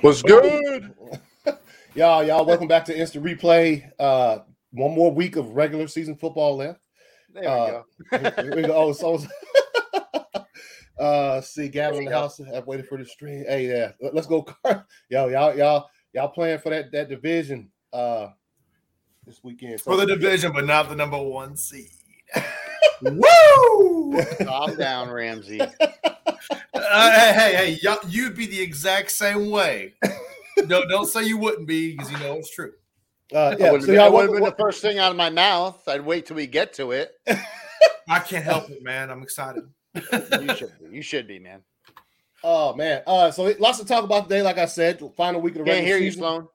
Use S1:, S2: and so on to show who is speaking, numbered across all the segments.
S1: What's good?
S2: y'all, y'all, welcome back to Instant Replay. Uh, one more week of regular season football left.
S3: There we
S2: Uh,
S3: go.
S2: Here we go. Oh, so uh, see, Gavin in the house. I've waited for the stream. Hey, yeah, let- let's go. Car- Yo, y'all, y'all, y'all playing for that that division uh this weekend. So-
S4: for the division, but not the number one seed.
S2: Woo!
S3: Calm down, Ramsey.
S4: Uh, hey, hey, hey, y'all, you'd be the exact same way. don't don't say you wouldn't be because you know it's true.
S2: uh,
S3: That
S2: yeah,
S3: would've
S2: so
S3: been-
S2: y'all,
S3: that would have
S2: wel-
S3: been the first thing out of my mouth. I'd wait till we get to it.
S4: I can't help it, man. I'm excited.
S3: You should be. You should be, man.
S2: Oh man. Uh so lots to talk about today. Like I said, final week of the
S3: Can't
S2: regular
S3: hear you,
S2: season.
S3: Sloan.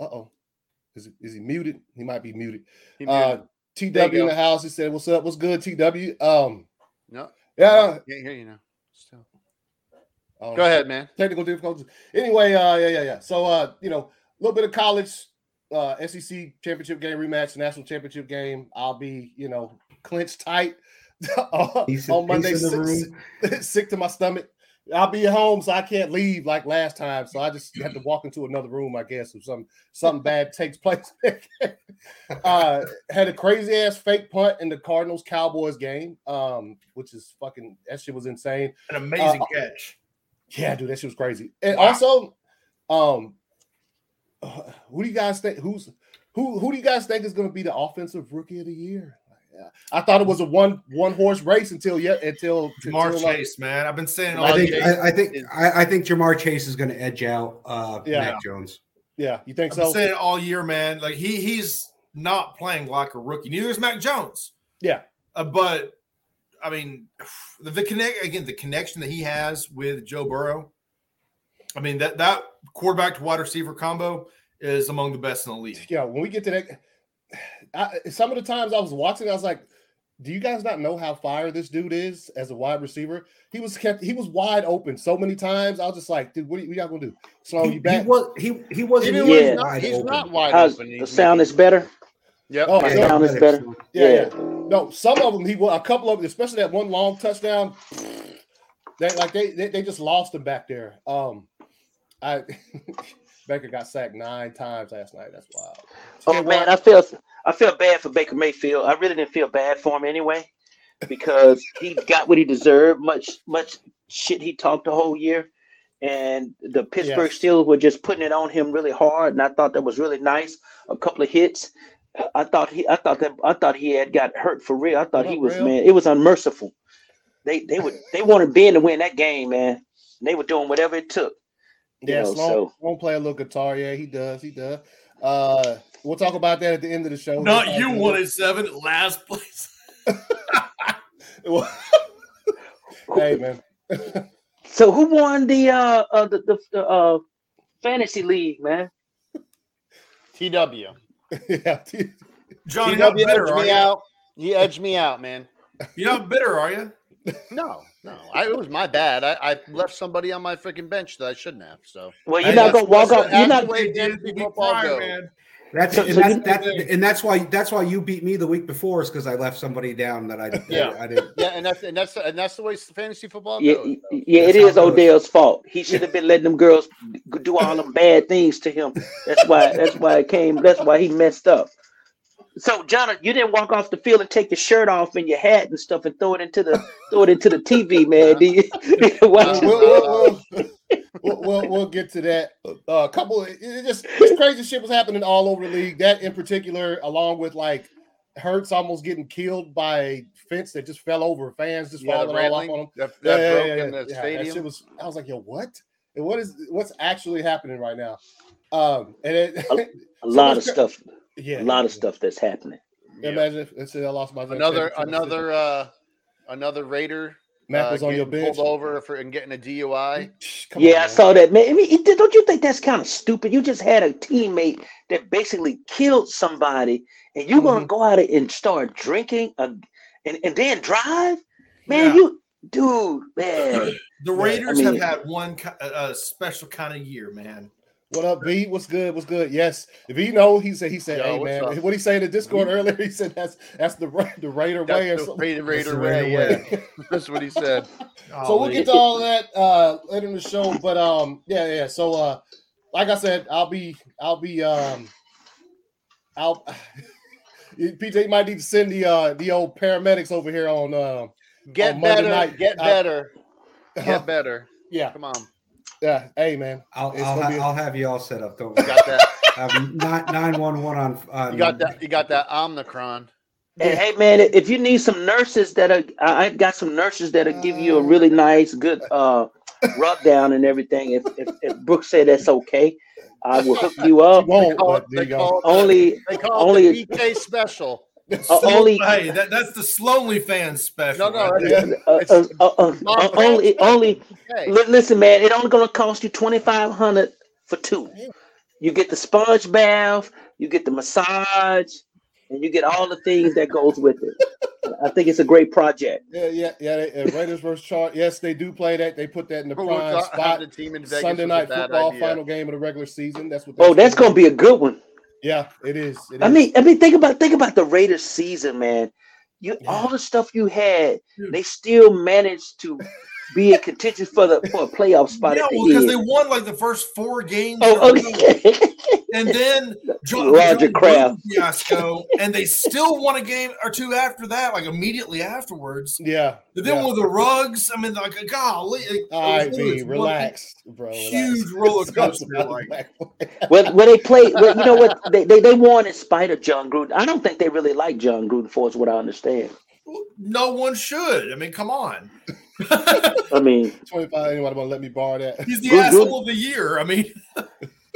S2: Uh oh. Is he, is he muted? He might be muted.
S3: He
S2: Uh,
S3: muted.
S2: TW
S3: There you
S2: in
S3: go.
S2: the house. He said, "What's up? What's good, TW?" Um,
S3: no,
S2: yeah.
S3: can't hear you now. Still.
S2: um,
S3: Go ahead, man.
S2: Technical difficulties. Anyway, uh, yeah, yeah, yeah. So, uh, you know, a little bit of college, uh, SEC championship game rematch, national championship game. I'll be, you know, clenched tight
S5: He's-
S2: on
S5: he's
S2: Monday.
S5: in the
S2: Sick, sick- sick to my stomach. I'll be at home, so I can't leave like last time. So I just have to walk into another room, I guess, if some something bad takes place. uh, had a crazy ass fake punt in the Cardinals Cowboys game, um, which is fucking that shit was insane.
S4: An amazing
S2: Uh,
S4: catch.
S2: Yeah, dude, that shit was crazy. And
S4: Wow.
S2: also, um, uh, who do you guys think? Who's who? Who do you guys think is going to be the offensive rookie of the year? Yeah. I thought it was a one one horse race until yet until,
S4: Jamar
S2: until, like,
S4: Chase, man. I've been saying all
S5: I think
S4: day. I've
S5: I, I think I, I think Jamar Chase is going to edge out uh,
S2: Yeah.
S5: Mac Jones.
S2: yeah, you think
S4: been
S2: so?
S4: saying all year, man. Like he he's not playing like a rookie. Neither is Mac Jones.
S2: Yeah.
S4: Uh, but I mean, the, the connect again, the connection that he has with Joe Burrow. I mean that that quarterback to wide receiver combo is among the best in the league.
S2: Yeah, when we get to that, I, some of the times I was watching, I was like, "Do you guys not know how fire this dude is as a wide receiver? He was kept, he was wide open so many times. I was just like, dude, what are you, what y'all gonna do? Slow
S5: He,
S2: you
S5: he
S2: back?
S5: was he he wasn't
S3: Even
S6: Yeah.
S3: when he's not,
S5: even wide
S3: he's
S5: open.
S3: not wide
S6: How's,
S3: open.
S6: the sound is better.
S3: Yep.
S2: Oh,
S6: My
S2: yeah.
S6: sound is better.
S2: yeah, yeah. No, some of them he won. A couple of them, especially that one long touchdown. They like they they, they just lost him back there. Um, I Baker got sacked nine times last night. That's wild.
S6: Oh
S2: TK,
S6: man,
S2: why-
S6: I feel I feel bad for Baker Mayfield. I really didn't feel bad for him anyway, because he got what he deserved. Much much shit he talked the whole year, and the Pittsburgh
S2: Yes.
S6: Steelers were just putting it on him really hard. And I thought that was really nice. A couple of hits. I thought he I thought that I thought he had got hurt for real. I thought he
S2: Not
S6: was
S2: real.
S6: man. It was unmerciful. They they would they wanted Ben to win that game, man. And they were doing whatever it took. you
S2: yeah,
S6: know,
S2: Sloan,
S6: so-
S2: Sloan play a little guitar. Yeah, he does. He does. Uh, we'll talk about that at the end of the show.
S4: Not you wanted seven last place.
S2: hey man,
S6: So who won the uh, uh the, the, the uh fantasy league, man?
S3: TW.
S2: yeah, t-
S4: John,
S3: TW
S4: you're not bitter,
S3: edged
S4: are
S3: me
S4: you?
S3: out. He edged me out, man.
S4: You're not bitter, are you?
S3: No, no. I, it was my bad. I, I left somebody on my freaking bench that I shouldn't have. So
S6: Well, you're
S4: Hey,
S6: not
S4: that's-
S6: gonna walk
S3: that's
S6: off.
S3: what
S6: You're not.
S3: happened. way
S4: They did
S3: Dempsey
S4: be
S3: football
S4: prior,
S3: go.
S4: man.
S5: That's
S6: So-
S5: and
S6: so
S5: that's
S6: you-
S5: that, and that's why that's why you beat me the week before is because I left somebody down that I that
S3: Yeah.
S5: I didn't.
S3: yeah, and that's and that's and that's the way fantasy football
S6: Yeah,
S3: goes.
S6: y- yeah, it
S5: That's how it
S6: is
S5: goes.
S6: Odell's fault. He should have been letting them girls g- do all them bad things to him. That's why. That's why it came. That's why he messed up. So, Jonathan, you didn't walk off the field and take your shirt off and your hat and stuff and throw it into the throw it into the TV, man. Did you, did you watch
S2: Uh,
S6: it?
S2: we'll, we'll, we'll, we'll, we'll get to that. Uh, a couple, it it just this crazy shit was happening all over the league. That in particular, along with like Hurts almost getting killed by a fence that just fell over, fans just
S3: Yeah, the
S2: falling all off
S3: railing
S2: on him.
S3: that, that
S2: Yeah,
S3: broke
S2: yeah, yeah,
S3: in
S2: yeah.
S3: the
S2: Yeah, That shit
S3: stadium.
S2: was. I was like, yo, what? And what is what's actually happening right now? Um, and it,
S6: A lot of stuff.
S2: yeah,
S6: A lot of stuff that's happening.
S3: Yeah.
S2: Imagine if let's say I lost my
S3: Another another uh another Raider
S2: Mac
S3: uh,
S2: was on your
S3: getting
S2: bench.
S3: pulled over for and getting a DUI.
S2: Come
S6: yeah,
S2: on,
S6: I
S2: man.
S6: saw that, man. I mean, it- don't you think that's kind of stupid? You just had a teammate that basically killed somebody, and you're
S2: Mm-hmm.
S6: gonna go out and start drinking, uh, and and then drive,
S4: Yeah.
S6: man. You, dude, man.
S4: The
S2: Yeah, I
S4: Raiders
S6: mean-
S4: have had one ki- uh, special kind of year, man.
S2: What up, B? What's good? What's good? Yes. If you know, he said he said,
S3: Yo,
S2: "Hey
S3: what's
S2: man,
S3: up?
S2: what he say in the Discord earlier? He said that's that's the Ra- the Raider way or
S3: That's the
S2: something."
S3: Raider,
S5: That's the
S3: Raider
S5: Raider
S3: way.
S5: way.
S3: Yeah. That's what he said.
S2: So we'll
S4: Golly.
S2: get to all that uh later in the show, but um yeah yeah. So uh like I said, I'll be, I'll be, um, I'll. PJ you might need to send the uh the old paramedics over here on uh
S3: Get
S2: on Monday
S3: better.
S2: night,
S3: Get
S2: I-
S3: better. Get better.
S2: yeah
S3: Come on.
S2: yeah hey man
S5: I'll
S2: It's
S5: I'll,
S2: gonna
S5: ha-
S2: be a-
S5: I'll have you all set up. Don't
S3: You
S5: worry.
S3: got that.
S5: I'm not nine one one on. on
S3: You got that. You got that Omnicron.
S6: And hey, man, if you need some nurses that are, I- I've got some nurses that'll give you a really nice, good uh, rub down and everything. If, if, if Brooks said that's okay, I will hook you
S2: she
S6: up.
S2: won't
S3: Call it-
S2: but there
S3: they
S2: you go
S3: call it-
S6: Only,
S3: They call
S6: only-
S3: it the PK special.
S6: uh, only, uh,
S4: hey, that, that's the Slowly fans special.
S3: No, no,
S4: right
S3: that's- E
S4: there.
S6: uh, uh, uh, uh, only, only.
S3: Okay.
S6: Li- Listen, man, it only gonna cost you twenty five hundred for two. You get the sponge bath, you get the massage, and you get all the things that goes with it. I think it's a great project.
S2: yeah yeah yeah they, uh, Raiders versus Char yes they do play that they put that in the
S3: Who would
S2: prime
S3: not have
S2: spot
S3: the team in Vegas
S2: Sunday
S3: with
S2: night
S3: a bad
S2: football
S3: idea?
S2: final game of the regular season that's what
S6: Oh, that's gonna be a good one.
S2: yeah it is It
S6: I
S2: is.
S6: mean, I mean, think about think about the Raiders season, man. You
S2: Yeah.
S6: all the stuff you had, they still managed to be in contention for the for a playoff spot.
S4: Yeah,
S6: at the
S4: well, because they
S6: end.
S4: won like the first four games. in a
S6: Oh,
S4: row.
S6: okay.
S4: and then John,
S6: Roger
S4: John
S6: Kraft.
S4: Gruden fiasco, and they still won a game or two after that, like immediately afterwards.
S2: yeah
S4: But then
S2: yeah.
S4: with the rugs, I mean, like golly, it- it
S2: All right,
S4: was
S2: B,
S4: one
S2: relax, bro. relax.
S4: huge roller
S2: It's not
S4: coaster,
S2: about
S4: like-
S2: black-
S6: well, well, they played. Well, you know what? They, they they won in spite of John Gruden. I don't think they really like John Gruden, for is what I understand.
S4: thing- No one should. I mean, come on,
S6: I mean,
S2: 25. Anybody want to let me borrow that?
S4: he's the
S6: Good,
S4: asshole
S6: good.
S4: of the year. I mean,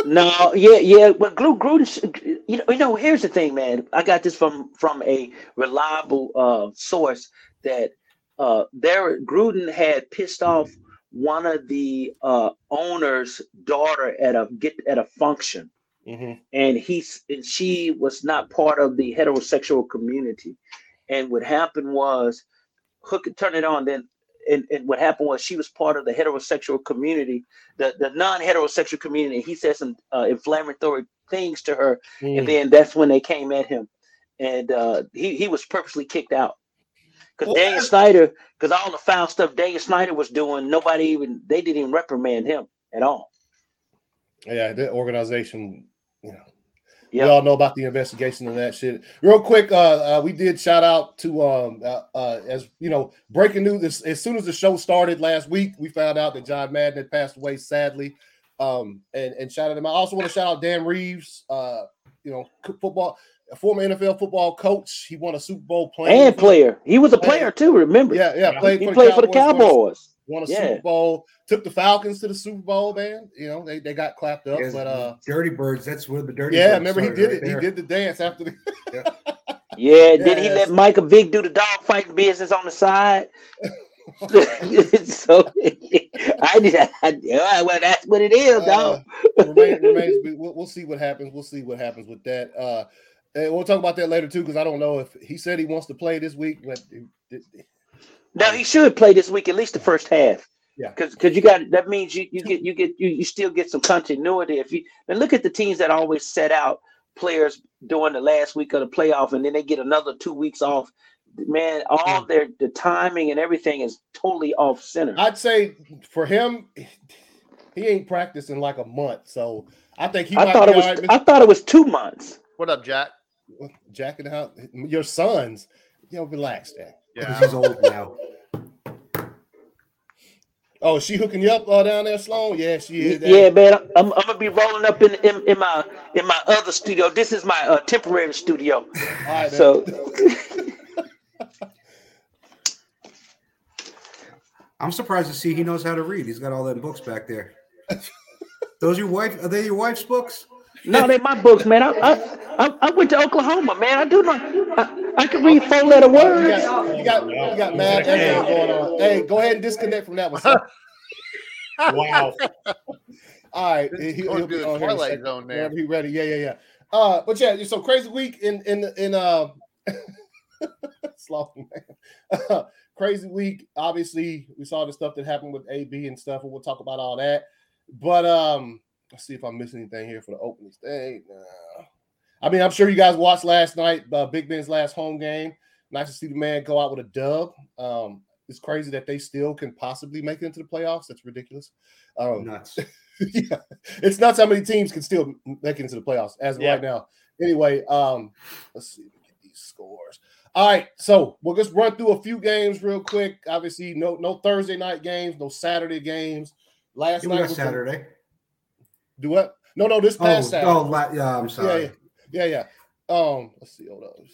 S6: no, yeah, yeah. But Gru- Gruden, sh- you know, you know. Here's the thing, man. I got this from from a reliable uh, source that uh, there Gruden had pissed off one of the uh, owner's daughter at a get at a function.
S2: Mhm.
S6: and he s- and she was not part of the heterosexual community and what happened was hook it turn it on then and, and what happened was she was part of the heterosexual community the, the non-heterosexual community and he said some uh, inflammatory things to her
S2: Mm.
S6: and then that's when they came at him and uh, he, he was purposely kicked out because
S4: Well,
S6: daniel
S4: that's-
S6: snyder because all the foul stuff daniel snyder was doing nobody even they didn't even reprimand him at all
S2: Yeah, the organization. You know,
S6: Yeah.
S2: we all know about the investigation and that shit. Real quick, uh, uh we did shout out to um uh, uh as you know breaking news as, as soon as the show started last week, we found out that John Madden had passed away sadly. Um and and shout out him. I also want to shout out Dan Reeves. Uh, you know, c- football, a former NFL football coach. He won a Super Bowl playing
S6: and
S2: for the-
S6: player he was a
S2: Playing.
S6: player too remember
S2: Yeah, yeah,
S6: he played, for the
S2: won a-
S6: Cowboys.
S2: won a
S6: Yeah.
S2: Super Bowl, took the Falcons to the Super Bowl, man. You know, they, they got clapped up,
S5: Yes, mm-hmm.
S2: but uh
S5: Dirty Birds. That's where the Dirty.
S2: yeah,
S5: Birds
S2: remember he
S5: started
S2: did
S5: right
S2: it.
S5: there.
S2: He did the dance after the
S6: Yeah, then he
S2: Yes.
S6: let Michael Vick do the dog fighting business on the side. so I did. I, yeah, well, that's what it is,
S2: uh,
S6: dog.
S2: remain, remains. be- We'll, we'll see what happens. We'll see what happens with that. Uh and we'll talk about that later too, because I don't know if he said he wants to play this week, but it- it-
S6: Now he should play this week, at least the first half.
S2: Yeah.
S6: because you got that means you, you get you get you, you still get some continuity if you and look at the teams that always set out players during the last week of the playoff and then they get another two weeks off. Man, all their the timing and everything is totally off center.
S2: I'd say for him, he ain't practiced in like a month, so I think he
S6: I
S2: might
S6: thought
S2: be
S6: it was.
S2: all right,
S6: I thought it was two months.
S3: What up, Jack?
S2: Mr. Jack in the house. Your sons, yo, relax, Jack.
S5: 'Cause
S3: Yeah.
S5: he's old now.
S2: Oh, she hooking you up uh, down there, Sloan? Yeah, she
S6: Yeah,
S2: is.
S6: man. I'm, I'm gonna be rolling up in, in in my in my other studio. This is my uh, temporary studio.
S2: All right, so,
S6: So
S5: I'm surprised to see he knows how to read. He's got all them books back there. Those your wife? Are they your wife's books?
S6: no, they my books, man. I I, I I went to Oklahoma, man. I do not. I, I can read four letter
S2: you
S6: words.
S2: got you got, you got mad echo going on. Hey, go ahead and disconnect from that one. Son.
S7: Wow.
S2: All right, he,
S3: He's
S2: he'll,
S3: going
S2: he'll
S3: to
S2: be
S3: the
S2: on here in a
S3: Twilight
S2: second,
S3: Zone, man.
S2: whenever he ready. Yeah, yeah, yeah. Uh, but yeah, so crazy week in in in uh, Sloan, man. Uh, crazy week. Obviously, we saw the stuff that happened with AB and stuff, and we'll talk about all that. But um, let's see if I'm missing anything here for the opening thing. Nah. I mean, I'm sure you guys watched last night, uh, Big Ben's last home game. Nice to see the man go out with a dub. Um, It's crazy that they still can possibly make it into the playoffs. That's ridiculous. Um,
S5: Nuts.
S2: yeah, it's nuts how many teams can still make it into the playoffs as of
S8: Yeah.
S2: right now. Anyway, um, let's see if we get these scores. All right, so we'll just run through a few games real quick. Obviously, no no Thursday night games, no Saturday games. Last
S5: It
S2: night
S5: was
S2: was the-
S5: Saturday.
S2: do what? No, no, this
S5: Oh,
S2: past Saturday.
S5: oh, la- yeah. I'm sorry.
S2: Yeah, yeah, yeah. Um, let's see. Hold on.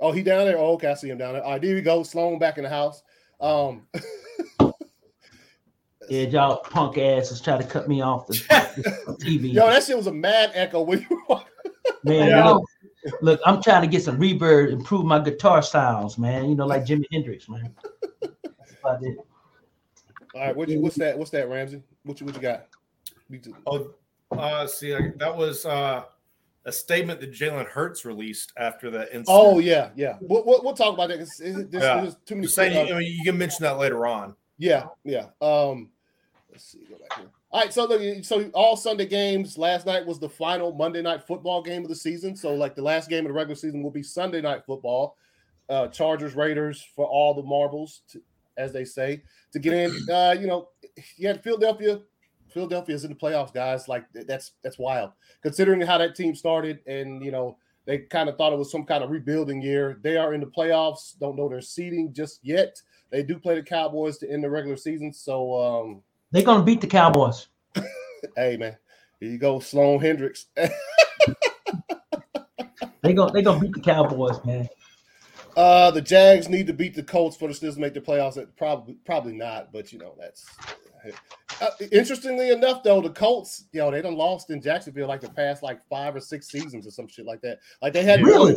S2: Oh, he down there. Oh, okay, I see him down there. All right, there we go. Sloan back in the house. Um,
S6: Yeah, y'all punk asses try to cut me off the, the TV.
S2: yo, that shit was a mad echo when you were
S6: man,
S8: Yeah.
S6: look, look, I'm trying to get some reverb, improve my guitar sounds, man. You know, like Jimi Hendrix, man. That's about it.
S2: All right, what you, what's that? What's that, Ramsey? What you what you got? Me too.
S4: Oh, uh, see, I, that was uh, a statement that Jalen Hurts released after that incident.
S2: Oh yeah, yeah. We'll, we'll, we'll talk about that. 'cause it- it- there's,
S4: Yeah.
S2: there's too many.
S4: Just saying, you,
S2: uh,
S4: I mean, you can mention that later on.
S2: yeah, yeah. Um, let's see. Go back here. All right, so look, so all Sunday games. Last night was the final Monday night football game of the season. So like the last game of the regular season will be Sunday night football. Uh, Chargers Raiders for all the marbles, to, as they say, to get in. Uh, you know, you had Philadelphia. Philadelphia's in the playoffs, guys. Like th- that's that's wild considering how that team started and you know they kind of thought it was some kind of rebuilding year. They are in the playoffs. Don't know their seeding just yet. They do play the Cowboys to end the regular season. So, um,
S6: They're gonna beat the Cowboys.
S2: hey man, here you go, Sloan Hendricks.
S6: They gonna they gonna beat the Cowboys, man.
S2: uh, the Jags need to beat the Colts for the Steelers to make the playoffs. It Probably, probably not. But you know that's. Uh, interestingly enough, though, the Colts, you know, they done lost in Jacksonville like the past like five or six seasons or some shit like that. Like they had
S6: Really?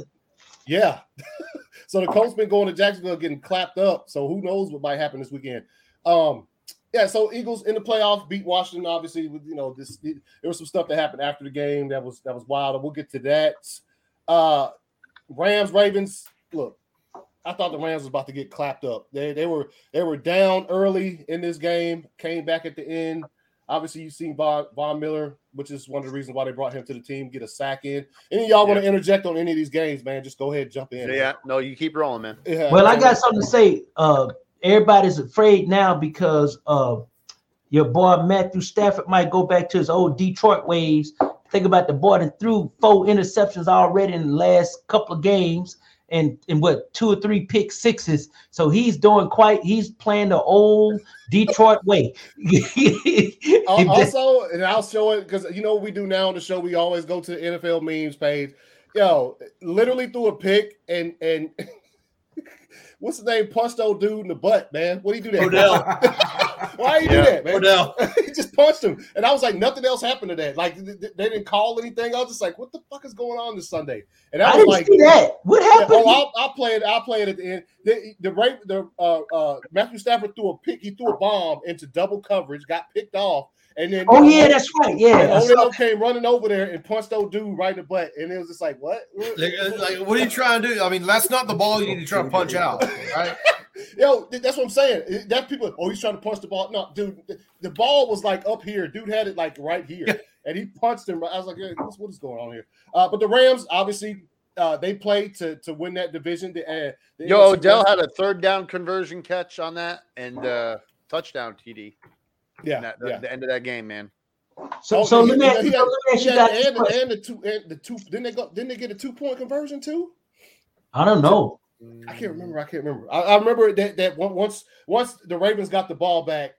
S2: Yeah. so the Colts been going to Jacksonville getting clapped up. So who knows what might happen this weekend. Um yeah, so Eagles in the playoff beat Washington. Obviously, with you know this, there was some stuff that happened after the game that was that was wild, and we'll get to that. Uh Rams Ravens. Look, I thought the Rams was about to get clapped up. They they were they were down early in this game, came back at the end. Obviously, you've seen Von, Von Miller, which is one of the reasons why they brought him to the team, get a sack in. Any of y'all want to interject on any of these games, man? Just go ahead, jump in.
S3: Yeah, no, you keep rolling, man.
S2: Yeah.
S6: Well, I got something to say. Uh, everybody's afraid now because uh, your boy Matthew Stafford might go back to his old Detroit ways. Think about the boy that threw four interceptions already in the last couple of games, and and what two or three pick sixes. So he's doing quite. He's playing the old Detroit way.
S2: Al- also, and I'll show it because you know what we do now on the show. We always go to the NFL memes page. Yo, literally threw a pick and and what's his name? Punched old dude in the butt, man. What do you do that?
S4: Odell.
S2: Why you
S3: Yeah,
S2: do that, man?
S4: Odell.
S2: he just punched him, and I was like, nothing else happened to that. Like th- th- they didn't call anything. I was just like, what the fuck is going on this Sunday? And
S6: I
S2: I was
S6: didn't
S2: like,
S6: see that. What
S2: Yeah,
S6: happened?
S2: oh, I'll, I'll play it. I'll play it at the end. The the, Ra- the uh, uh, Matthew Stafford threw a pick. He threw a bomb into double coverage, got picked off, and then
S6: oh yeah, that's right. Yeah, I saw
S2: Odell came running over there and punched old dude right in the butt, and it was just like, what? What?
S4: Like, like, what are you trying to do? I mean, that's not the ball you need to try to punch out, right?
S2: Yo, th- that's what I'm saying. It- That people, oh, he's trying to punch the ball. No, dude, th- the ball was like up here. Dude had it like right here,
S4: Yeah.
S2: and he punched him. I was like, yeah, what's, what is going on here? Uh, but the Rams, obviously, uh, they played to to win that division. The, uh, the
S3: Yo,
S2: NFC
S3: Odell
S2: West.
S3: had a third down conversion catch on that and uh, touchdown TD.
S2: yeah,
S3: in that-
S2: yeah.
S3: the, the end of that game, man.
S6: So,
S2: Oh,
S6: so
S2: he-
S6: let me
S2: he-
S6: ask you,
S2: he had-
S6: so let me ask you
S2: Yeah,
S6: guys. this
S2: and, the-
S6: question.
S2: and the two and the two didn't they go didn't they get a two point conversion too?
S6: I don't know.
S2: I
S6: Mm-hmm.
S2: can't remember. I can't remember. I, I remember that that one- once once the Ravens got the ball back,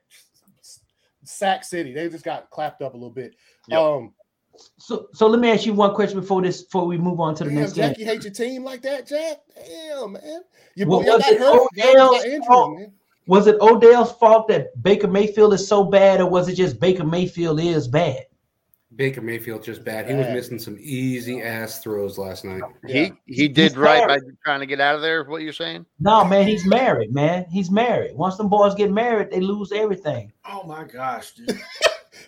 S2: Sack City they just got clapped up a little bit.
S3: Yep.
S2: Um,
S6: So, so let me ask you one question before this, before we move on to the
S2: damn,
S6: next game.
S2: Jack, you hate your team like that, Jack? Damn, man, you
S6: Well,
S2: boy y'all
S6: was
S2: got
S6: it
S2: hurt. Y'all
S6: Odell's
S2: got injured,
S6: fault?
S2: man.
S6: Was it Odell's fault that Baker Mayfield is so bad, or was it just Baker Mayfield is bad?
S5: Baker Mayfield just bad. He was
S2: Bad.
S5: missing some easy ass throws last night.
S2: Yeah.
S3: He he did right by trying to get out of there. Is what you're saying?
S6: No, man, he's married, man. He's married. Once them boys get married, they lose everything.
S4: Oh my gosh, dude.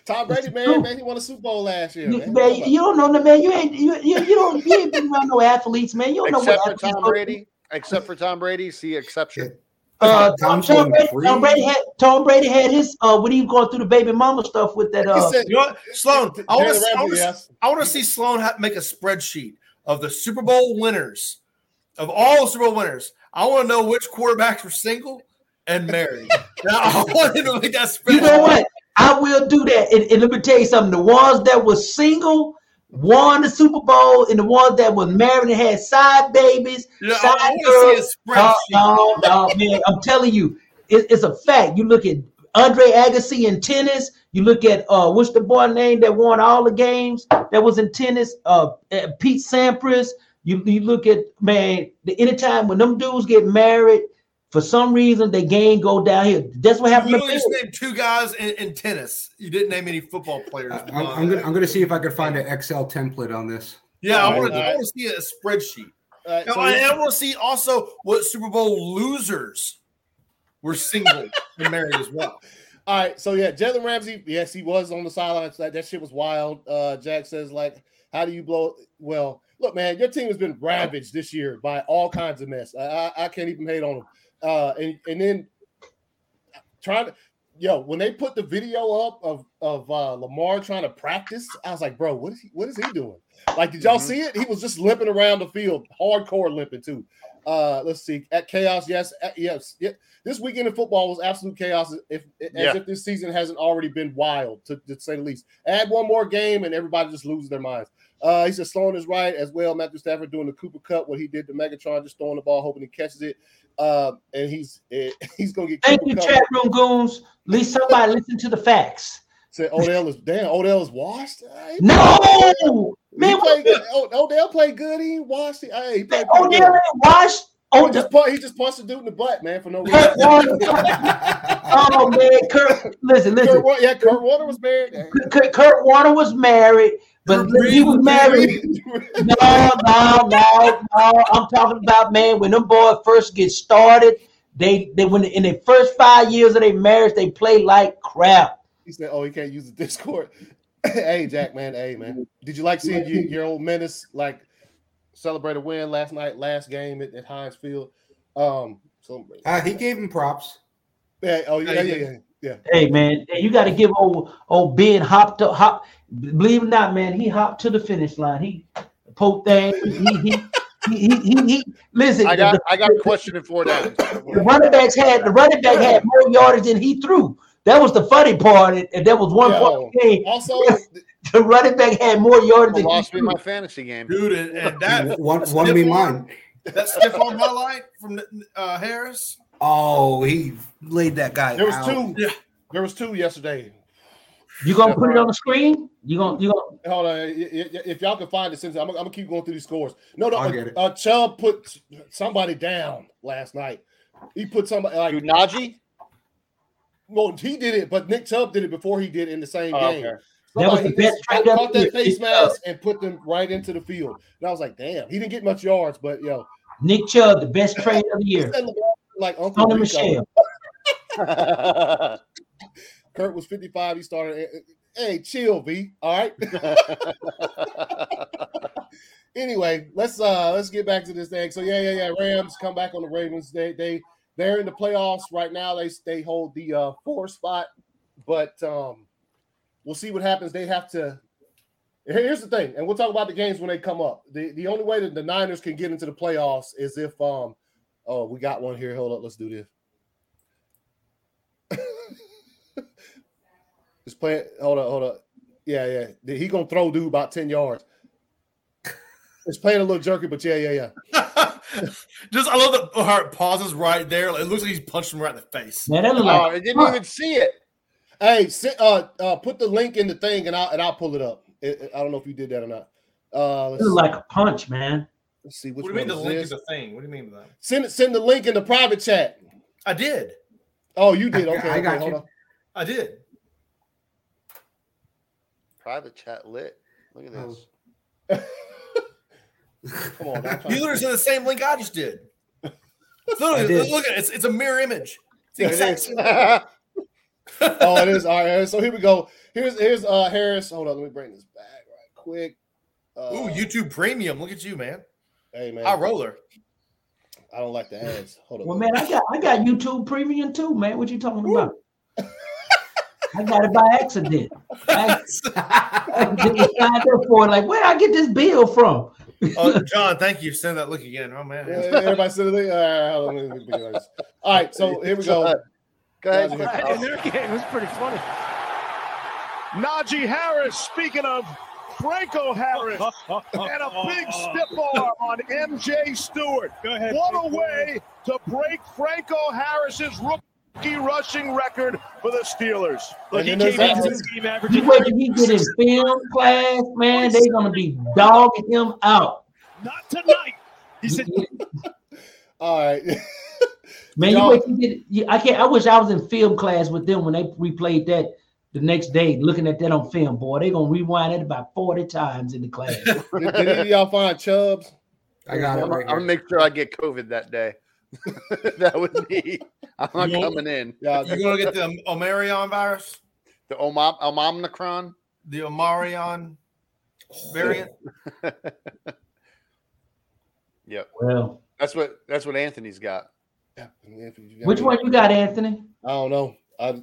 S2: Tom
S6: It's
S2: Brady, man,
S6: true.
S2: man, he won a Super Bowl last year.
S6: you,
S2: man.
S6: man, you don't know the man. You ain't you, you, you don't you ain't been around no athletes, man. You don't know
S3: Except
S6: what
S3: for
S6: athletes
S3: Tom
S6: go
S3: Brady. Except for Tom Brady, is the exception.
S6: through. Uh, Tom,
S5: Tom's
S6: Tom,
S5: going
S6: Brady,
S5: free.
S6: Tom Brady had Tom Brady had his uh when he was going through the baby mama stuff with that
S2: He
S6: uh
S2: said-
S4: You know what? Sloan, I
S2: Jalen
S4: want to, I
S2: Ramsey,
S4: want to,
S2: yes.
S4: I want to see Sloan ha- make a spreadsheet of the Super Bowl winners of all Super Bowl winners. I want to know which quarterbacks were single and married. Now, I want him to make that
S6: You
S4: special.
S6: know what? I will do that. And, and let me tell you something. The ones that were single won the Super Bowl, and the ones that was married and had side babies,
S4: Yeah, I-
S6: side
S4: I want to
S6: girls.
S4: see a
S6: No,
S4: spreadsheet.
S5: uh,
S6: no, no, man. I'm telling you, it, it's a fact. You look at Andre Agassi in tennis. You look at uh, what's the boy name that won all the games that was in tennis? Uh, uh, Pete Sampras. You, you look at man. The anytime when them dudes get married, for some reason the game go downhill. That's what
S4: You
S6: happened.
S4: literally
S6: to
S4: just named two guys in, in tennis. You didn't name any football players.
S5: I- I'm,
S4: beyond
S5: I'm gonna
S4: that.
S5: I'm gonna see if I can find an Excel template on this.
S4: yeah, I
S2: All
S4: want
S2: right.
S4: to see a spreadsheet.
S2: All right,
S4: Now,
S2: so
S4: I,
S2: this-
S4: want to see also what Super Bowl losers were single and married as well.
S2: All right, so yeah, Jalen Ramsey, yes, he was on the sidelines. That, that shit was wild. Uh, Jack says, like, how do you blow? Well, look, man, your team has been ravaged this year by all kinds of mess. I, I, I can't even hate on them. Uh, and and then trying to, yo, when they put the video up of of uh, Lamar trying to practice, I was like, bro, what is he? What is he doing? Like, did y'all
S3: Mhm.
S2: see it? He was just limping around the field, hardcore limping too. Uh, let's see. At chaos, yes, at, yes, yeah. This weekend in football was absolute chaos. If as
S3: Yeah.
S2: if this season hasn't already been wild, to, to say the least. Add one more game, and everybody just loses their minds. Uh, he said Sloan is right as well. Matthew Stafford doing the Cooper Cup, what he did to Megatron, just throwing the ball, hoping he catches it. Uh, and he's eh, he's gonna get
S6: Thank
S2: Cooper
S6: you,
S2: Kupp.
S6: chat room goons. At least somebody listen to the facts.
S2: Said Odell is damn. Odell is washed. Uh, he-
S6: No,
S2: he
S6: man, what Oh,
S2: played, O- Odell played good. He ain't washed. He, hey, he played
S6: Odell
S2: pretty good.
S6: ain't washed.
S2: He
S6: Odell,
S2: just pu- he just punched a dude in the butt, man, for no reason.
S6: Oh, Kurt Warner. Oh man, Kurt. Listen,
S2: Kurt,
S6: listen.
S2: Wa- yeah, Kurt Warner was married.
S6: Kurt, Kurt Warner was married, but he was married. No, no, no, no. I'm talking about man. When them boys first get started, they they when in their first five years of their marriage, they play like crap.
S2: He said, "Oh, he can't use the Discord." hey, Jack, man. Hey, man. Did you like seeing you, your old menace like celebrate a win last night, last game at, at Heinz Field? Um, so
S5: Uh, he gave him props.
S2: yeah, oh yeah,
S4: Yeah,
S2: yeah,
S4: he
S2: yeah,
S4: did.
S2: yeah. yeah.
S6: Hey man, you got to give old old Ben hopped up. Hop, believe it or not, man, he hopped to the finish line. He poked thing. He he he he. he, he- listen,
S3: I got
S6: the,
S3: I got a question in four downs.
S6: the running backs had the running back had more yardage than he threw. That was the funny part, and, and that was one
S2: Yeah.
S6: point in the game.
S2: Also,
S6: The running back had more yardage
S3: I
S6: than he
S3: lost me
S6: threw.
S3: my fantasy game.
S4: Dude, and, and that
S5: One one me mine.
S4: that stiff arm highlight from uh, Harris.
S5: Oh, he laid that guy.
S2: there was
S5: out.
S2: two.
S4: Yeah.
S2: There was two yesterday.
S6: You gonna put it on the screen? You gonna you gonna
S2: Hold on, i- i- if y'all can find it, since I'm, I'm gonna keep going through these scores. No, no,
S5: I'll
S2: uh,
S5: get it.
S2: uh, Chubb put somebody down last night. He put somebody like
S3: Dude, Najee.
S2: Well, he did it, but Nick Chubb did it before he did in the same
S3: Oh,
S2: game.
S3: okay.
S6: That was
S2: Somebody
S6: the best
S2: just
S6: trade
S2: caught
S6: ever.
S2: that face mask and put them right into the field. And I was like, damn, he didn't get much yards, but yo,
S6: Nick Chubb the best trade of the
S2: he
S6: year?
S2: said LeBron like Uncle
S6: Tony
S2: Rico.
S6: Michelle.
S2: Kurt was 55. He started. eh, Hey, chill, V. All right. anyway, let's uh let's get back to this thing. So yeah, yeah, yeah. Rams come back on the Ravens. They they they're in the playoffs right now. They they hold the uh four spot, but um we'll see what happens. They have to. here- Here's the thing, and we'll talk about the games when they come up. The the only way that the Niners can get into the playoffs is if um oh we got one here. Hold up, let's do this. Just play it. Hold up, hold up. Yeah, yeah. Th- He gonna throw dude about ten yards. It's playing a little jerky, but yeah, yeah, yeah.
S4: Just I love that Hart pauses right there. Like, it looks like he's punched him right in the face.
S6: Man, that look
S3: oh,
S6: like
S3: I didn't even see it.
S2: Hey, si- uh, uh, put the link in the thing, and I'll and I'll pull it up. It, it- I don't know if you did that or not. Uh,
S6: that
S2: let's,
S6: look like a punch, man.
S2: let's see which
S4: What do you
S2: one
S4: mean the link
S2: is
S4: is
S2: this.
S4: a thing? What do you mean by that?
S2: Send send the link in the private chat.
S4: I did.
S2: Oh, you did.
S5: I-
S2: Okay,
S5: I
S2: okay,
S5: got
S2: hold
S5: you.
S2: on.
S4: I did.
S3: Private chat lit. Look at
S5: Oh.
S3: this.
S2: Come on, I'm
S4: You
S2: trying-
S4: literally said the same link I just did. It's
S5: I
S4: literally,
S5: did.
S4: Look at it. It's, it's a mirror image. It's the
S2: It
S4: exact
S2: is.
S4: same-
S2: oh, it is. All right. So here we go. Here's here's uh Harris. Hold on, let me bring this back right quick. Uh,
S4: Ooh, YouTube Premium. Look at you, man.
S2: hey man,
S4: I roller.
S2: I don't like the ads. Hold on.
S6: Well, man, I got I got YouTube Premium too, man. What you talking about? I got it by accident. I, I just signed up for it. Like, where I get this bill from?
S4: Uh, John, thank you. Send that look again. Oh man.
S2: Yeah, everybody said it. Uh, hold on, let me- let me do this. All right, so here we go.
S3: Go ahead.
S2: All right,
S3: Oh,
S9: And their game was pretty funny. Najee Harris, speaking of Franco Harris, and a big stiff arm on MJ Stewart.
S10: Go ahead.
S9: What a way to break Franco Harris's rookie rushing record for the Steelers.
S10: Look, he
S2: And then
S10: came
S2: there's
S10: into
S2: that-
S10: this game
S6: You
S10: averaging
S6: wait till he get in film class, man. They gonna be dogging him out.
S10: not tonight. He said,
S2: All right.
S6: Man, you
S2: Y'all-
S6: wait till you get. You, I can't. I wish I was in film class with them when they replayed that the next day, looking at that on film. Boy, they gonna rewind it about forty times in the class.
S2: Did, did any of y'all find Chubbs?
S5: I got it
S3: I'm,
S5: right
S3: I'm gonna
S5: here.
S3: make sure I get COVID that day. that would be. I'm not
S4: You won't-
S3: coming in.
S2: Y'all,
S4: You gonna get the Omarion virus?
S3: The Omom Omomnicron.
S4: The Omarion variant?
S6: Well,
S3: That's what. That's what Anthony's got.
S2: if you got
S6: which
S2: any-
S6: one you got, Anthony?
S2: I don't know. I,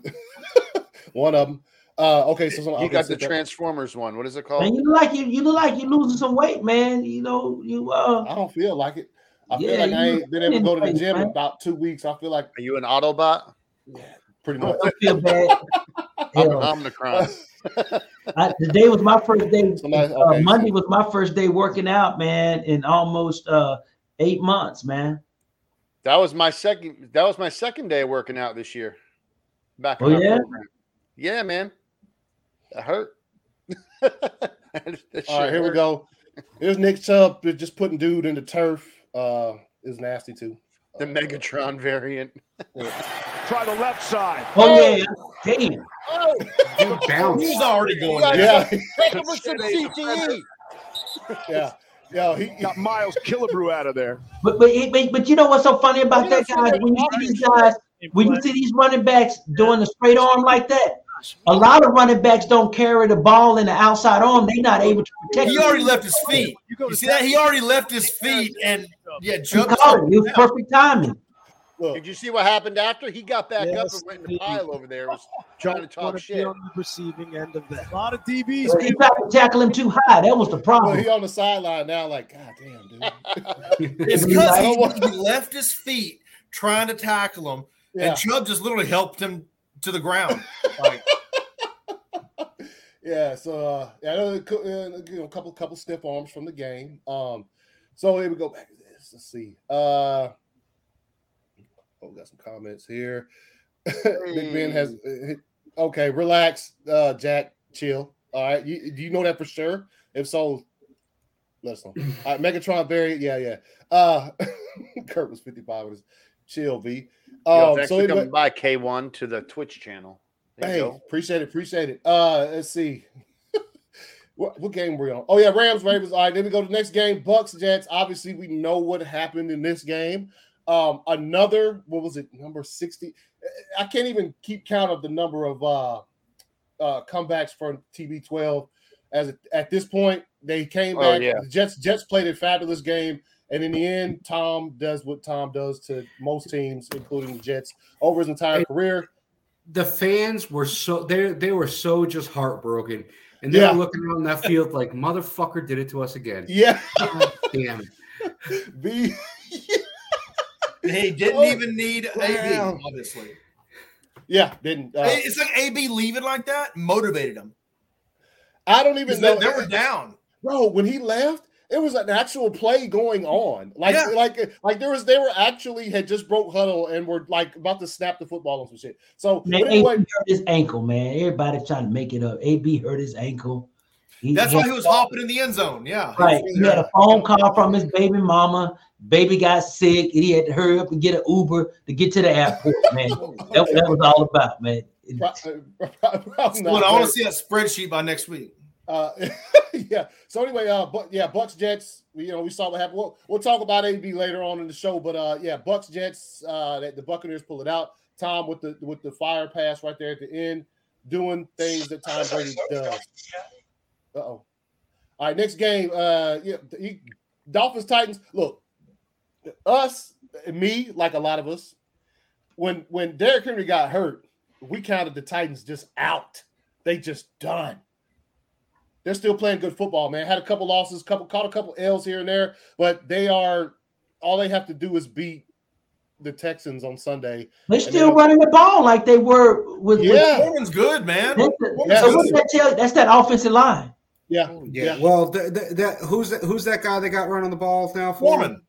S2: one of them. Uh, okay, so some,
S3: He
S2: okay,
S3: got
S2: so
S3: the
S2: that-
S3: Transformers one. What is it
S6: Man,
S3: called?
S6: you look like you. You look like you losing some weight, man. You know you. Uh,
S2: I don't feel like it. I feel
S6: Yeah,
S2: like I
S6: you
S2: ain't been able to go to the
S6: didn't
S2: gym in
S6: fight,
S2: about two weeks. I feel like
S3: Are you an Autobot? Oh,
S2: pretty
S6: I
S2: much.
S6: don't feel bad.
S3: I'm
S6: Hell,
S3: an Omnicron.
S6: I, today was my first day.
S2: Somebody-
S6: uh,
S2: okay.
S6: Monday was my first day working out, man, in almost uh, eight months, man.
S3: That was my second. That was my second day of working out this year. Back. in
S6: Oh,
S3: our
S6: yeah?
S3: program. Yeah, man. That hurt.
S2: All right, here we go. Here's Nick Chubb just putting dude in the turf. Uh, is nasty too.
S3: The Megatron variant.
S9: Try the left side.
S6: Oh yeah, damn.
S3: Oh,
S5: Dude, bounce.
S4: He's already going
S3: Yeah.
S4: there.
S2: Yeah,
S3: pick up with some
S2: E.
S3: CTE.
S2: yeah, yeah. He, he-
S9: Got Miles Killebrew out of there.
S6: But but, it, but but you know what's so funny about that, guys? When you see these guys, when you see these running backs doing the straight arm like that, a lot of running backs don't carry the ball in the outside arm. They're not able to protect.
S4: He
S6: it.
S4: already left his feet.
S9: You go
S4: You see that? He already left his feet and yeah,
S6: He
S4: jumped.
S6: caught it. It was perfect timing.
S2: look,
S3: Did you see what happened after he got back up
S10: Yes,
S3: and went in the
S10: indeed.
S3: pile over there? Was trying to
S10: Don't
S3: talk
S10: wanna be
S3: shit.
S10: on the receiving end of that. A lot of DBs.
S6: He tried to tackle him too high. That was the
S2: look,
S6: problem.
S2: he on the sideline now. Like, god damn, dude.
S4: It's because he, he left his feet trying to tackle him,
S2: Yeah,
S4: and Chubb just literally helped him to the ground. Like,
S2: yeah. So, uh, yeah, I know it cou- uh, you know, a couple, couple stiff arms from the game. Um, so here we go back to this. Let's see. Uh, oh, we got some comments here. Big Ben has. uh, Okay, relax, uh, Jack. Chill. All right. You, do you know that for sure? If so, let us know. All right, Megatron variant. Yeah, yeah. Uh, Kurt was fifty-five. With his chill, V.
S3: Yo,
S2: Um,
S3: thanks
S2: so
S3: for
S2: anyway-
S3: coming by K1 to the Twitch channel. There you
S2: Hey,
S3: go.
S2: appreciate it, appreciate it. Uh, let's see. what, what game were we on? Oh yeah, Rams, Ravens. All right, then we go to the next game, Bucks, Jets. Obviously, we know what happened in this game. Um, another what was it, number sixty? I can't even keep count of the number of uh, uh comebacks from TB12. As it- at this point, they came
S3: Oh,
S2: back.
S3: yeah.
S2: The Jets Jets played a fabulous game, and in the end, Tom does what Tom does to most teams, including the Jets, over his entire
S5: Hey.
S2: career.
S5: The fans were so they they were so just heartbroken, and they
S2: Yeah.
S5: were looking out in that field like motherfucker did it to us again.
S2: Yeah,
S5: God damn it.
S2: the
S4: he didn't even need AB, obviously.
S2: Yeah, didn't. Uh,
S4: It's like AB leaving like that motivated him.
S2: I don't even
S4: Because
S2: know.
S4: They, they were down.
S2: Bro, when he left, it was an actual play going on. Like,
S4: Yeah.
S2: like, like there was. They were actually had just broke huddle and were like about to snap the football on some shit. So,
S6: Man,
S2: but anyway,
S6: AB hurt his ankle, man. Everybody trying to make it up. AB hurt his ankle. He-
S4: That's
S6: he-
S4: why he was hopping in the end zone. Yeah.
S6: Right. He had a phone call from his baby mama. Baby got sick, and he had to hurry up and get an Uber to get to the airport, man. That, that was all about, man.
S2: pro- uh, probably
S4: Well, I
S2: not,
S4: want to see that spreadsheet by next week.
S2: uh, yeah. So anyway, uh, but yeah, Bucks Jets. You know, we saw what happened. We'll, we'll talk about AB later on in the show. But uh, yeah, Bucks Jets. Uh, that the Buccaneers pull it out. Tom with the with the fire pass right there at the end, doing things that Tom Brady does. Uh oh. All right, next game. Uh, yeah, he, Dolphins Titans. Look, us, me, like a lot of us, when when Derrick Henry got hurt, we counted the Titans just out. They just done. They're still playing good football, man. Had a couple losses, couple caught a couple L's here and there, but they are all they have to do is beat the Texans on Sunday.
S6: They're
S2: then-
S6: still running the ball like they were with. with-
S2: Yeah.
S4: Foreman's good, man.
S6: that's the-
S2: Yeah.
S6: so what does that tell you? That's that offensive line.
S2: Yeah,
S5: Yeah. Well, th- th- that who's that? Who's that guy that got running the ball now?
S4: Foreman.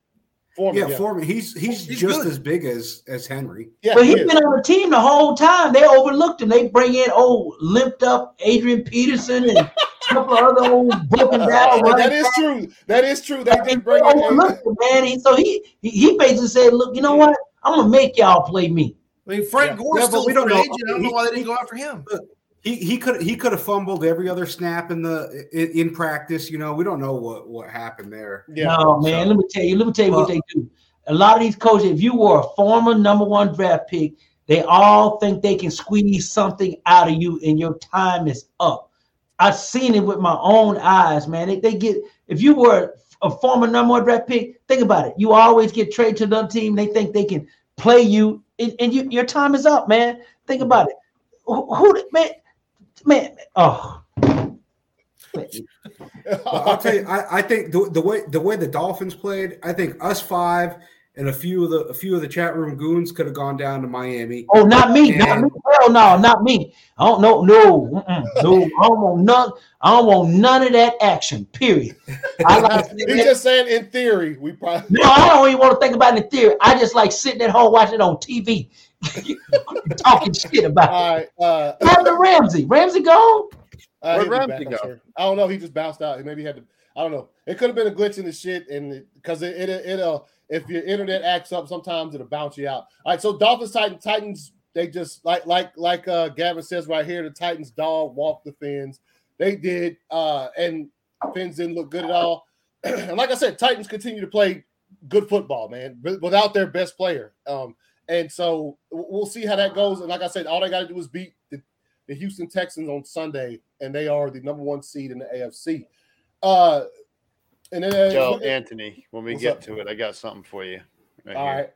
S2: Foreman.
S5: Yeah, Foreman. He's he's,
S4: He's
S5: just
S4: good.
S5: as big as as Henry.
S2: yeah,
S6: But
S2: he
S6: he's
S2: is.
S6: been on the team the whole time. They overlooked him. They bring in old limped up Adrian Peterson and a couple of other old broken down.
S2: Uh, that
S6: running
S2: is true. That is true. They
S6: They
S2: did bring in a-
S6: overlooked him, man. He, so he, he he basically said, "Look, you know what? I'm gonna make y'all play me."
S4: I mean, Frank
S2: Yeah.
S4: Gore's
S5: Yeah, but
S4: still
S5: we
S4: a
S5: don't
S4: free
S5: know.
S4: agent. I don't know why they didn't go after him.
S5: He he could he could have fumbled every other snap in the in, in practice. You know, we don't know what what happened there.
S2: Yeah,
S6: No, man. Let me tell you. Let me tell you
S5: Well-
S6: what they do. A lot of these coaches, if you were a former number one draft pick, they all think they can squeeze something out of you, and your time is up. I've seen it with my own eyes, man. They, they get if you were a former number one draft pick, think about it. You always get traded to another team. They think they can play you, and, and you, your time is up, man. Think about it. Who, who man, man? Oh,
S5: But I'll tell you, I, I think the, the way the way the Dolphins played, I think us five and a few of the a few of the chat room goons could have gone down to Miami.
S6: Oh, not me, not
S5: And-
S6: me. Hell no, not me. I don't know, no, mm-mm, no. I don't want none. I don't want none of that action. Period. I like
S2: he's just saying in theory we probably.
S6: no, I don't even want to think about it in theory. I just like sitting at home watching it on TV, talking shit about
S2: All right, uh,
S6: it. Happened to Ramsey. Ramsey gone.
S2: uh,
S3: Where'd
S2: he'll be
S3: Ramsey
S2: back, I'm
S3: go?
S2: sure. I don't know. He just bounced out. He maybe had to. I don't know. It could have been a glitch in the shit, and because it, it it will if your internet acts up, sometimes it'll bounce you out. All right, so Dolphins Titans Titans they just like like like uh Gavin says right here, the Titans dog walked the fins. They did, uh and fins didn't look good at all. and like I said, Titans continue to play good football, man, wi- without their best player. Um, and so w- we'll see how that goes. And like I said, all they got to do is beat the, the Houston Texans on Sunday, and they are the number one seed in the AFC. Uh, and then
S3: Yo, Anthony, when we
S2: What's
S3: get
S2: up?
S3: to it, I got something for you. Right
S2: all
S3: here.
S2: right,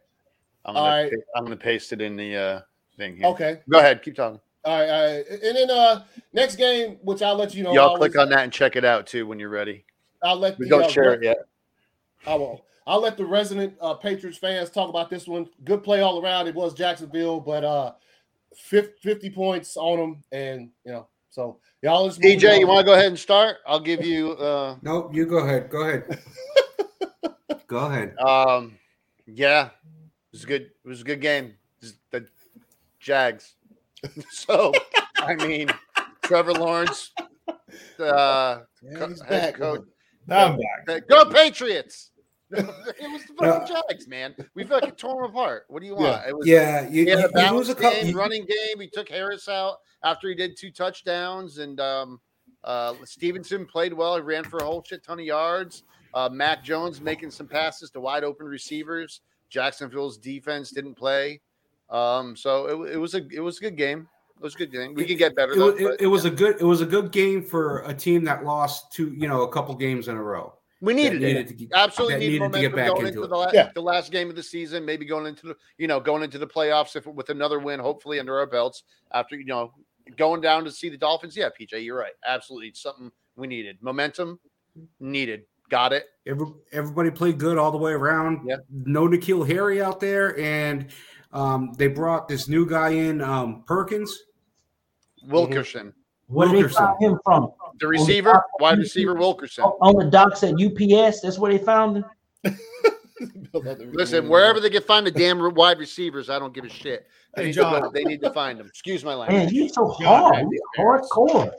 S3: I'm gonna,
S2: all right.
S3: pa- I'm gonna paste it in the uh, thing here.
S2: okay,
S3: Go ahead, keep talking.
S2: all right, all right. And then uh, next game, which I'll let you know.
S3: Y'all
S2: I
S3: click
S2: was-
S3: on that and check it out too when you're ready.
S2: I'll let
S3: We
S2: the,
S3: don't
S2: uh,
S3: share it yet.
S2: I won't. I'll let the resident uh, Patriots fans talk about this one. Good play all around. It was Jacksonville, but uh, fif- 50 points on them. And, you know, so y'all just. moving
S3: DJ,
S2: on.
S3: you want to go ahead and start? I'll give you. Uh,
S5: Nope, you go ahead. Go ahead. go ahead.
S3: um, yeah, it was a good. It was a good game. Just The Jags. So I mean, Trevor Lawrence, uh,
S2: Yeah, he's
S3: head
S2: back.
S3: coach.
S4: Now I'm back.
S3: go Patriots. it was the fucking Jags, man. We fucking tore them apart. What do you want? It was
S5: Yeah, you,
S3: He had a
S5: you- you lose
S3: balanced
S5: a couple.
S3: game,
S5: you-
S3: running game. He took Harris out after he did two touchdowns, and um, uh, Stevenson played well. He ran for a whole shit ton of yards. Uh, Mac Jones making some passes to wide open receivers. Jacksonville's defense didn't play, um, so it, wa- it was a it was a good game. It was a good game. We could get better.
S5: it,
S3: though,
S5: wa- it-
S3: but
S5: it was a good it was a good game for a team that lost two you know a couple games in a row
S3: we
S5: that
S3: needed it.
S5: to get,
S3: Absolutely
S5: that
S3: needed
S5: needed to
S3: momentum
S5: get back
S3: going into
S5: into it.
S3: the, la-
S2: Yeah.
S3: the last game of the season. Maybe going into the you know going into the playoffs if, with another win, hopefully under our belts. After you know going down to see the Dolphins, yeah, PJ, you're right. Absolutely, something we needed. Momentum needed. Got it.
S5: Every, everybody played good all the way around.
S3: Yeah.
S5: No Nikhil Harry out there, and um, they brought this new guy in, um, Perkins.
S3: Wilkerson,
S6: Where did they
S5: Wilkerson.
S6: find him from?
S4: Mm-hmm.
S3: the receiver, wide receiver Wilkerson.
S6: On on the docks at UPS. That's where they found him.
S4: Oh.
S3: Listen, wherever they can find the damn wide receivers, I don't give a shit. They,
S4: Hey,
S3: need, to go-
S4: John.
S3: they need to find them. Excuse my
S6: Man,
S3: language.
S6: you're so
S4: God,
S6: hard. You're hardcore.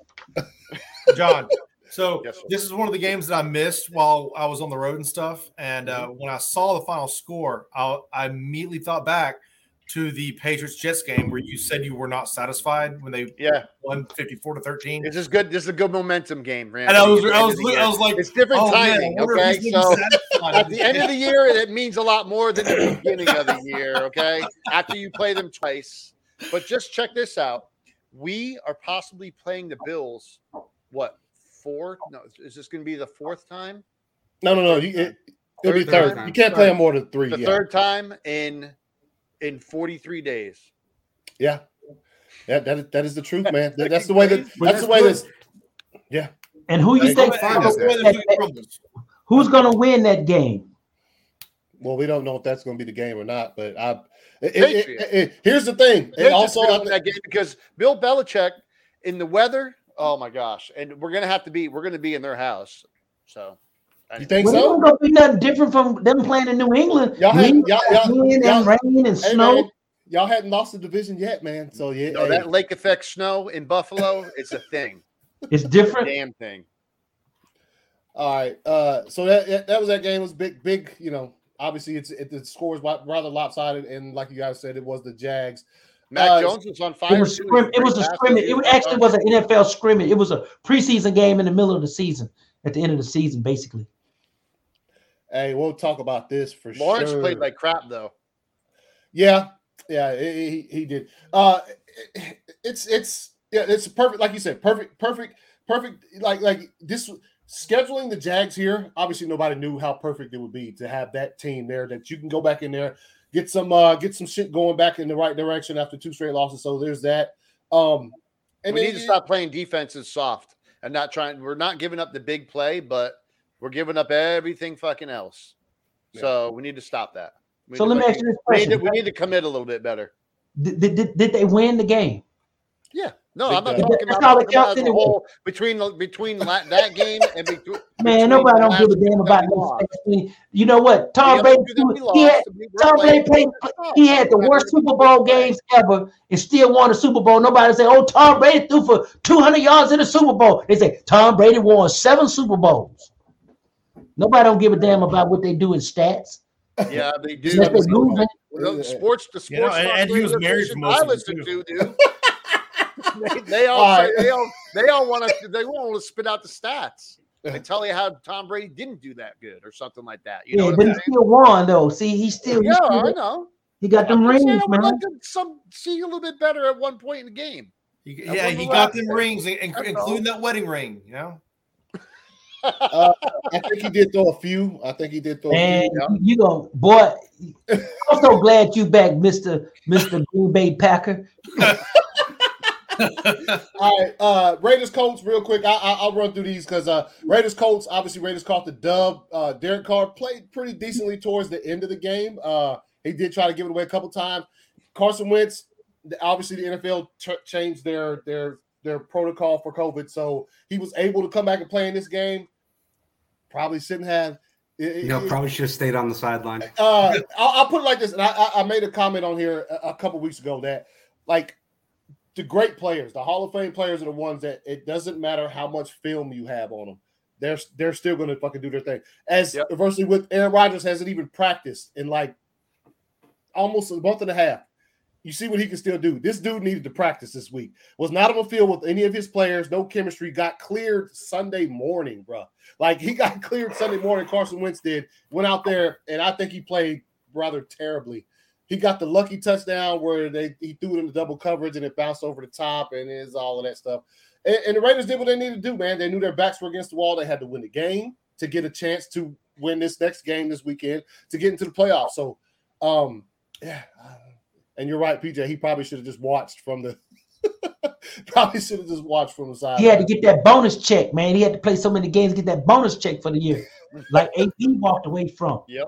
S4: John. So
S3: Yes, sir.
S4: this is one of the games that I missed while I was on the road and stuff. And
S3: Mm-hmm.
S4: uh, when I saw the final score, I, I immediately thought back to the Patriots Jets game where you said you were not satisfied when they
S3: Yeah,
S4: won 54 to 13.
S3: this is good. This is a good momentum game, Randy.
S4: And I was,
S3: At the
S4: I
S3: end
S4: was,
S3: of the
S4: lo-
S3: year.
S4: I was like,
S3: it's different
S4: oh, man, I
S3: timing.
S4: wonder if
S3: okay,
S4: he's
S3: so
S4: gonna be satisfied.
S3: at the end of the year, it means a lot more than the beginning of the year. Okay, after you play them twice, but just check this out: we are possibly playing the Bills. What four? No, is this going to be the fourth time?
S2: No, no, no. You, it, it'll be
S3: Third
S2: third.
S5: time.
S2: You can't play him more than three.
S3: The
S2: Yeah.
S3: third time in in forty three days.
S2: yeah. Yeah, that, is- that is the truth, man. That- that's the way that.
S5: But
S2: That's the way
S5: good.
S2: this. Yeah.
S6: And who you
S2: Hey,
S6: think
S2: go ahead.
S4: Let's go ahead and do the Rumbles.
S6: who's gonna win that game?
S2: Well, we don't know if that's going to be the game or not, but I. It, it,
S3: Patriots.
S2: it, it- here's the thing.
S3: They
S2: It
S3: just
S2: also,
S3: won that game because Bill Belichick in the weather. Oh my gosh! And we're gonna have to be. We're gonna be in their house. So
S2: you think
S6: Well, it
S2: so?
S6: ain't gonna be nothing different from them playing in New England.
S2: Y'all had-
S6: Wind
S2: y'all-
S6: and
S2: y'all-
S6: wind and rain and
S2: Hey,
S6: snow.
S2: man, y'all hadn't lost the division yet, man. So yeah,
S3: you know,
S2: hey,
S3: that lake effect snow in Buffalo. It's a thing.
S6: It's different.
S3: Damn thing.
S2: all right. Uh, so that that- that was that game. It was big, big. You know, obviously, it's it, the score is wa- rather lopsided, and like you guys said, it was the Jags.
S3: Mac
S2: Uh,
S3: Jones was on fire.
S6: It was
S3: too.
S6: scrim- it was a
S3: great
S6: scrimmage.
S3: passer.
S6: It actually was an NFL scrimmage. It was a preseason game in the middle of the season, at the end of the season, basically.
S2: Hey, we'll talk about this for
S3: Lawrence
S2: sure.
S3: played like crap though.
S2: Yeah, yeah, he, he- he did. Uh, it's it's yeah, it's perfect. Like you said, perfect, perfect, perfect. Like like this scheduling the Jags here. Obviously, nobody knew how perfect it would be to have that team there that you can go back in there, get some uh, get some shit going back in the right direction after two straight losses. So there's that. Um, and
S3: we
S2: then
S3: need to
S2: you-
S3: stop playing defenses soft and not trying. We're not giving up the big play, but we're giving up everything fucking else.
S2: Yeah.
S3: So we need to stop that. We
S6: So
S3: need to
S6: let me
S3: play-
S6: ask you this
S3: we need, to,
S6: question:
S3: we need to commit a little bit better.
S6: did, did- did- did they win the game?
S3: Yeah. No,
S2: Big
S3: I'm not
S2: time.
S3: talking
S6: That's
S3: about,
S6: all
S3: I'm
S6: that
S3: talking about
S6: counts
S3: as a
S6: anyway.
S3: whole between the- between la- that game and between. between
S6: Man, nobody
S3: the
S6: don't give a
S3: last
S6: damn
S3: two
S6: about
S3: that we
S6: no
S3: lost.
S6: stats. You know what?
S3: The
S6: Tom
S3: other
S6: Brady,
S3: two that we
S6: he had,
S3: lost, we were
S6: Tom Brady
S3: playing-
S6: played. He had the
S3: Yeah,
S6: worst
S3: we were
S6: Super Bowl
S3: playing-
S6: games ever, and still won a Super Bowl. Nobody say, "Oh, Tom Brady threw for 200 yards in the Super Bowl." They say Tom Brady won seven Super Bowls. Nobody don't give a damn about what they do in stats.
S3: Yeah, they do.
S6: Unless they losing.
S3: The sports, the sports.
S4: You know, and- and he was
S3: talk radio
S4: married to
S3: station
S4: most
S3: I
S4: of them,
S3: listen to,
S4: too.
S3: dude. they, they all,
S2: All
S3: say- they all, they all want to, they want to spit out the stats and tell you how Tom Brady didn't do that good or something like that. You know
S6: yeah,
S3: what
S6: but
S3: I'm
S6: he still won though. See, he still,
S3: saying?
S6: he,
S3: Yeah,
S6: still-
S3: I know.
S6: he got them
S3: I'm just saying
S6: rings,
S3: I
S6: man.
S3: would like to some see a little bit better at one point in the game.
S4: He-
S3: I
S4: yeah, he
S3: wonder
S4: got
S3: what-
S4: them rings, in- in-
S3: That's all.
S4: including that wedding ring. You know,
S2: I think he did throw a few. I think he did throw. a
S6: Man,
S2: few.
S6: you- you go, boy. I'm so glad you back, Mister Mister Green Bay Packer.
S2: All right, uh, Raiders Colts, real quick. I, I, I'll run through these because uh, Raiders Colts, obviously, Raiders caught the dub. Uh, Derek Carr played pretty decently towards the end of the game. Uh, he did try to give it away a couple times. Carson Wentz, the- obviously, the NFL ch- changed their their their protocol for COVID, so he was able to come back and play in this game. Probably shouldn't have. It- it-
S5: You know,
S2: it-
S5: probably should have stayed on the sideline.
S2: uh, I'll, I'll put it like this, and I, I, I made a comment on here a, a couple weeks ago that, like, the great players, the Hall of Fame players, are the ones that it doesn't matter how much film you have on them. They're they're still going to fucking do their thing. As
S3: Yep.
S2: conversely, with Aaron Rodgers hasn't even practiced in like almost a month and a half. You see what he can still do. This dude needed to practice this week. Was not on the field with any of his players. No chemistry. Got cleared Sunday morning, bro. Like he got cleared Sunday morning. Carson Wentz did went out there and I think he played rather terribly. He got the lucky touchdown where they he threw it in the double coverage and it bounced over the top and it's all of that stuff. And, and the Raiders did what they needed to do, man. They knew their backs were against the wall. They had to win the game to get a chance to win this next game this weekend to get into the playoffs. So, um, yeah. And you're right, PJ. He probably should have just watched from the. probably should have just watched from the side.
S6: He had to get that bonus check, man. He had to play so many games, get that bonus check for the year. Like AP walked away from.
S2: Yeah,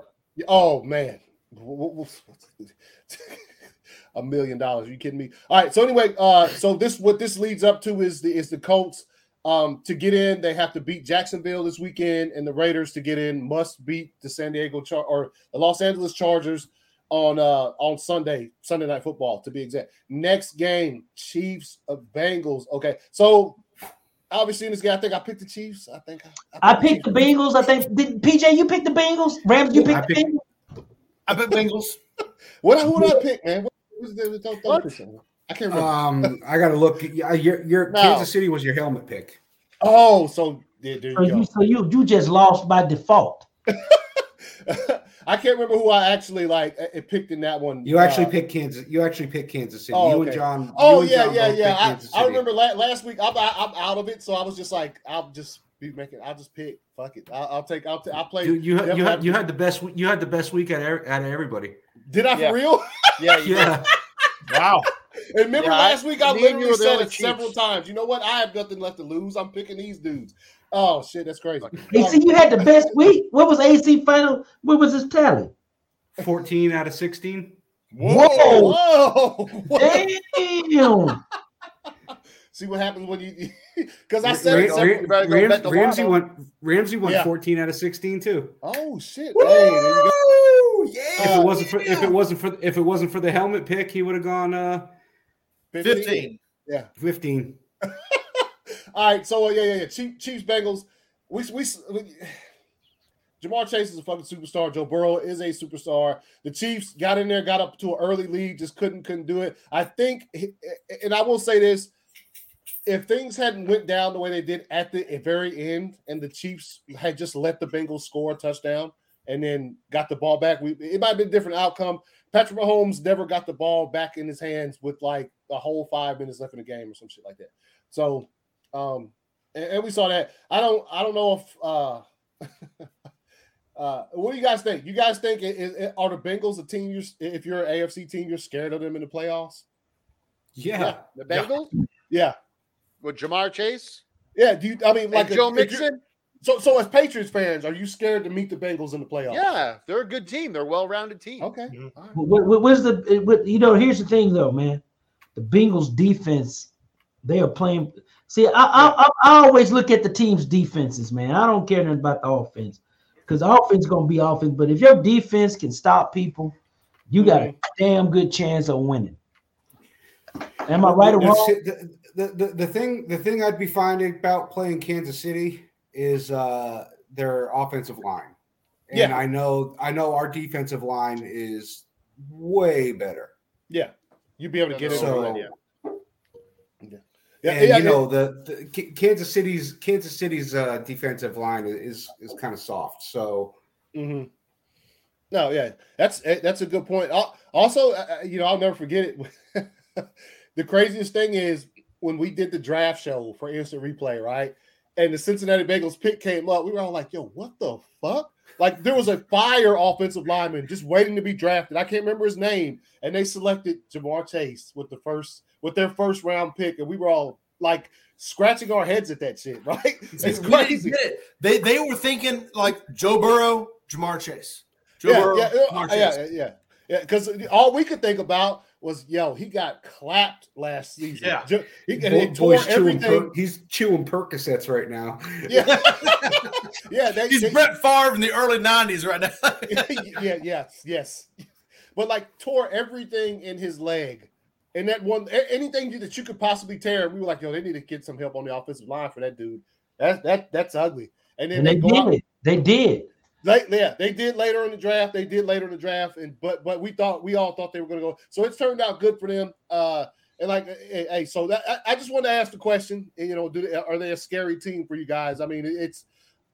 S2: Oh man, W- w- w- a million dollars? Are you kidding me? All right. So anyway, uh, so this what this leads up to is the is the Colts. Um, to get in, they have to beat Jacksonville this weekend, and the Raiders to get in must beat the San Diego Char- or the Los Angeles Chargers on uh on Sunday, Sunday night football to be exact. Next game, Chiefs of Bengals. Okay, so obviously in this game, I think I picked the Chiefs. I think
S6: I
S2: picked
S6: picked the Bengals. I think did PJ you picked the Bengals? Rams, you
S5: Yeah, I
S6: picked the
S5: picked-
S6: Bengals?
S4: I bet Bengals.
S2: What who did I pick, man? What, what, what, what,
S3: What?
S2: I can't remember.
S5: Um, I gotta look. Yeah, Your, your
S2: No.
S5: Kansas City was your helmet pick.
S2: oh, so yeah, there
S6: So
S2: you
S6: you,
S2: go.
S6: so you you just lost by default.
S2: I can't remember who I actually like uh, uh, picked in that one.
S5: You actually
S2: Uh,
S5: picked Kansas. You actually picked Kansas City.
S2: Oh,
S5: you
S2: okay.
S5: and John.
S2: Oh
S5: you and
S2: yeah,
S5: John
S2: yeah,
S5: both
S2: yeah.
S5: picked
S2: I,
S5: Kansas
S2: I
S5: City.
S2: remember la- last week. I'm, I, I'm out of it, so I was just like, I'll just be making. I'll just pick. Fuck it. I'll, I'll take. I'll. T- I'll play.
S5: You you had, you
S2: Devil
S5: had you had the best you had the best week out of, out of everybody.
S2: Did I for
S3: Yeah.
S2: real?
S3: Yeah, you did.
S5: Yeah,
S4: Wow.
S2: And remember
S3: Yeah, I-
S2: last week I
S3: me and
S2: literally
S3: you were the
S2: said
S3: only
S2: it several
S3: Chiefs.
S2: times. You know what? I have nothing left to lose. I'm picking these dudes. Oh shit, that's crazy.
S6: AC, you had the best week. What was AC final? What was his tally?
S5: 14 out of 16.
S6: Whoa!
S2: Whoa! What?
S6: Damn.
S2: See what happens when you because I
S5: Ra-
S2: said
S5: Ra-
S2: it.
S3: something, you better go
S5: Ra-
S3: bet the
S5: Ramsey
S3: lotto.
S5: won. Ramsey won
S2: Yeah.
S5: 14 out of 16 too.
S2: Oh shit!
S11: Woo!
S2: Hey, there you go. Uh,
S11: Yeah.
S2: Oh,
S5: If it wasn't for if it wasn't for if it wasn't for the helmet pick, he would have gone uh
S4: 15.
S5: 15.
S2: All right, so uh, yeah, yeah, yeah. Chief, Chiefs, Bengals. We, we, we Jamar Chase is a fucking superstar. Joe Burrow is a superstar. The Chiefs got in there, got up to an early lead, just couldn't couldn't do it. I think, and I will say this: if things hadn't went down the way they did at the very end, and the Chiefs had just let the Bengals score a touchdown and then got the ball back, we it might have been a different outcome. Patrick Mahomes never got the ball back in his hands with like a whole five minutes left in the game or some shit like that. So um, and, and we saw that. I don't. I don't know if. Uh, uh, what do you guys think? You guys think it, it, it- are the Bengals a team? You're if you're an AFC team, you're scared of them in the playoffs.
S5: Yeah.
S2: Yeah.
S3: The Bengals
S2: Yeah,
S3: with Jamar Chase
S2: yeah. Do you? I mean,
S3: and
S2: like
S3: Joe
S2: if you're-
S3: Mixon.
S2: So, so as Patriots fans, are you scared to meet the Bengals in the playoffs?
S3: Yeah, they're a good team. They're a well-rounded team.
S2: Okay.
S4: Mhm.
S2: All right.
S6: What, what- what's the eh, what, you know? Here's the thing though, man. The Bengals defense, they are playing. See, I I, I, I always look at the team's defenses, man. I don't care nothing about the offense, because offense gonna be offense. But if your defense can stop people, you got a
S2: Mm-hmm.
S6: damn good chance of winning. Am I right or
S5: The
S6: wrong?
S5: ci- The, the, the, the thing the thing I'd be finding about playing Kansas City is uh, their offensive line, and
S2: Yeah.
S5: I know I know our defensive line is way better.
S2: Yeah, you'd be able to get it.
S5: So-
S2: over with. Yeah,
S5: and
S2: yeah,
S5: you know the, the K- Kansas City's Kansas City's uh, defensive line is is kind of soft. So
S2: hmm No, yeah, that's eh, that's a good point. Al- Also, uh, uh, you know, I'll never forget it. the craziest thing is when we did the draft show for instant replay, right? And the Cincinnati Bengals pick came up. We were all like, "Yo, what the fuck?" Like there was a fire offensive lineman just waiting to be drafted. I can't remember his name, and they selected Jamar Chase with the first with their first round pick, and we were all like scratching our heads at that shit, right? It's
S4: We didn't
S2: crazy.
S4: get it. They they were thinking like Joe Burrow, Jamar Chase. Joe
S2: yeah,
S4: Burrow,
S2: yeah, uh,
S4: Jamar
S2: yeah,
S4: Chase.
S2: yeah, yeah, yeah. Because all we could think about was, yo, he got clapped last season.
S4: Yeah.
S2: Ju- he, and
S5: Bo-
S2: it tore
S5: chewing
S2: everything.
S5: Per- he's chewing Percocets right now.
S2: Yeah, yeah, they,
S4: He's
S2: they-
S4: Brett Favre in the early '90s right now.
S2: yeah, yes, yes. But like tore everything in his leg, and that one a- anything that you could possibly tear. We were like, yo, they need to get some help on the offensive line for that dude. That that that's ugly. And then
S6: And they
S2: they, go out,
S6: did it. They did.
S2: Late, yeah, they did later in the draft. They did later in the draft, and but but we thought we all thought they were going to go. So it's turned out good for them. Uh, and like, hey, hey, so that I, I just want to ask the question. eh, You know, do they, are they a scary team for you guys? I mean, it's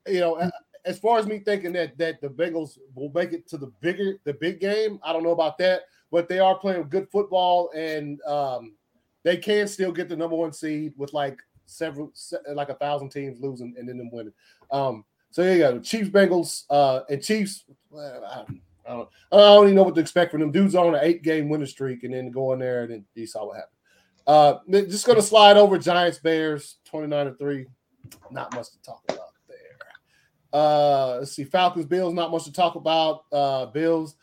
S2: you know, a- as far as me thinking that that the Bengals will make it to the bigger the big game. I don't know about that, but they are playing good football, and um, they can still get the number one seed with like several se- like a thousand teams losing and then them winning. Um, so there you go. Chiefs, Bengals, uh, and Chiefs. Well, I, I don't, I don't even know what to expect from them. Dudes are on an eight-game winning streak, and then go in there and then you saw what happened. Uh, they're just gonna slide over Giants, Bears, twenty-nine to three. Not much to talk about there. Uh, let's see, Falcons, Bills. Not much to talk about. Uh, Bills.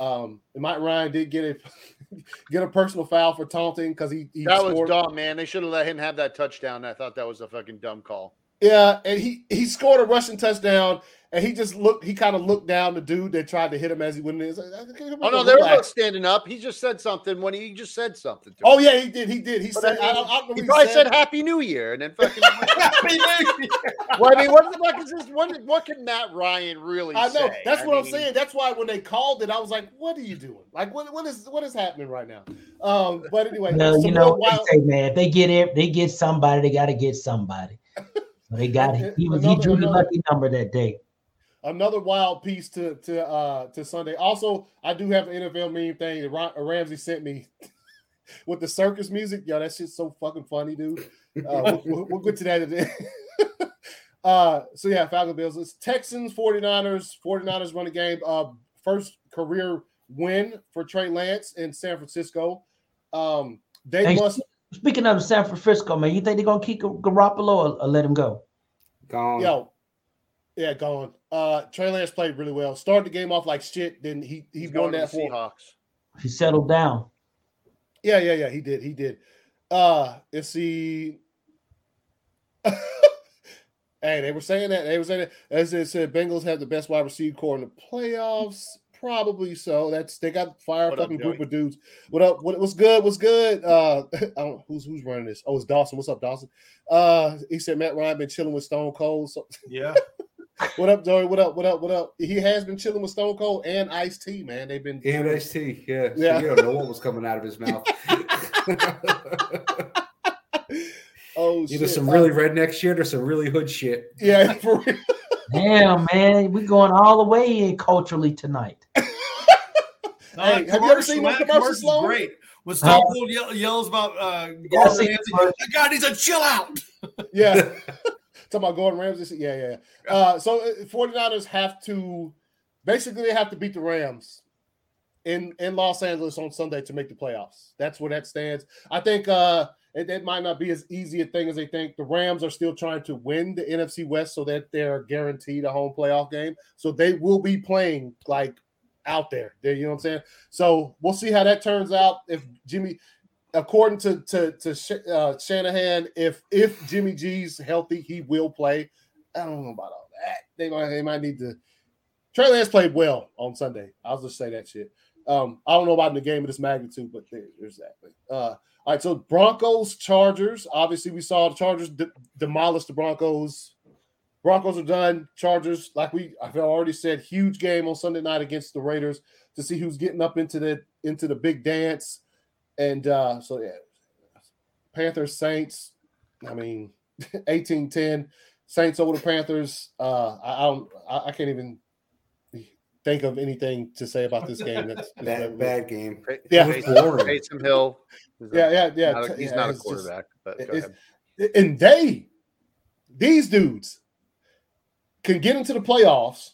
S2: Um, Mike Ryan did get a get a personal foul for taunting because he, he
S3: That was
S2: scored-
S3: dumb, man. They should have let him have that touchdown. I thought that was a fucking dumb call.
S2: Yeah, and he he scored a rushing touchdown, and he just looked. He kind of looked down the dude that tried to hit him as he went in. It's like,
S3: Oh no, they were both
S2: relax.
S3: standing up. He just said something when he just said something. To
S2: Oh
S3: him.
S2: yeah, he did. He did. He
S3: But
S2: said,
S3: I mean,
S2: I don't, I don't know
S3: he
S2: what
S3: probably said "Happy New Year" and then fucking. well, I mean, what the fuck is this? What, what can Matt Ryan really?
S2: I know.
S3: say?
S2: That's
S3: I
S2: what I'm
S3: mean,
S2: saying. That's why when they called it, I was like, "What are you doing? Like, what what is what is happening right now?" Um, but anyway,
S6: No, you
S2: some
S6: know
S2: more
S6: what
S2: wild-
S6: they say, man. If they get it, they get somebody. They got to get somebody. So they got it. He was he
S2: Another-
S6: drew the
S2: another-
S6: lucky number that day.
S2: another wild piece to to uh to Sunday. Also, I do have an NFL meme thing that Ron, uh, Ramsey sent me with the circus music. Yo, that shit's so fucking funny, dude. Uh, we'll, we'll, we'll get to that. In a- uh, so yeah, Falcon Bills. It's Texans, 49ers, 49ers running game. Uh, first career win for Trey Lance in San Francisco. Um, they
S6: Thanks.
S2: must
S6: Speaking of San Francisco, man, you think they're gonna keep Gar- Garoppolo or, or let him go?
S5: Gone.
S2: Yo, yeah, gone. Uh, Trey Lance played really well. Started the game off like shit. Then he he
S3: He's
S2: won
S3: going to the
S2: that for.
S3: Seahawks.
S6: He settled down.
S2: Yeah, yeah, yeah. He did. He did. Uh, let's see. hey, they were saying that. They were saying that. As they said, Bengals have the best wide receiver core in the playoffs. Probably so. That's they got fire
S3: What up,
S2: fucking group
S3: Joey?
S2: of dudes. What up? What, what's good? What's good? Uh, I don't who's who's running this. Oh, it's Dawson. What's up, Dawson? Uh, he said Matt Ryan been chilling with Stone Cold. So,
S4: Yeah.
S2: what up, Joey? What up? What up? What up? He has been chilling with Stone Cold and Ice T. Man, they've been
S5: And Ice T, yeah. So
S2: Yeah.
S5: you don't know what was coming out of his mouth.
S2: oh,
S5: Either
S2: shit.
S5: some
S2: Uh,
S5: really redneck shit or some really hood shit.
S2: yeah, for real.
S6: Damn, man, we're going all the way in culturally tonight.
S2: Hey, have you ever seen my
S4: that
S2: commercial,
S4: commercial's
S2: Sloan?
S4: Great. When Stone Cold yell, yells about uh,
S6: Yeah, I
S4: Gordon
S6: see the
S4: Ramsay,
S6: commercial.
S4: my God, he's a chill out.
S2: Yeah. Talking about Gordon Ramsay. Yeah, yeah, yeah. Uh, so uh, 49ers have to basically they have to beat the Rams in in Los Angeles on Sunday to make the playoffs. That's where that stands. I think uh it, it might not be as easy a thing as they think. The Rams are still trying to win the NFC West so that they're guaranteed a home playoff game. So they will be playing like out there. They- You know what I'm saying? So we'll see how that turns out. If Jimmy, according to to to Sh- uh, Shanahan, if if Jimmy G's healthy, he will play. I don't know about all that. They might they might need to. Trey Lance played well on Sunday. I'll just say that shit. Um, I don't know about in the game of this magnitude, but there, there's that. Uh, all right, so Broncos Chargers. Obviously, we saw the Chargers de- demolish the Broncos. Broncos are done. Chargers, like we I've already said, huge game on Sunday night against the Raiders to see who's getting up into the into the big dance. And uh, so yeah, Panthers Saints. I mean, eighteen ten Saints over the Panthers. Uh, I, I don't. I, I can't even think of anything to say about this game. That's
S5: Bad, bad game.
S2: Yeah.
S5: It was boring.
S3: Taysom Hill. is a-
S2: Yeah, yeah, yeah.
S3: not a- he's
S2: yeah,
S3: not a
S2: it's just-
S3: quarterback, but go
S2: it's-
S3: ahead.
S2: and they these dudes can get into the playoffs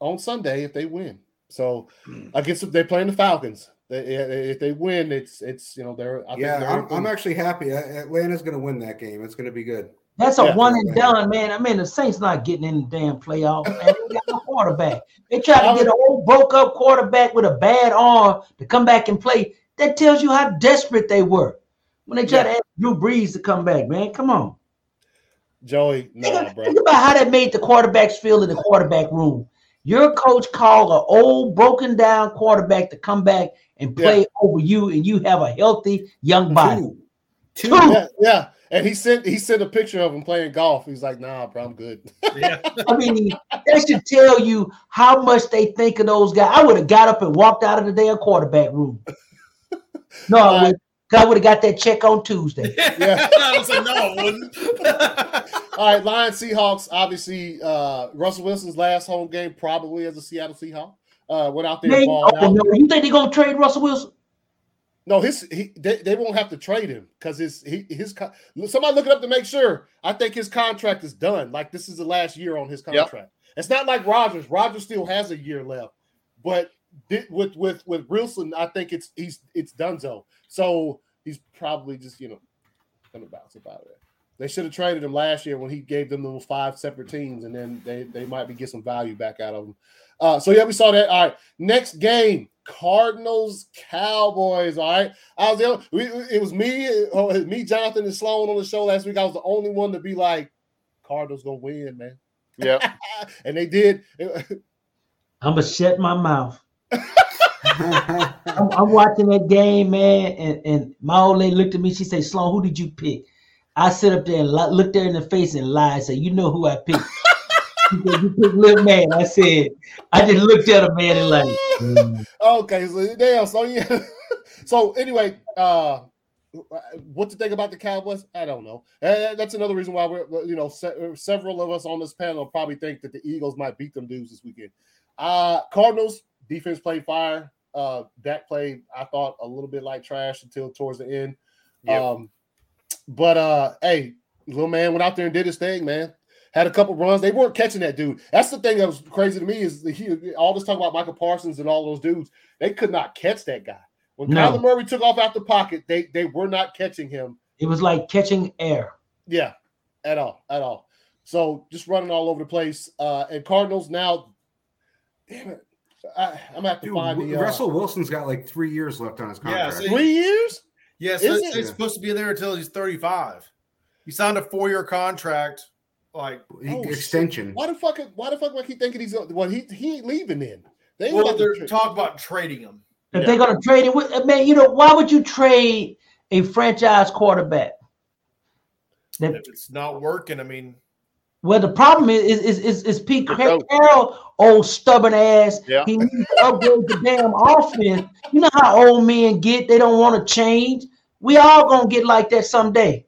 S2: on Sunday if they win. So against they're playing the Falcons. They, eh, if they win, it's it's you know they're I
S5: Yeah,
S2: they're-
S5: I'm, I'm actually happy. A- Atlanta's going to win that game. It's going to be good.
S6: That's a
S2: Yeah.
S6: one and done, man. I mean, the Saints not getting in the damn playoff, man. They ain't got no quarterback. They try to get an old broke up quarterback with a bad arm to come back and play. That tells you how desperate they were when they tried to ask Drew Brees to come back, man. Come on.
S2: Joey. Nah,
S6: Think,
S2: bro.
S6: think about how that made the quarterbacks feel in the quarterback room. Your coach called an old, broken down quarterback to come back and play over you, and you have a healthy young body.
S5: Two. Two.
S6: Two.
S2: Yeah, yeah. And he sent he sent a picture of him playing golf. He's like, nah, bro, I'm good.
S4: Yeah.
S6: I mean, that should tell you how much they think of those guys. I would have got up and walked out of the damn quarterback room. No, I would. I would have got that check on Tuesday.
S2: Yeah.
S4: I was like, no, I wouldn't.
S2: All right, Lions Seahawks. Obviously, uh, Russell Wilson's last home game probably as a Seattle Seahawk. Uh, went out there
S6: They
S2: and balled out.
S6: open, no. You think they're gonna trade Russell Wilson?
S2: No, his he, they, they won't have to trade him because his he, his co- somebody look it up to make sure. I think his contract is done. Like this is the last year on his contract. It's not like Rogers. Rogers still has a year left, but thi- with with with Wilson, I think it's he's it's Dunzo. So he's probably just you know gonna bounce up out of there. They should have traded him last year when he gave them the five separate teams, and then they they might be get some value back out of him. Uh, so yeah, we saw that. All right, next game, Cardinals Cowboys. All right, I was the only, we, it was me, oh, me, Jonathan, and Sloan on the show last week. I was the only one to be like, Cardinals gonna win, man,
S3: Yep.
S2: and they did.
S6: I'm gonna shut my mouth. I'm, I'm watching that game, man, and, and my old lady looked at me. She said, "Sloan, who did you pick?" I sit up there and li- looked her in the face and lied. Said, "You know who I picked." she said, "You picked little man." I said, "I just looked at her, man, and like." mm.
S2: Okay, so damn, so yeah. so anyway, uh what to think about the Cowboys? I don't know. And that's another reason why we're you know se- several of us on this panel probably think that the Eagles might beat them dudes this weekend. Uh Cardinals defense played fire. Uh Dak played I thought a little bit like trash until towards the end.
S3: Yep.
S2: Um but uh hey, little man went out there and did his thing, man. Had a couple runs. They weren't catching that dude. That's the thing that was crazy to me is that he all this talk about Michael Parsons and all those dudes. They could not catch that guy. When
S6: No.
S2: Kyler Murray took off out the pocket, they they were not catching him.
S6: It was like catching air.
S2: Yeah, at all, at all. So just running all over the place. Uh, and Cardinals now, damn it, I, I'm gonna have to
S5: Dude,
S2: find the uh,
S5: Russell Wilson's got like three years left on his
S4: Yeah,
S5: contract. E,
S4: so
S2: three years.
S4: Yeah,
S2: Is
S4: so
S2: it?
S4: he's supposed to be there until he's 35. He signed a four-year contract. Like,
S5: He-
S2: Oh, shit.
S5: extension.
S2: Why the fuck? Why the fuck? do I keep thinking he's going? Well, he he ain't leaving then. They ain't
S4: well,
S2: about to
S4: they're
S2: trade-
S4: talking about trading him.
S6: If they're gonna trade it, with, man, you know why would you trade a franchise quarterback? That-
S4: If it's not working, I mean,
S6: Well, the problem is is is, is Pete
S3: The coach.
S6: Carroll, old stubborn ass.
S3: Yeah.
S6: He needs to upgrade the damn offense. You know how old men get; they don't want to change. We all gonna get like that someday.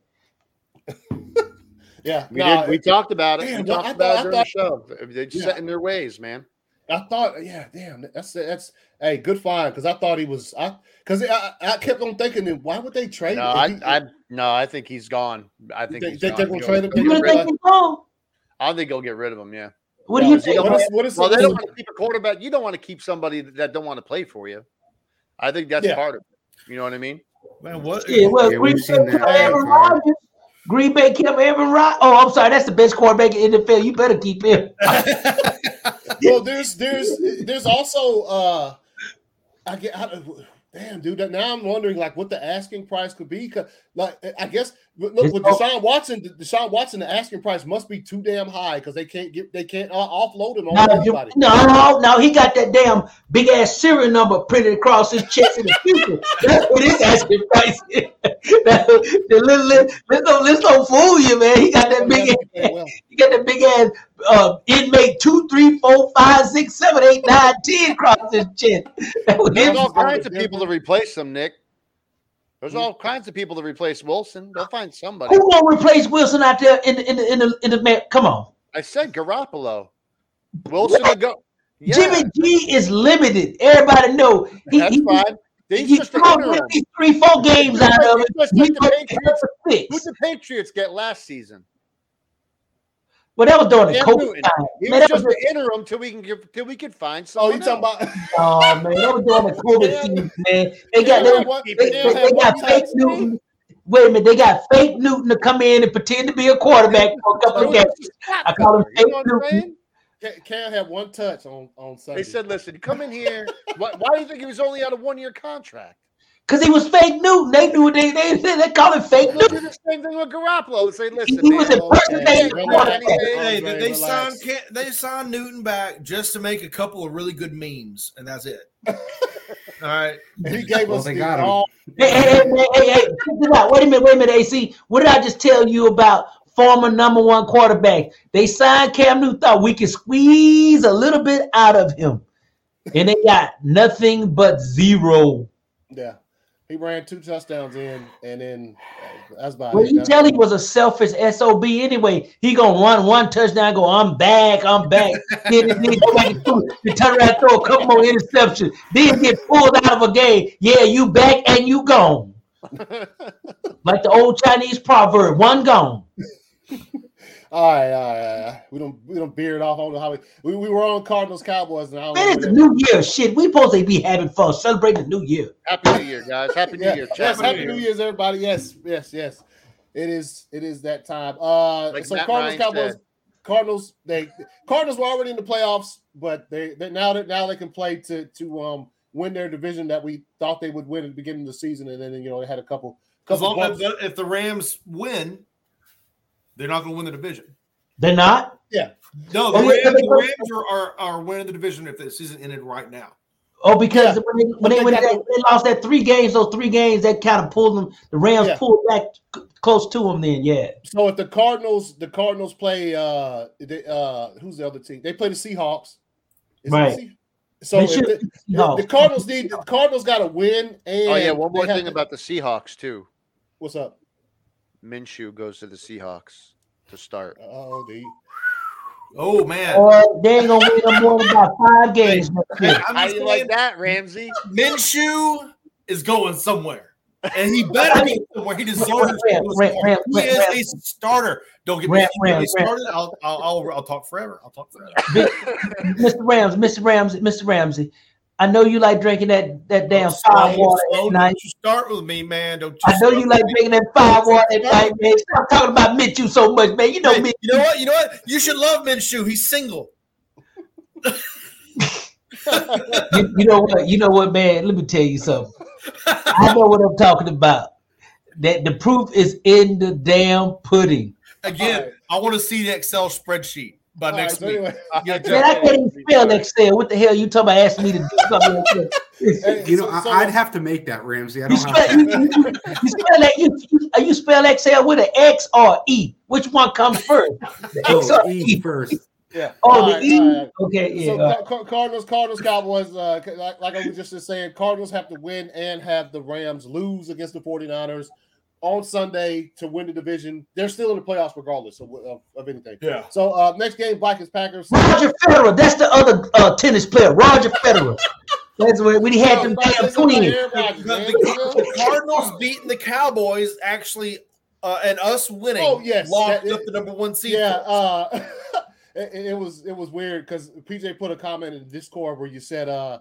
S2: yeah.
S3: We
S2: nah,
S3: did. We talked about it.
S2: Damn,
S3: we
S2: no,
S3: talked
S2: I
S3: about
S2: thought-
S3: it during
S2: I
S3: the show. They're just
S2: Yeah.
S3: set in their ways, man.
S2: I thought, yeah, damn, that's that's hey, good find because I thought he was I because I, I kept on thinking, then why would they trade?
S3: No,
S2: him?
S3: I,
S2: He-
S3: I, no, I think he's gone. I
S2: You
S3: think
S2: think-
S3: he's
S2: think
S3: gone.
S2: they're gonna trade him? uh,
S3: They'll
S6: You
S3: get
S6: gonna
S3: rid
S6: think
S3: of-
S6: we go?
S3: I don't think they'll get rid of him. Yeah.
S6: What do you
S2: is he-
S6: think?
S2: What is, what is,
S3: Well, they
S2: what
S3: don't
S2: is-
S3: want to keep a quarterback. You don't want to keep somebody that don't want to play for you. I think that's
S2: Yeah.
S3: part of it. You know what I mean?
S4: man, what?
S6: Yeah, well,
S5: Yeah,
S6: Green
S5: we've seen
S6: Bay
S5: that.
S6: kept Aaron Rodgers. Green Bay kept Aaron Rodgers. Oh, I'm sorry, that's the best quarterback in the NFL. You better keep him.
S2: well, there's there's there's also uh, I get I, damn dude. that- Now I'm wondering like what the asking price could be. 'cause, Like I guess but look
S6: It's
S2: with
S5: Oh.
S6: all-
S2: Deshaun Watson, Deshaun Watson, the asking price must be too damn high because they can't get they can't uh, offload him
S6: No,
S2: on anybody.
S6: no, no, he got that damn big ass serial number printed across his chest in the future. That's what his asking price is. That- the little- little- Let's don't, let's don't fool you, man. He got that big ass,
S2: Well,
S6: he got that big ass uh, inmate two, three, four, five, six, seven, eight, nine, ten across his chest. That was
S3: There's
S6: him.
S3: all
S2: Wilson's gonna
S3: kinds
S2: be
S3: of people to replace them, Nick. There's
S6: Mm-hmm.
S3: all kinds of people to replace Wilson. They'll find somebody.
S6: Who won't replace Wilson out there in the in the in the, in the man? Come on.
S3: I said Garoppolo. Wilson will go. Yeah,
S6: Jimmy G is limited. Everybody know he,
S3: that's
S6: he,
S3: fine. He's
S6: he
S3: just an
S6: called
S3: interim.
S6: these three, four games
S3: It's
S6: out
S3: like-
S6: of it.
S3: it's just
S6: We
S3: like the
S6: put
S3: Patriots.
S6: the
S3: Who
S6: six.
S3: did the Patriots get last season?
S6: Well, that was during the
S3: Cam
S6: COVID
S3: Newton.
S6: time.
S3: He
S6: Man,
S3: was
S6: that was
S3: just an interim till we can give, till we could find
S2: oh,
S3: someone.
S2: you talking
S3: else.
S2: about?
S6: oh, man, that was during the COVID season, man. They got
S2: They
S6: they,
S2: had one-
S6: they,
S2: they
S6: they-
S2: had
S6: they got
S2: one
S6: fake
S2: touch.
S6: Newton. Wait a minute, they got fake Newton to come in and pretend to be a quarterback for a couple of
S3: Who
S6: games.
S3: was the slot
S6: I call him
S3: filler? You know
S6: fake
S3: what I'm
S6: Newton.
S3: saying?
S2: Ca- Cam had one touch on on Sunday.
S3: They said, "Listen, come in here." why, why do you think he was only on a one-year contract?
S6: Because he was fake Newton. They knew they they they, they call him fake
S3: They do
S6: Newton.
S3: the same thing with Garoppolo. They say, "Listen,
S6: He was
S3: man,
S6: a person
S3: you
S6: that-
S3: can't do anything."
S4: Hey,
S2: Andre,
S4: they, they
S2: relax.
S4: signed Cam- they signed Newton back just to make a couple of really good memes, and that's it. All right,
S2: And he gave
S5: Well,
S2: us
S5: they
S2: the
S5: got him.
S2: all-
S6: Hey, hey, hey, man, hey, hey, check this out. Wait a minute, wait a minute, AC. What did I just tell you about former number one quarterback? They signed Cam Newton, thought we could squeeze a little bit out of him. And they got nothing but zero.
S2: Yeah, he ran two touchdowns in, and then uh, that's about
S6: Well,
S2: it.
S6: you
S2: That's-
S6: tell he was a selfish SOB anyway. He gonna run one touchdown, go, I'm back, I'm back. then he did go back and throw- and turn around, and throw a couple more interceptions. Then get pulled out of a game. Yeah, you back and you gone. like the old Chinese proverb, one gone.
S2: all right, all right, all right. We don't we don't beard off. I don't know how we we, we were on Cardinals Cowboys, and I don't know
S6: Man, it's a
S2: where-
S6: new year. Shit, we supposed to be having fun, celebrating the new year.
S3: Happy New Year, guys! Happy New
S2: yeah,
S3: Year!
S2: yes,
S3: Happy
S2: Happy New Year's, everybody. Yes, yes, yes. It is it is that time. Uh,
S3: Like
S2: so
S3: Matt
S2: Cardinals
S3: Ryan
S2: Cowboys.
S3: said.
S2: Cardinals they Cardinals were already in the playoffs, but they, they now that now they can play to to um win their division that we thought they would win at the beginning of the season, and then you know they had a couple
S4: as
S2: couple
S4: long
S2: bumps.
S4: as the, if the Rams win, they're not going to win the division.
S6: They're not.
S4: No, the
S6: Oh,
S4: Rams,
S6: yeah, they-
S4: the Rams are, are are winning the division if the season ended right now.
S6: Oh, because
S2: Yeah.
S6: when they when they,
S2: They
S6: went
S2: got
S6: that, they lost that three games, those three games that kind of pulled them. The Rams
S2: Yeah.
S6: pulled back c- close to them. Then, yeah.
S2: So if the Cardinals, the Cardinals play uh they uh who's the other team? They play the Seahawks. it the
S6: Right.
S2: Se- so
S6: They
S2: if
S6: should-
S2: the,
S6: No.
S2: the Cardinals need the Cardinals got to win. And
S3: Oh yeah, one
S2: they
S3: more
S2: have
S3: thing
S2: to-
S3: about the Seahawks too.
S2: what's up?
S3: Minshew goes to the Seahawks to start.
S2: Oh, the
S4: Oh man,
S6: Or they ain't gonna win no more than about five games next
S4: Hey,
S6: year.
S4: I'm
S3: How
S4: just
S3: do you
S4: saying,
S3: like that, Ramsey?
S4: Minshew is going somewhere, and he better go somewhere. He deserves
S6: Ram,
S4: to go
S6: Ram,
S4: somewhere.
S6: Ram,
S4: He
S6: Ram,
S4: is
S6: Ram.
S4: a starter. Don't get
S6: Ram,
S4: me
S6: Ram,
S4: get me
S6: Ram.
S4: started. I'll, I'll I'll I'll talk forever. I'll talk forever.
S6: Mr. Rams, Mr. Ramsey, Mr. Ramsey. I know you like drinking that that damn fire water
S4: slow, don't
S6: at night.
S4: you start with me, man. Don't you
S6: I know
S4: start
S6: you like
S4: with me.
S6: drinking that fire water at night, man. Stop talking about Mitchu so much, man. You know
S4: Hey,
S6: me.
S4: you know what? You know what? You should love Minshew. He's single.
S6: You, you know what? You know what, man? Let me tell you something. I know what I'm talking about. That the proof is in the damn pudding.
S4: Again,
S2: All right.
S4: I want to see the Excel spreadsheet by
S2: All right,
S4: next
S2: so
S4: week. Uh,
S2: anyway,
S4: Get a
S6: Man, I
S4: job.
S6: can't even spell Excel. What the hell you talking about asking me to do something like that?
S2: hey,
S5: You know,
S2: so- so-
S5: I, I'd have to make that Ramsey. I
S6: You
S5: don't have
S6: spell, you,
S5: to.
S6: you, you- you spell that you, you, you spell Excel with an X or E. Which one comes first? The X
S5: Oh,
S6: or
S5: E
S6: E?
S5: first.
S2: yeah.
S6: Oh,
S2: All
S6: the
S2: right,
S6: E.
S2: all right.
S6: Okay, yeah.
S2: so uh,
S6: all right.
S2: Car- Car- Cardinals, Cardinals, Cowboys. Uh, c- like, like I was just saying, Cardinals have to win and have the Rams lose against the 49ers on Sunday to win the division. They're still in the playoffs regardless of, of, of anything.
S4: Yeah.
S2: So uh, next game, Vikings, Packers.
S6: Roger Federer. That's the other uh, tennis player, Roger Federer. That's where when he had
S2: No,
S6: them
S2: it's
S6: damn
S2: not- it's not Aaron
S6: twins.
S2: Rodgers, man.
S4: The, the Cardinals beating the Cowboys actually, uh, and us winning
S2: Oh, yes.
S4: locked
S2: That-
S4: up the number one seed.
S2: yeah, uh, it, it was it was weird because PJ put a comment in the Discord where you said uh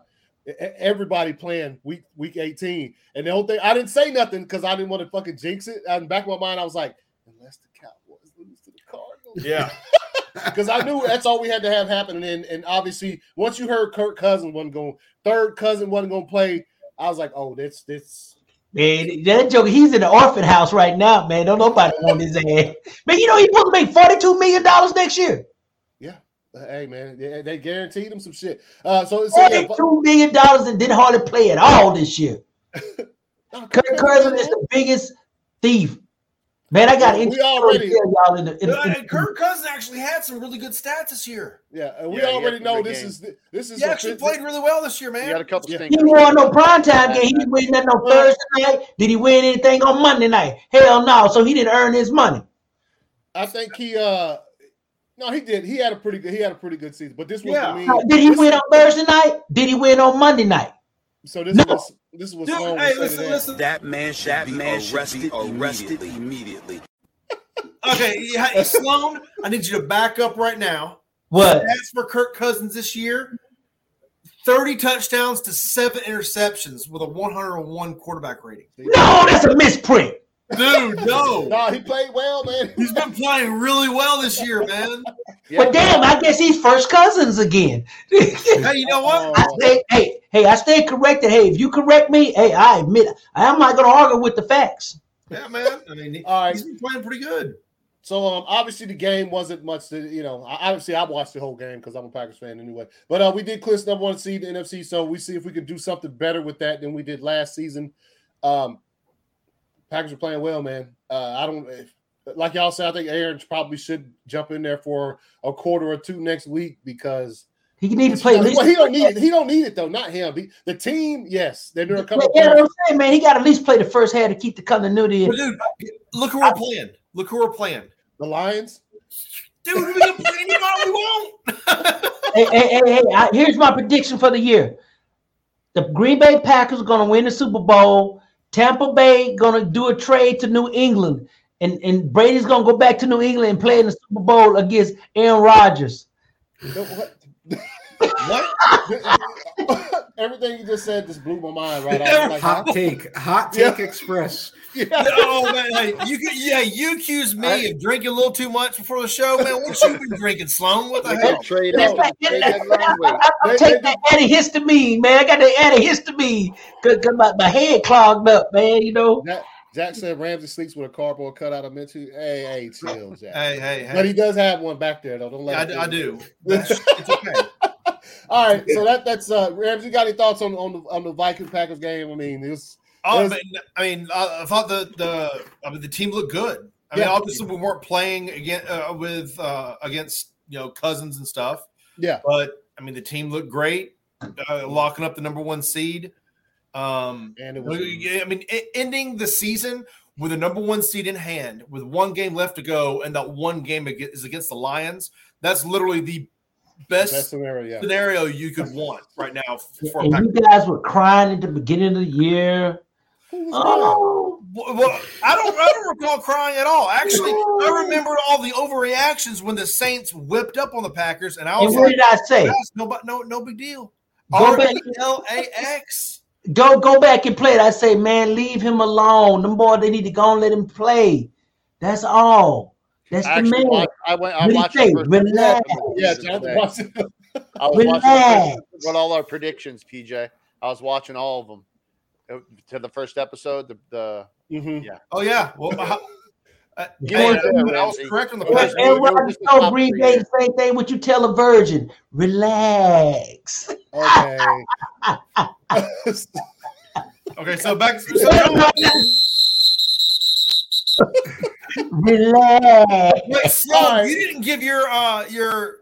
S2: e- everybody playing week week 18. And the whole thing I didn't say nothing because I didn't want to fucking jinx it. And back of my mind, I was like, unless the Cowboys lose to the Cardinals.
S4: yeah.
S2: Because I knew that's all we had to have happen. And then, and obviously once you heard Kirk Cousins wasn't going third cousin wasn't gonna play, I was like, Oh, that's that's
S6: Man, that joke, he's in the orphan house right now, man. Don't nobody want his ass. Man, you know he's supposed to make $42 million next year.
S2: hey man, they, they guaranteed him some shit. Uh so, so yeah,
S6: $42 million and didn't hardly play at all this year.
S2: but-
S6: Kirk Cousins is the biggest thief. Man, I got
S2: We
S6: injured
S2: already-
S6: y'all in the, in,
S4: But,
S6: in,
S4: uh, Kirk Cousins actually had some really good stats this year.
S2: Yeah, and we
S3: Yeah, he
S2: already
S3: had a
S2: know
S3: good
S2: this
S3: game.
S2: is the- this is
S4: He
S2: the
S4: actually
S2: fifth-
S4: played really well this year,
S3: He
S4: man.
S3: had a couple
S2: Yeah.
S6: He
S3: stinkers.
S6: won no primetime game. He didn't win nothing on Thursday night. Did he win anything on Monday night? Hell no. So he didn't earn his money.
S2: I think he uh no, he did. He had a pretty good he had a pretty good season, but this was
S4: Yeah.
S2: to me.
S6: Did he
S2: this-
S6: win on Thursday night? Did he win on Monday night?
S2: So this
S6: No.
S2: was this is what
S4: Dude,
S2: Sloan
S4: hey,
S2: was
S4: listen,
S2: saying.
S4: listen.
S11: That man should be arrested, arrested immediately.
S4: Okay, yeah, Sloan, I need you to back up right now.
S6: What?
S4: As for Kirk Cousins this year, 30 touchdowns to seven interceptions with a 101 quarterback rating.
S6: No, that's a misprint.
S4: Dude, no.
S2: No, he played well, man.
S4: He's been playing really well this year, man.
S6: But damn, I guess he's first cousins again. I
S4: Hey, you know what?
S2: Oh,
S6: stay, hey, hey, I stay corrected. Hey, if you correct me, hey, I admit I'm not gonna argue with the facts.
S4: Yeah, man. I mean, he-
S2: All right.
S4: he's been playing pretty good.
S2: So um, obviously the game wasn't much to you know. I, obviously I watched the whole game because I'm a Packers fan anyway. But uh, we did clinch number one seed in the NFC, so we see if we can do something better with that than we did last season. Um, Packers are playing well, man. Uh, I don't if, like y'all said. I think Aaron probably should jump in there for a quarter or two next week because
S6: He can even play at least
S2: well, he don't need it. He don't need it though. Not him. He- the team, yes. Then there are a couple.
S6: yeah,
S2: players-
S6: I'm saying, man, he got to at least play the first half to keep the continuity.
S4: But, dude, look who we're playing. Look who we're playing.
S2: the Lions.
S4: Dude, we can play anybody we want.
S6: hey, hey, hey, hey, I- here's my prediction for the year. The Green Bay Packers are going to win the Super Bowl. Tampa Bay going to do a trade to New England. And, and Brady's going to go back to New England and play in the Super Bowl against Aaron Rodgers.
S2: No, what-
S4: What?
S2: Everything you just said just blew my mind right
S4: Yeah.
S2: off. Like,
S5: Hot take, hot take express.
S2: yeah.
S4: Oh man, hey, you could, yeah, you accused me of drinking a little too much before the show, man. What you been drinking, Sloan? What the
S3: Look
S4: hell?
S3: at trade
S2: That's
S3: out.
S2: like-
S3: Trade that long way.
S6: I'm
S2: They- they
S6: taking that antihistamine, man. I got the antihistamine because my, my head clogged up, man, you know.
S2: Jack, Jack said Ramsey sleeps with a cardboard cutout of mental. Hey, hey, chill, Jack.
S4: Hey, hey, hey.
S2: But he does have one back there though. Don't
S4: Yeah, I,
S2: let
S4: do-
S2: him
S4: I
S2: it.
S4: do. That's, it's okay.
S2: All right, so that that's uh Ramsey. You got any thoughts on on the on the Viking Packers game? I mean, it's
S4: Oh,
S2: There's-
S4: man, I mean, I, I thought the the I mean, the team looked good. I mean,
S2: Yeah.
S4: obviously we weren't playing again uh, with uh, against you know cousins and stuff,
S2: yeah.
S4: but I mean the team looked great, uh, locking up the number one seed. Um,
S2: And it was
S4: I mean, e- ending the season with a number one seed in hand, with one game left to go, and that one game ag- is against the Lions. That's literally the best,
S2: best scenario. Yeah.
S4: scenario you could want right now for a
S6: And
S4: Packers.
S6: you guys were crying at the beginning of the year. Oh,
S4: Well, well, I don't, I don't recall crying at all. Actually, I remember all the overreactions when the Saints whipped up on the Packers, and I
S6: and
S4: was
S6: what
S4: like,
S6: did I say?
S4: "Guys, no, bu- no, no big deal." E
S6: Go back,
S4: RBLAX.
S6: go go back and play it. I say, man, leave him alone. Them boy, they need to go and let him play. That's all. That's
S3: I
S6: the
S3: actually
S6: man.
S3: watched, I went. I
S6: What do
S3: watched.
S6: you think?
S3: first-
S6: Relax.
S2: Yeah,
S3: today.
S2: Jonathan Watson.
S3: I was watching
S6: Relax.
S3: what all our predictions, PJ. I was watching all of them Uh, to the first episode. The, the
S2: Mhm.
S4: Oh yeah. Well, how- uh,
S3: You
S4: hey,
S3: weren't there,
S4: I was
S3: Ramsey.
S4: correct on the
S3: You
S4: pitch.
S3: weren't Relax.
S6: Like Aaron
S3: You're
S6: Rodgers
S3: just a
S6: told
S3: top
S6: Green
S3: three.
S6: Bay the same thing. What you tell a virgin? Relax.
S2: Okay.
S4: Okay, so back. So,
S6: Relax.
S4: wait, Sloan, you didn't give your uh your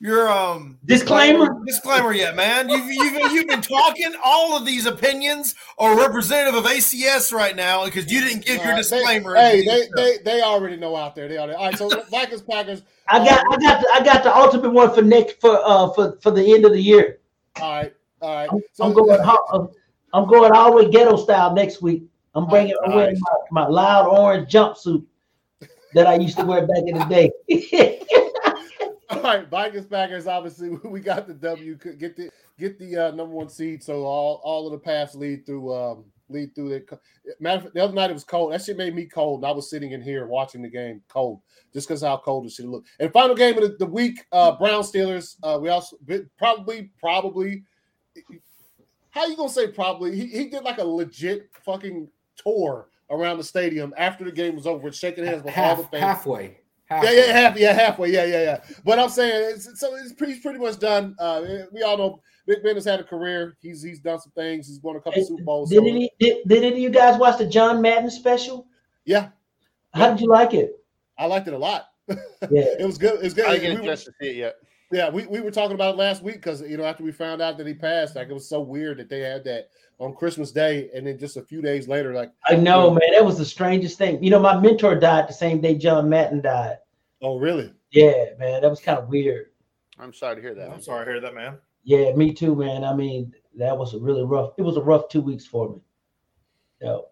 S4: your um
S6: Disclaimer.
S4: disclaimer yet, man. You've you've, you've been talking. All of these opinions are representative of ACS right now because you didn't give
S2: All
S4: your
S2: right, they-
S4: disclaimer.
S2: Hey, they, they they already know out there. They already. All right, so Vikings Packers.
S6: I got I got the, I got the ultimate one for next for uh for, for the end of the year.
S2: All right, all right. So uh,
S6: I'm going ho- I'm going all the way ghetto style next week. I'm bringing I'm wearing
S3: Nice.
S6: my, my loud orange jumpsuit that I used to wear back in the day.
S2: All right, Vikings Packers. Obviously, we got the W. Could Get the get the uh, number one seed. So all all of the paths lead through um lead through the. Matter of fact, the other night it was cold. That shit made me cold. And I was sitting in here watching the game cold, just because how cold the shit looked. And final game of the, the week, uh, Brown Steelers. Uh, we also probably probably. How you gonna say probably? He, he did like a legit fucking tour around the stadium after the game was over, and shaking hands with all the
S5: Half,
S2: fans.
S5: halfway.
S2: Yeah,
S5: halfway.
S2: yeah, half, yeah, halfway, yeah, yeah, yeah. But I'm saying, it's, so it's pretty, he's pretty much done. Uh, we all know Big Ben has had a career. He's he's done some things. He's won a couple Super Bowls.
S6: did,
S2: So,
S6: any, did, did any of you guys watch the John Madden special?
S2: yeah,
S6: How did you like it?
S2: I liked it a lot.
S6: Yeah.
S2: It was good. It was good.
S3: I didn't get
S2: We
S3: a
S2: were-
S3: chance to see it yet.
S2: yeah, we, we were talking about it last week because you know after we found out that he passed, like it was so weird that they had that on Christmas Day, and then just a few days later, like
S6: I know, man. That was the strangest thing. You know, my mentor died the same day John Madden died.
S2: oh really?
S6: Yeah, man. That was kind of weird.
S3: I'm sorry to hear that.
S4: I'm sorry to hear that, man.
S6: Yeah, me too, man. I mean, that was a really rough. It was a rough two weeks for me. No,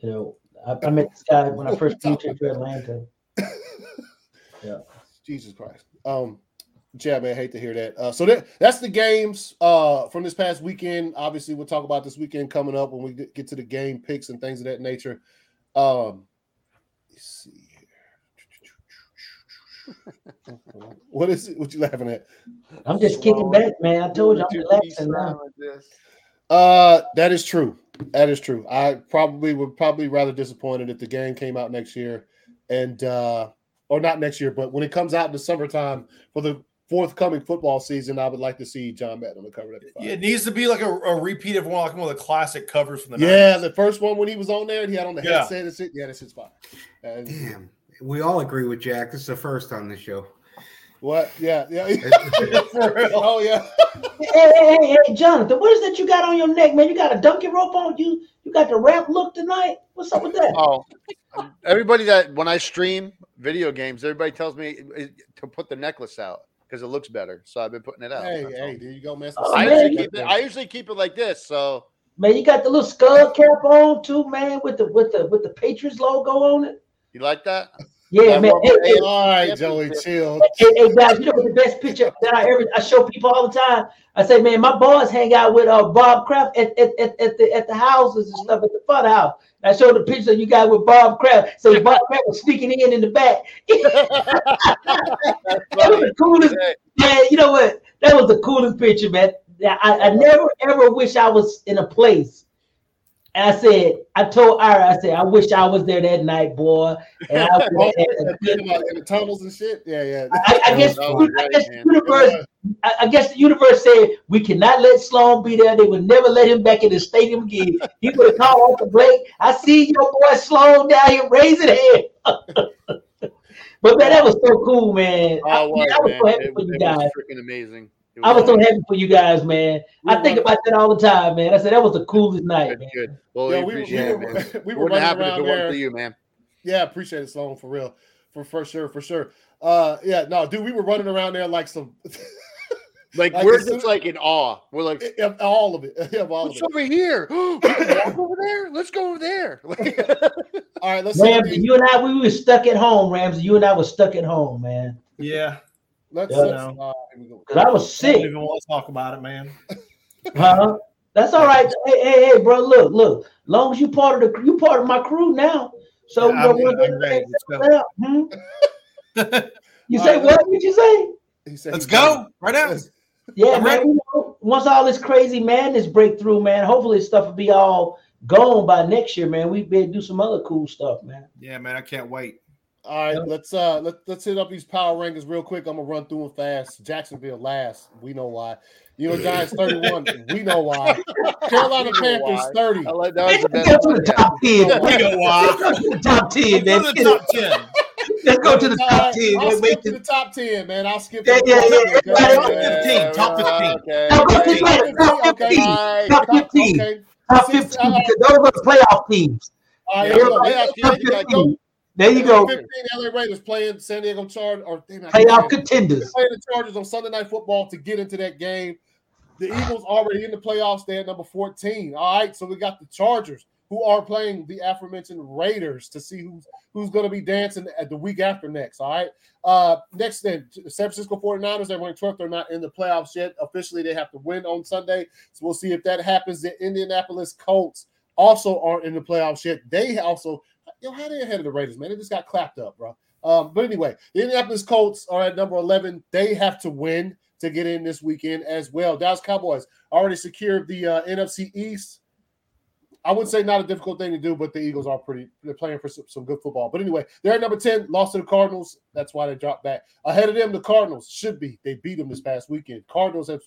S6: you know, I, I met this guy when I first moved here to Atlanta.
S2: Jesus Christ. Um, yeah, man, hate to hear that. Uh, so that that's the games uh from this past weekend. Obviously, we'll talk about this weekend coming up when we get get to the game picks and things of that nature. Um, let's see here. what is it? What you laughing at?
S6: I'm just kicking back, man. I told you I'm relaxing now.
S2: Uh, that is true. That is true. I probably would probably rather disappointed if the game came out next year, and uh, or not next year, but when it comes out in the summertime for the forthcoming football season, I would like to see John Madden on the cover. Of that
S4: Yeah, it needs to be like a, a repeat of one like one of the classic covers from the
S2: yeah, the first one when he was on there, and he had on the
S4: Yeah.
S2: headset. And shit. Yeah, that shit's fire. And
S5: Damn. We all agree with Jack. This is the first on this show.
S2: what? Yeah, yeah.
S4: 90s. For real.
S2: oh yeah.
S6: Hey, hey, hey, hey, Jonathan, what is that you got on your neck, man? You got a donkey rope on you? You got the rap look tonight? What's up with that?
S3: Oh, everybody that when I stream video games, everybody tells me eh, to put the necklace out because it looks better. So I've been putting it out.
S2: Hey,
S3: that's all.
S2: hey, there you go, man.
S6: Oh,
S3: I
S6: man,
S3: usually, keep it, I usually keep it like this. So
S6: Man, you got the little skull cap on too, man, with the with the with the Patriots logo on it.
S3: you like that? That
S6: Yeah, man.
S3: one
S6: Hey,
S3: with
S6: hey,
S2: All right, Joey, chill.
S6: hey, hey, guys, you know what the best picture that I ever I show people all the time. I say, man, my boys hang out with uh, Bob Kraft at, at, at, at the at the houses and stuff at the fun house. And I showed the picture you got with Bob Kraft. So Bob Kraft was sneaking in in the back. that was the coolest
S3: Hey,
S6: man. You know what? That was the coolest picture, man. I, I never ever wish I was in a place. And I said, I told Ira, I said, I wish I was there that night, boy. And I would have had a good
S2: In the tunnels and shit. Yeah, yeah.
S6: I, I guess,
S3: That was
S6: I
S3: great,
S6: guess the
S3: man.
S6: universe. I, I guess the universe said we cannot let Sloan be there. They would never let him back in the stadium again. He would have called off the break. I see your boy Sloan down here raising hand. but man, that was so cool, man.
S3: I was,
S6: I, was
S3: man.
S6: so happy
S3: It,
S6: for you
S3: it
S6: guys.
S3: was freaking amazing. It
S6: I was so
S3: amazing.
S6: happy for you guys, man. I think about that all the time, man. I said that was the coolest night, man.
S3: Good, good. Well,
S2: Yeah,
S3: we
S2: we, were-
S3: appreciate
S2: we,
S3: it, man.
S2: were, we
S3: We
S2: were
S3: wouldn't
S2: running
S3: happen if
S2: around
S3: it wasn't
S2: there.
S3: for you, man.
S2: Yeah, appreciate it, Sloan, for real. For for sure, for sure. Uh yeah, no, dude, we were running around there like some
S3: Like,
S2: Like,
S3: we're
S2: as soon-
S3: just like in awe. We're like,
S2: yeah, all of it. Yeah, all of
S3: what's
S2: it.
S3: over here? We can walk over there. Let's go over there. Like,
S2: All right, let's see what
S6: Ramsey,
S2: these,
S6: you and I, we were stuck at home. Ramsey, you and I were stuck at home, man.
S4: Yeah,
S2: let's,
S6: Yeah,
S2: let's
S4: no.
S2: uh, here we go.
S6: Cause I was
S4: I don't
S6: sick.
S4: even want to talk about it, man.
S6: Huh? That's all right. Hey, hey, hey, bro. Look, look. Long as you part of the you part of my crew now. So
S4: Yeah,
S6: bro,
S4: I'm in,
S6: we're-
S4: I'm ready. Let's
S6: yeah, hmm? you say what? Did you say?
S2: He said
S4: Let's
S2: he-
S4: go right now.
S6: Yeah,
S4: I'm
S6: man. You know, once all this crazy madness break through, man, hopefully stuff will be all gone by next year, man. We better do some other cool stuff, man.
S4: Yeah, man, I can't wait.
S2: All right, let's uh let, let's hit up these power rankings real quick. I'm gonna run through them fast. Jacksonville last, we know why. You know, Giants 31, we know why. Carolina
S3: We know
S2: Panthers
S3: why.
S2: 30.
S3: I like that was
S6: Let's
S3: the
S6: go
S3: best.
S6: to
S3: one
S6: the
S3: yet.
S6: top
S2: We
S6: ten. Let's
S4: go wide.
S6: go to the top ten,
S4: Go
S6: man.
S4: to the top ten.
S6: Let's go to the
S2: All
S6: top
S2: right,
S6: ten.
S2: I'll
S6: man. Make
S2: skip to
S6: this-
S2: the top 10, man. I'll skip
S6: Yeah,
S2: to the
S6: yeah,
S2: top
S6: yeah,
S2: 10. Go
S6: everybody-
S2: ahead, man.
S4: 15, top 15.
S3: Okay.
S6: Now, go
S2: Okay,
S6: to the
S2: top
S6: top
S2: 15,
S6: 15,
S3: okay.
S6: top
S2: Top-
S6: 15,
S2: Okay.
S6: top
S2: Six-
S6: 15,
S2: uh,
S6: because those are the playoff teams.
S2: All right,
S3: Yeah,
S2: here we go.
S6: Everybody,
S2: Yeah,
S3: that's
S2: yeah,
S6: top
S3: good.
S2: yeah, go.
S6: 15. There you go.
S2: 15 LA Raiders playing San Diego Chargers or damn, I can't
S6: Playoff
S2: say it.
S6: contenders.
S2: playing the Chargers on Sunday Night Football to get into that game. The Eagles already in the playoffs. They at number 14. All right, so we got the Chargers who are playing the aforementioned Raiders to see who's who's going to be dancing at the week after next. All right. Uh next then San Francisco 49ers, they're ranked 12th. They're not in the playoffs yet. Officially, they have to win on Sunday. So we'll see if that happens. The Indianapolis Colts also aren't in the playoffs yet. They also yo, how they ahead of the Raiders, man? They just got clapped up, bro. Um, but anyway, the Indianapolis Colts are at number 11. They have to win to get in this weekend as well. Dallas Cowboys already secured the uh, NFC East. I would say not a difficult thing to do, but the Eagles are pretty, they're playing for some, some good football. But anyway, they're at number 10, lost to the Cardinals. That's why they dropped back. Ahead of them, the Cardinals should be. They beat them this past weekend. Cardinals have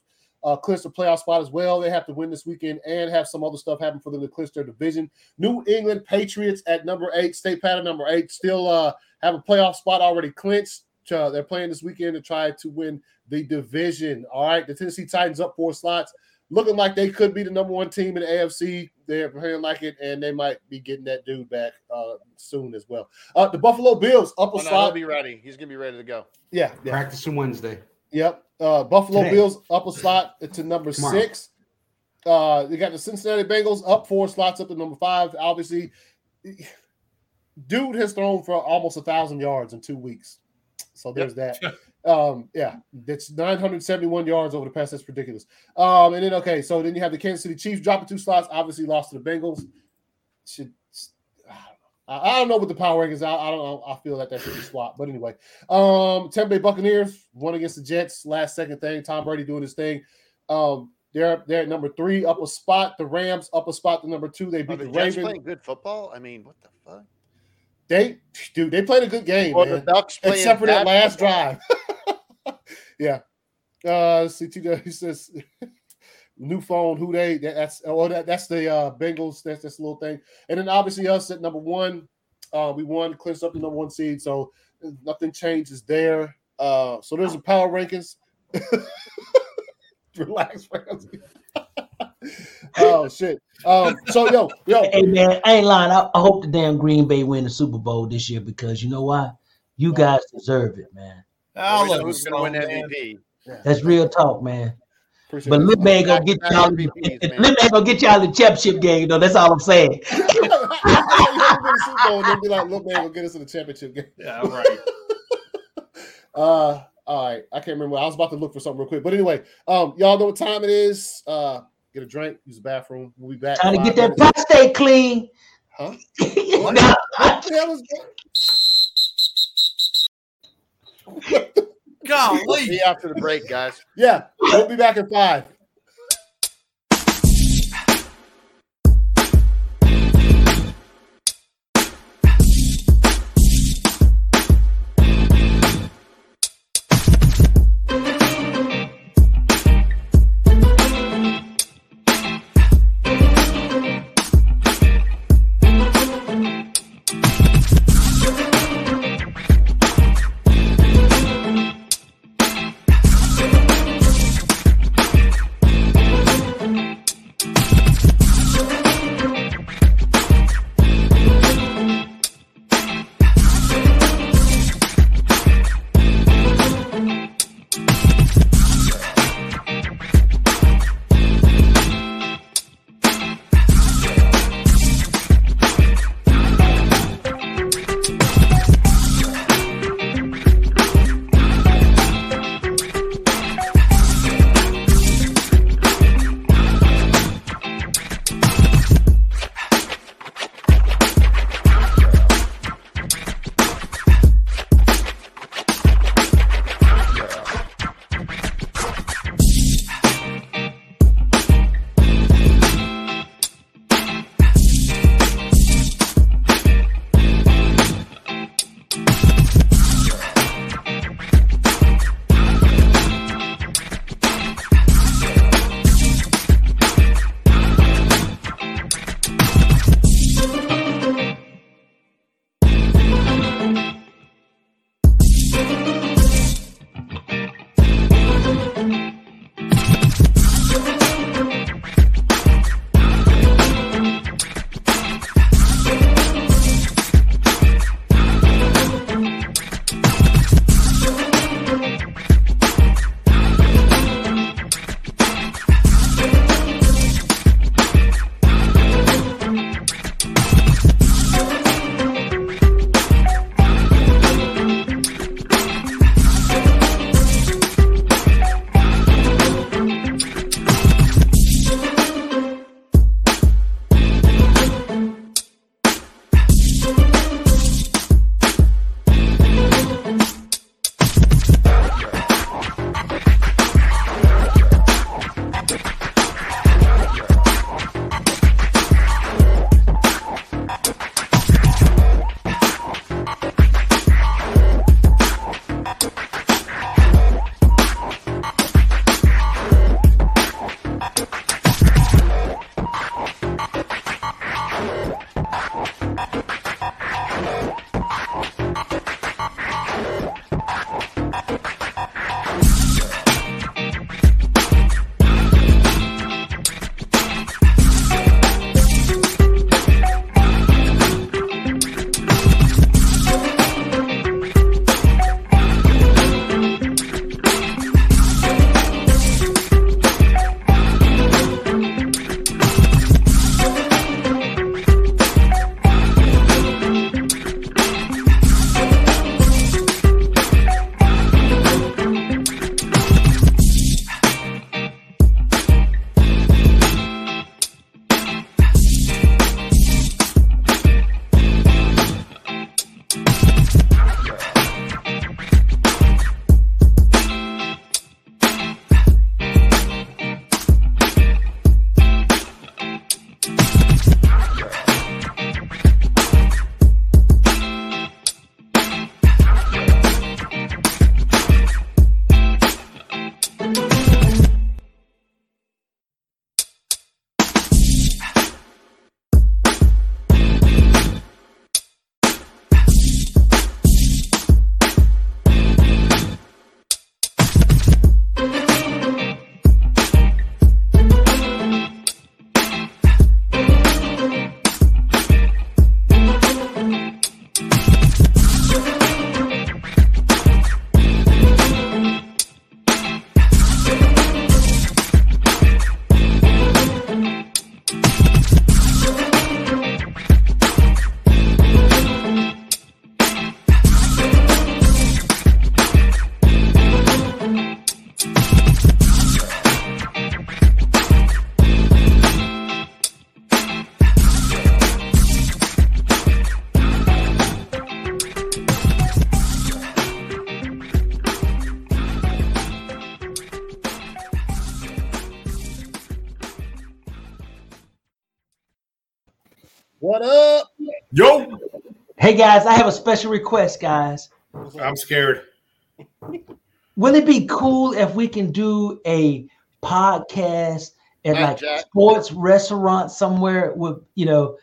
S2: uh, clinched the playoff spot as well. They have to win this weekend and have some other stuff happen for them to clinch their division. New England Patriots at number eight, state pattern number eight, still uh, have a playoff spot already clinched. Uh, they're playing this weekend to try to win the division. All right, the Tennessee Titans up four slots, looking like they could be the number one team in the AFC. They're playing like it, and they might be getting that dude back uh, soon as well. Uh, the Buffalo Bills up a
S3: Oh, no, he'll
S2: slot.
S3: be ready. He's gonna be ready to go.
S2: yeah, yeah,
S5: Practicing Wednesday.
S2: Yep. Uh, Buffalo
S5: Dang.
S2: Bills up a slot to number
S5: Come on.
S2: six. Uh, they got the Cincinnati Bengals up four slots up to number five. Obviously, dude has thrown for almost a thousand yards in two weeks. So there's that. Um, yeah, that's 971 yards over the past. That's ridiculous. Um, and then okay, so then you have the Kansas City Chiefs dropping two slots. Obviously, lost to the Bengals. Should I don't know. I- I don't know what the power rankings. I, I don't know. I feel that that should be swapped. But anyway, um, Tampa Bay Buccaneers one against the Jets. Last second thing. Tom Brady doing his thing. Um, they're they're at number three, up a spot. The Rams up a spot. The number two. They
S3: Are
S2: beat
S3: the
S2: the,
S3: Jets
S2: Ravens.
S3: playing good football? I mean, what the fuck?
S2: They dude, they played a good game,
S3: Well, the
S2: man.
S3: Ducks playing
S2: Except for that
S3: bad
S2: last
S3: football.
S2: drive. yeah. Uh, CTW says new phone. Who they? That, that's oh, that, that's the uh, Bengals. That's this little thing. And then obviously us at number one. Uh, we won, clinched up the number one seed, so uh, nothing changes there. Uh, so there's the power rankings. Relax, Ramsey. oh shit. Um, so yo, yo,
S6: Hey man, I ain't lying. I, I hope the damn Green Bay win the Super Bowl this year because you know why? You guys deserve it, man.
S4: I'll
S3: We know
S4: let
S3: who's
S4: him
S3: gonna win
S4: slow, man.
S3: MVP?
S6: That's real talk, man.
S2: appreciate
S6: But
S2: it.
S6: Lil Man gonna get y'all. Lil
S3: MVPs, man.
S6: Man gonna get y'all the championship game though. That's all I'm saying.
S2: Hey, hey, we win the Super Bowl, and they'll be like, "Look, man, we'll get us in the championship game."
S4: Yeah, right.
S2: Uh, all right, I can't remember. I was about to look for something real quick, but anyway, um, y'all know what time it is. Uh, get a drink, use the bathroom. We'll be back.
S6: Trying to
S2: Five
S6: get that
S2: minutes.
S6: prostate clean.
S2: Huh?
S6: Nah,
S2: What the hell is that?
S4: Golly.
S3: See you after the break, guys.
S2: yeah, we'll be back in five. What up?
S4: Yo,
S6: Hey guys, I have a special request, guys.
S4: I'm scared.
S6: Will it be cool if we can do a podcast at
S3: Hey,
S6: like
S3: Jack.
S6: sports restaurant somewhere with you know,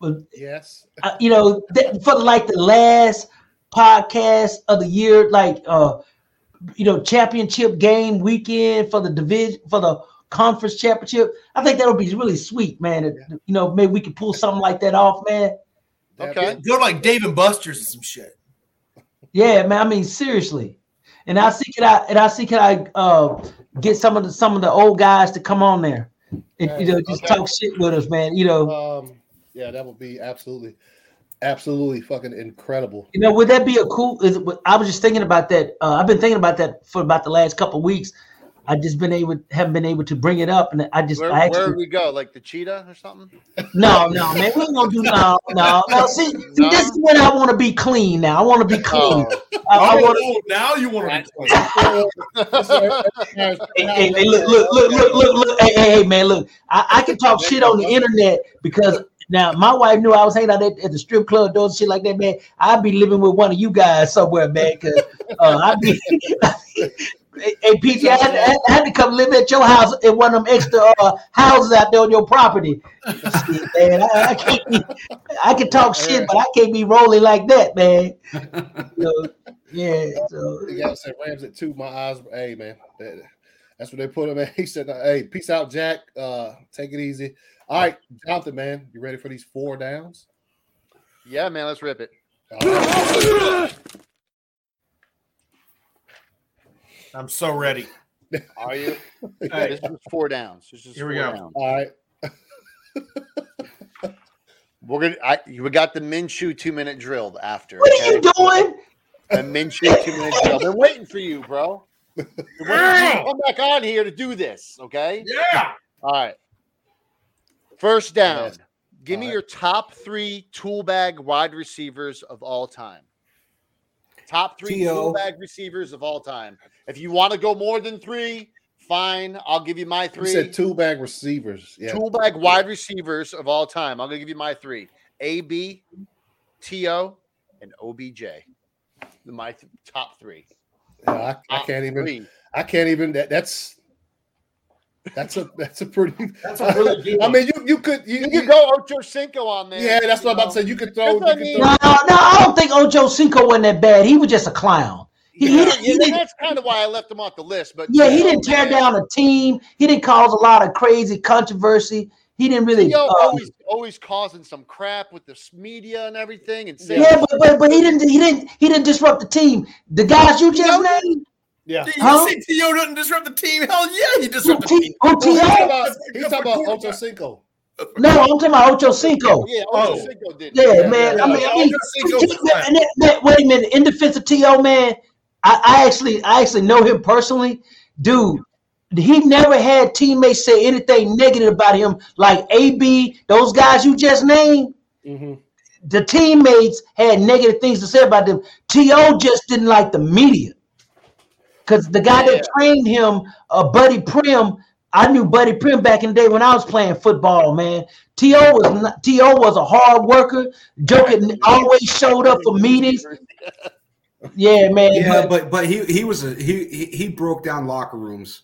S6: with,
S2: Yes.
S6: uh, you know, that, for like the last podcast of the year, like uh, you know, championship game weekend for the division for the conference championship. I think that would be really sweet, man. If, You know, maybe we could pull something like that off, man.
S2: That'd
S3: Okay.
S2: be-
S4: Go to like Dave and Buster's and some shit.
S6: Yeah, man. I mean, seriously. And I see can I and I see can I uh, get some of the some of the old guys to come on there, and, you know, just
S3: Okay. Uh,
S6: talk shit with us, man. You know,
S2: Um, yeah, that would be absolutely, absolutely fucking incredible.
S6: you know, would that be a cool? Is, it- I was just thinking about that. Uh, I've been thinking about that for about the last couple weeks. I just been able haven't been able to bring it up, and I just
S3: Where,
S6: I
S3: where
S6: actually
S3: we go? Like the cheetah or something?
S6: no no man we ain't gonna do no no no see, see
S3: No?
S6: this is when I want to be clean now I want to be clean
S3: Oh.
S6: I, I
S4: Oh,
S6: want
S4: oh, now you want to be clean.
S6: Hey, hey, hey, look, look, look, look, look, look, hey, hey, hey, man, look. I, I can talk shit on the internet because now my wife knew I was hanging out at, at the strip club doing shit like that, man. I'd be living with one of you guys somewhere, man, because uh, I'd be. Hey, hey, PJ, I had, to, I had to come live at your house in one of them extra uh, houses out there on your property. Shit, man, I, I can't be, I can talk shit, but I can't be rolling like that, man. So, yeah, so
S2: Yeah, I said Rams at two. My eyes, were- hey man, that- that's what they put him at. He said, "Hey, peace out, Jack. Uh, take it easy." All right, Jonathan, man, you ready for these four downs?
S3: Yeah, man, let's rip it.
S2: All right.
S4: I'm so ready.
S3: Are you?
S4: right.
S3: This is four downs. This is
S4: Here we
S3: four
S4: go.
S3: downs.
S2: All right.
S3: We're gonna. I, we got the Minshew two minute drilled after.
S6: what are you
S3: okay?
S6: doing?
S3: The Minshew two minute drill. They're waiting for you, bro. They're waiting for you to Come back on here to do this, okay?
S4: Yeah.
S3: All right. First down.
S2: Yes.
S3: Give me
S2: All right.
S3: your top three tool bag wide receivers of all time. Top three
S5: T.O.
S3: tool bag receivers of all time. If you want to go more than three, fine. I'll give you my
S2: You
S3: three.
S2: said two bag receivers. Yeah.
S3: Tool bag wide receivers of all time. I'm going to give you my three AB, TO, and OBJ. My th- top three.
S2: Yeah, I, I
S3: Top
S2: can't even.
S3: three.
S2: I can't even. That, that's. That's a that's a pretty.
S4: That's a really good
S2: I
S4: one.
S2: mean, you you could you,
S3: You can go Ocho Cinco on there.
S2: Yeah, that's
S3: you
S2: what I'm about
S3: know.
S2: to say. You could throw. You
S3: That's what I
S2: could
S3: mean.
S2: throw
S6: No, no, I don't think Ojo Cinco wasn't that bad. He was just a clown. He, he
S3: Yeah,
S6: didn't, he
S3: yeah,
S6: didn't-
S3: that's kind of why I left him off the list. But
S6: yeah, he
S3: T.O.,
S6: didn't tear
S3: man.
S6: down a team. He didn't cause a lot of crazy controversy. He didn't really.
S3: Yo,
S6: uh,
S3: always always causing some crap with this media and everything, and saying,
S6: yeah, but, but but he didn't he didn't he didn't disrupt the team. The guys you just named,
S2: Yeah.
S4: Did you
S6: Huh?
S4: see T.O. doesn't disrupt the team? Hell yeah, he
S6: who
S4: disrupted the team.
S6: T- who
S2: He's talking
S6: T.O.
S2: about, he's talking about Ocho Cinco.
S6: No, I'm talking about Ocho Cinco.
S3: yeah, Ocho
S4: Oh.
S3: Cinco did.
S6: Yeah, man. I
S4: yeah,
S6: mean, I
S4: yeah,
S6: mean,
S4: Ocho Cinco's
S6: T-
S4: a
S6: and that- that- wait a minute. In defense of To, man, I, I actually, I actually know him personally, dude. He never had teammates say anything negative about him, like AB. Those guys you just named, the teammates had negative things to say about them. To just didn't like the media, because the guy
S3: Yeah.
S6: that trained him, uh, Buddy Prim. I knew Buddy Prim back in the day when I was playing football, man. To was not, To was a hard worker. Joker always showed up for meetings. Yeah, man.
S5: Yeah,
S6: but
S5: but but he he was a, he he he broke down locker rooms.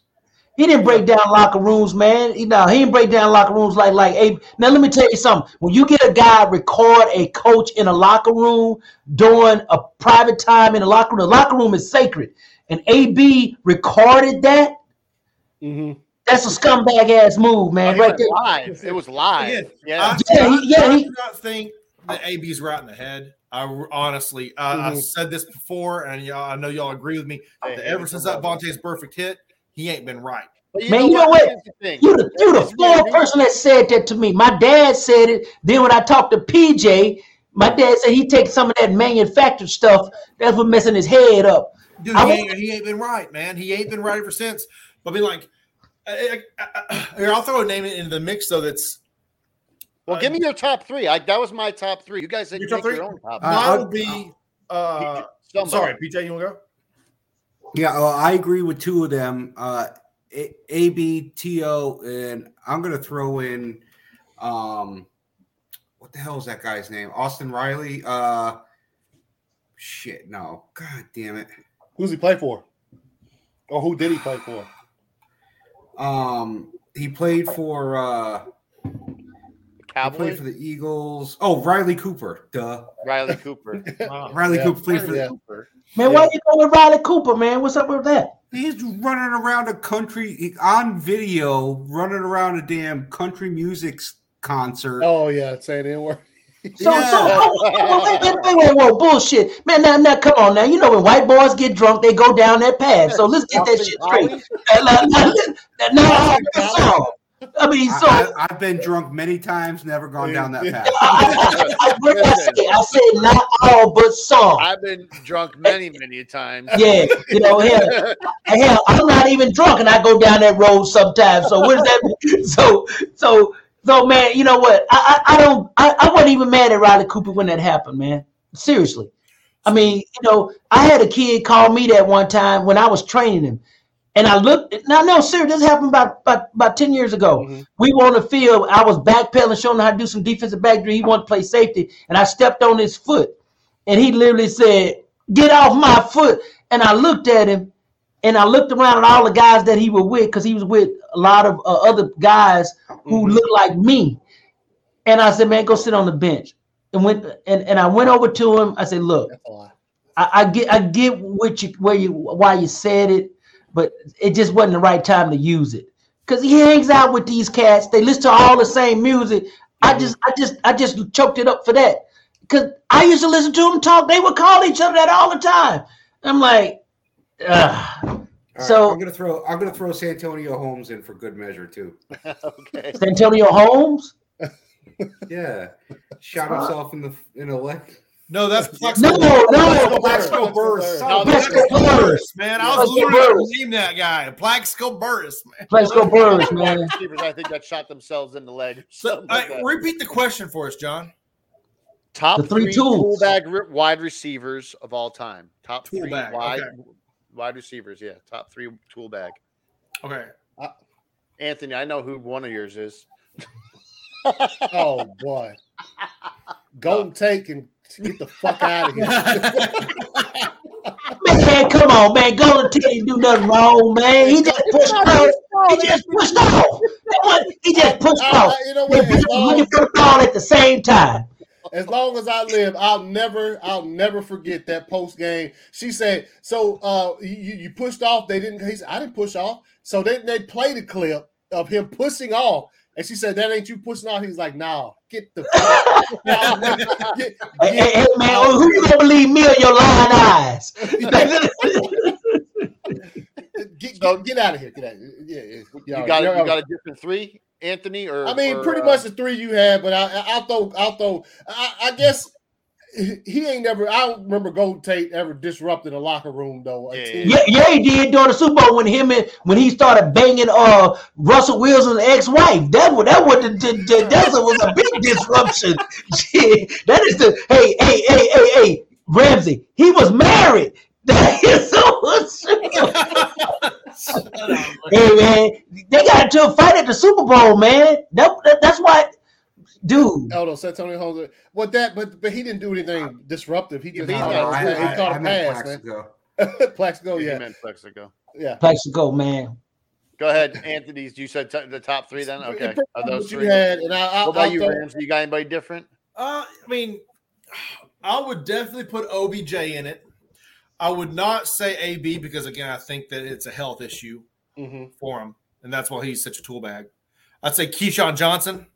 S6: he didn't break down locker rooms, man. You know, he didn't break down locker rooms like like hey. Now let me tell you something. When you get a guy record a coach in a locker room during a private time in a locker room, the locker room is sacred. And AB recorded that. That's a scumbag ass move, man.
S3: It
S6: Right
S3: was
S6: there.
S3: live. It was live.
S4: Again,
S3: Yeah,
S4: I,
S6: Yeah,
S4: I,
S6: he- yeah,
S4: I
S6: he-
S4: do not think that AB's right in the head. I r- honestly, I, I
S6: Mm-hmm.
S4: said this before, and y'all, I know y'all agree with me.
S3: Hey,
S4: that
S3: hey,
S4: ever
S3: it's
S4: since
S3: a
S4: that
S3: love.
S4: Vontae's perfect hit, he ain't been right.
S3: But
S6: Man, you know what?
S3: Here's the thing.
S6: You the you the
S3: This man
S6: fourth
S3: knew-
S6: person that said that to me. My dad said it. Then when I talked to PJ, my dad said he takes some of that manufactured stuff. That's what messing his head up.
S4: Dude,
S6: I
S4: he
S6: was-
S4: ain't, he ain't been right, man. He ain't been right ever since. But I mean, like, I, I, I, here, I'll throw a name into the mix though. That's
S3: Well, give me your top three. I that was my top three. You guys didn't
S4: Your top
S3: make your
S4: three?
S3: own top.
S5: Uh,
S3: three.
S4: mine will
S5: I'll-
S4: be. Uh,
S3: Somebody.
S4: sorry, PJ, you want to go?
S5: Yeah, uh, I agree with two of them. Uh, A- ABTO, and I'm gonna throw in, um, what what the hell is that guy's name? Austin Riley. Uh, shit, no, god damn it.
S2: Who's he play for? Or who did he play for?
S5: Um, he played for uh, he played
S3: Cowboys.
S5: for the Eagles. Oh, Riley Cooper. Duh,
S3: Riley Cooper.
S4: Wow.
S5: Riley
S2: Oh, Yeah.
S5: Cooper played for.
S2: Yeah.
S3: Cooper.
S6: Man, why you going with Riley Cooper, man? What's up with that?
S5: He's running around a country he- on video, running around a damn country music s- concert.
S2: Oh yeah, saying the word.
S6: So, so
S5: Yeah.
S6: oh, oh, wait, wait, wait, wait, whoa, bullshit, man! Now, now, come on, now. You know when white boys get drunk, they go down that path. So let's get that
S3: Austin
S6: shit
S3: Collie?
S6: straight. Now, now, now, now, now, that's all. I mean, so
S5: I, I, have been drunk many times, never gone down that path.
S6: I, I, I, what did I say? I said not all, but some.
S3: I've been drunk many, many a times.
S6: Yeah, you know, hell, hell, I'm not even drunk, and I go down that road sometimes. So what does that mean? So, so, so, man, you know what? I, I, I don't, I, I wasn't even mad at Riley Cooper when that happened, man. Seriously, I mean, you know, I had a kid call me that one time when I was training him, and I looked. Now, no, sir, this happened about about, about ten years ago. We were on the field. I was backpedaling, showing him how to do some defensive back drill. He wanted to play safety, and I stepped on his foot, and he literally said, "Get off my foot!" And I looked at him, and I looked around at all the guys that he was with, because he was with a lot of uh, other guys who looked like me. And I said, "Man, go sit on the bench." And went and, and I went over to him. I said, "Look,
S2: That's a lot.
S6: Oh, I, I get I get what you where you why you said it, but it just wasn't the right time to use it. Cause he hangs out with these cats. They listen to all the same music. I just I just I just choked it up for that. Cause I used to listen to them talk. They would call each other that all the time. I'm like, ugh.
S5: All right,
S6: So-
S5: I'm gonna throw I'm gonna throw Santonio Holmes in for good measure too.
S3: Okay.
S6: Santonio Holmes.
S5: Yeah, shot himself in the in the leg.
S4: No, that's Plexico.
S6: No, no,
S4: Plexico
S6: no.
S2: Plaxico
S4: Burris.
S2: Burris.
S4: No,
S3: that's-
S6: Plaxico Burris.
S4: Man, I was
S6: Plaxico
S4: literally going
S6: Burris.
S4: to name that guy. Plaxico Burris, man.
S6: Plaxico Burris, man.
S3: Receivers, I think that shot themselves in the leg. or
S4: So,
S3: something
S4: all
S3: like
S4: right,
S3: that.
S4: repeat the question for us, John.
S3: Top
S6: The three
S3: three,
S6: tools.
S3: fullback re- wide receivers of all time. Top three
S4: Fullback,
S3: wide
S4: okay.
S3: wide receivers. Yeah, top three toolback.
S4: Okay.
S3: Anthony, I know who one of yours is.
S2: Oh boy. Go and take and get the fuck out of here.
S4: Uh,
S6: Man, come on, man. Golden Tate didn't do nothing wrong, man. He just pushed off. He just pushed off. That one- He just pushed off.
S2: I- I- you know
S6: They
S2: what? As
S6: both were looking
S2: long,
S6: for the ball at the same time.
S2: as long as I live, I'll never, I'll never forget that post game. She said, "So uh, you, you pushed off. They didn't. He said, I didn't push off. So then they played a clip of him pushing off." And she said, "That ain't you pushing off." He's like, "Nah, get the fuck out. Get-
S6: Hey, hey,
S2: get
S6: hey, man, oh, who you gonna believe me or your lying eyes?
S2: get, get, get out of here. Get out. Of here. Yeah, yeah,
S3: You got you got a different three, Anthony, or
S2: I mean,
S3: or,
S2: pretty
S3: uh,
S2: much the three you had, but I, I- I'll throw, I'll throw. I, I guess he ain't never. I don't remember Gold Tate ever disrupted a locker room though.
S3: Yeah.
S2: until-
S6: yeah, yeah, he did during the Super Bowl when him and when he started banging uh Russell Wilson's ex-wife. That was that was the, the, the- that was a big disruption. Shit, that is the hey hey hey hey hey Ramsey. He was married. That is so. Hey man, they got into a fight at the Super Bowl, man. That, that- that's why, dude.
S2: Oh no, Santonio Holmes. But that, but but he didn't do anything disruptive. He just
S3: Yeah,
S5: No,
S2: caught
S3: no,
S2: a-
S5: I,
S2: he
S5: I,
S2: caught
S5: I
S2: a
S5: meant
S2: pass, man.
S5: Plaxico.
S2: Plaxico,
S3: yeah, you
S2: oh, yeah,
S3: meant Plexico.
S2: yeah.
S6: Plaxico, man.
S3: Go ahead, Anthony's. You said t- the top three, then
S2: Pretty
S3: okay.
S2: much
S3: Of those
S2: what you
S3: three,
S2: had, and I, I,
S3: what about
S2: I'll
S3: you,
S2: throw-
S3: Ramsey? You got anybody different?
S4: Uh, I mean, I would definitely put OBJ in it. I would not say AB because again, I think that it's a health issue
S2: Mhm.
S4: for him, and that's why he's such a tool bag. I'd say Keyshawn Johnson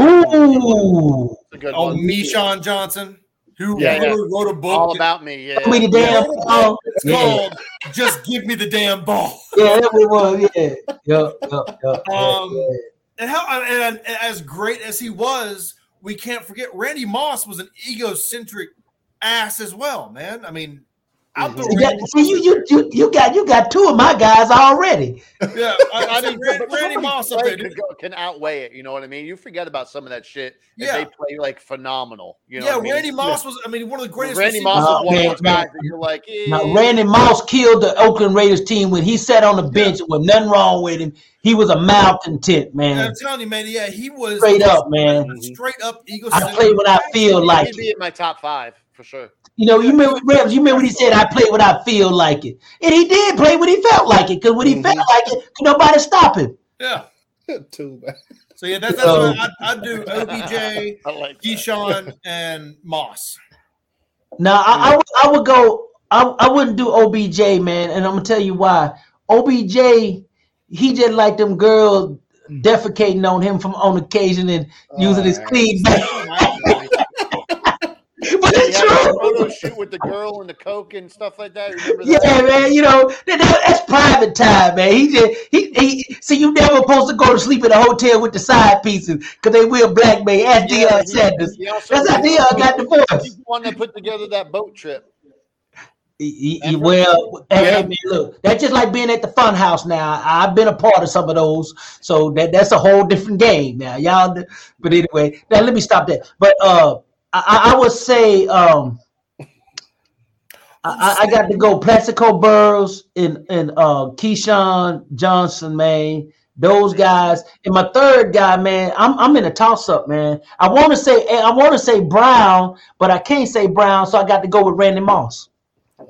S6: Ooh,
S3: That's a good
S4: oh,
S3: one.
S4: Meshawn Johnson, who
S2: Yeah,
S4: literally
S3: yeah.
S4: wrote a book.
S3: all
S4: that-
S3: about me. Yeah,
S6: we the damn ball.
S4: It's
S6: Yeah,
S4: called "Just Give Me the Damn Ball."
S6: yeah, that we was. Yeah, yup, yup, yup.
S4: Um,
S6: yeah.
S4: And how and, and as great as he was, we can't forget Randy Moss was an egocentric ass as well, man. I mean, I'll throw
S6: Yeah,
S4: Randy-
S6: see, you, you you you got you got two of my guys already.
S4: Yeah, I, I didn't Randy, Randy Moss up there.
S3: Play
S4: dude.
S3: could go, can outweigh it. You know what I mean? You forget about some of that shit. if
S4: Yeah.
S3: they play like phenomenal. You know,
S4: yeah,
S3: what I mean?
S4: Randy Moss was. I mean, one of the greatest.
S3: Randy
S4: receivers.
S3: Moss is
S6: Oh,
S3: one of
S6: man,
S3: those guys
S6: man.
S3: that you're like, eh.
S6: Now Randy Moss killed the Oakland Raiders team when he sat on the bench with nothing wrong with him. He was a malcontent
S4: Yeah,
S6: man.
S4: I'm telling you, man. Yeah, he was
S6: Straight up, man.
S4: Straight up Eagles.
S6: I play when I feel like
S3: he'd
S6: it.
S3: be in my top five for sure.
S6: You know, you remember Revs, you remember when he said, I play what I feel like it. And he did play what he felt like it, because when he felt like it, could nobody stop him.
S4: Yeah.
S2: Too bad.
S4: So yeah, that's, that's
S6: So-
S4: what I, I do. OBJ,
S3: I like that.
S4: Keyshawn, and Moss.
S6: Now I, I would- I would go I, I wouldn't do OBJ, man, and I'm gonna tell you why. OBJ, he just like them girls
S3: Mm.
S6: defecating on him from on occasion and
S3: Uh,
S6: using his clean back. but
S3: He
S6: it's
S3: had a
S6: true.
S3: photo shoot with the girl and the coke and stuff like that. Remember that?
S6: Yeah, man, you know that, that- that's private time, man. He just he, he see you never supposed to go to sleep in a hotel with the side pieces because they will blackmail. Ask
S3: Yeah,
S6: Deion
S3: he-
S6: Sanders.
S3: he also-
S6: That's how Deion got
S3: He's
S6: divorced.
S3: the one that put together that boat trip.
S6: He- he- well, hey, hey, man, look, that's just like being at the fun house now. I've been a part of some of those, so that that's a whole different game now, y'all. d- But anyway, now let me stop that. But uh, I, I- I would say um, I, I I got to go Plaxico Burrows and and uh, Keyshawn Johnson, man. Those guys, and my third guy, man. I'm I'm in a toss up, man. I want to say eh, I want to say Brown, but I can't say Brown, so I got to go with Randy Moss.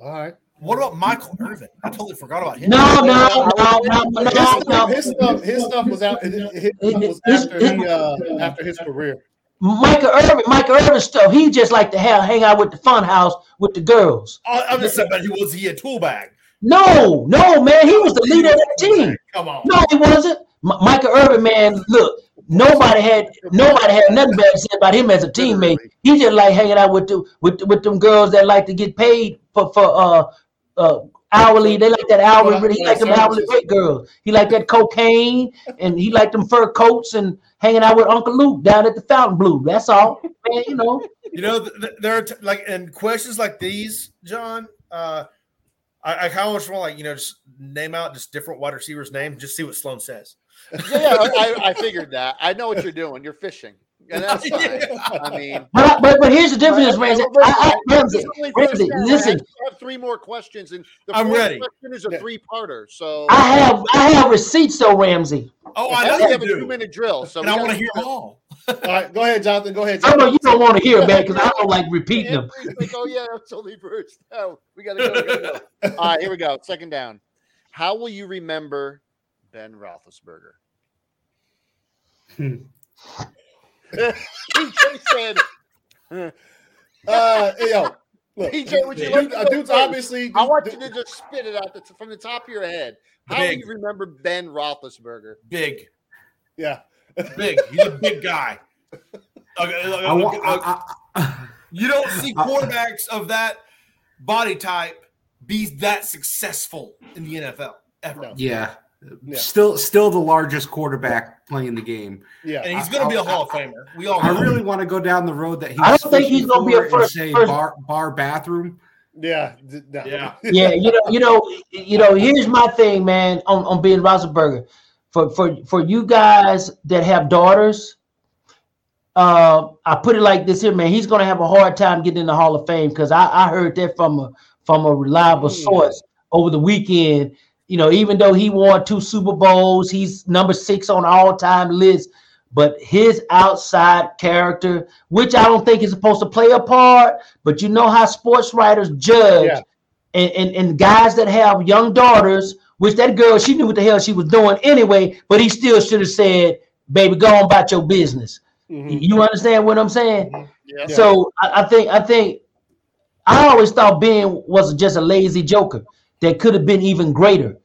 S2: All right.
S4: What about Michael Irvin? I totally forgot about him.
S6: No, no, no, no, no,
S2: His
S6: no,
S2: stuff, his stuff, his stuff was out. His stuff was after he uh, after his career.
S6: Michael Irvin, Michael Irvin stuff. He just like to have, hang out with the fun house with the girls.
S4: I, I'm just saying, but he was he a tool bag?
S6: No, no, man, he was the leader of that team.
S4: Come on.
S6: No, he wasn't. M- Michael Irvin, man, look, nobody had nobody had nothing bad to say about him as a teammate. He just like hanging out with the with with them girls that like to get paid for for uh uh hourly. They like that hourly. He like them hourly rate girls. He like that cocaine and he like them fur coats and hanging out with Uncle Luke down at the Fountain Blue. That's all, man. You know.
S4: You know, th- th- there are t- like and questions like these, John. Uh, I, I kind of just want like you know just name out just different wide receivers' names, just see what Sloan says.
S3: Yeah, yeah, I, I- I figured that. I know what you're doing. You're fishing, and that's fine. I mean,
S6: But I, but, but here's the difference, Ramsey. I, I, Ramsey,
S3: This is only first
S6: Ramsey,
S3: round. I
S6: listen.
S3: actually have three more questions, and the
S4: I'm
S3: fourth
S4: ready.
S3: question is a three-parter. So
S6: I have I have receipts though, Ramsey.
S4: Oh, I
S3: And
S4: know
S3: we
S4: you
S3: have a
S4: do, and
S3: two-minute drill. So
S4: I
S3: we
S4: want to
S3: gotta-
S4: hear them all.
S2: All right, go ahead, Jonathan. Go ahead,
S6: I know
S2: Jonathan.
S6: you don't want to hear, man, because I don't like repeating them.
S3: Everybody's like, oh yeah, that's only Bruce. No, we gotta go. We gotta go. All right, here we go. Second down. How will you remember Ben Roethlisberger? PJ said,
S2: Uh, hey, yo, look,
S3: PJ, would you
S2: dude,
S3: like to
S2: uh,
S3: go
S2: dude's
S3: first?
S2: obviously.
S3: I want you to just spit it out the t- from the top of your head. How do
S4: Big.
S3: you remember Ben Roethlisberger?
S4: Big,
S2: Yeah,
S4: big. He's a big guy. Okay, look,
S5: I want.
S4: look,
S5: I,
S4: look.
S5: I-
S4: you don't see
S5: I-
S4: quarterbacks of that body type be that successful in the NFL ever.
S5: yeah.
S2: Yeah.
S5: Still, still the largest quarterback playing the game.
S2: yeah.
S4: And he's going to be a Hall of Famer. We
S2: Oh,
S4: all
S5: I
S4: know.
S5: really want to go down the road that he's.
S6: I don't think he's gonna be a
S5: fishing for and
S6: first-
S5: say
S6: first-
S5: bar bar bathroom.
S2: Yeah, d- no.
S4: Yeah.
S6: Yeah, you know, you know, you know. Here's my thing, man. On on being Rosenberger, for for for you guys that have daughters, uh, I put it like this here, man. He's gonna have a hard time getting in the Hall of Fame because I I heard that from a from a reliable source over the weekend. You know, even though he won two Super Bowls, he's number six on all time list. But his outside character, which I don't think is supposed to play a part, but you know how sports writers judge
S2: Yeah.
S6: and, and, and guys that have young daughters, which that girl, she knew what the hell she was doing anyway, but he still should have said, baby, go on about your business.
S2: Mhm.
S6: You understand what I'm saying?
S3: Yeah.
S6: So I, I think I think I always thought Ben was just a lazy joker that could have been even greater.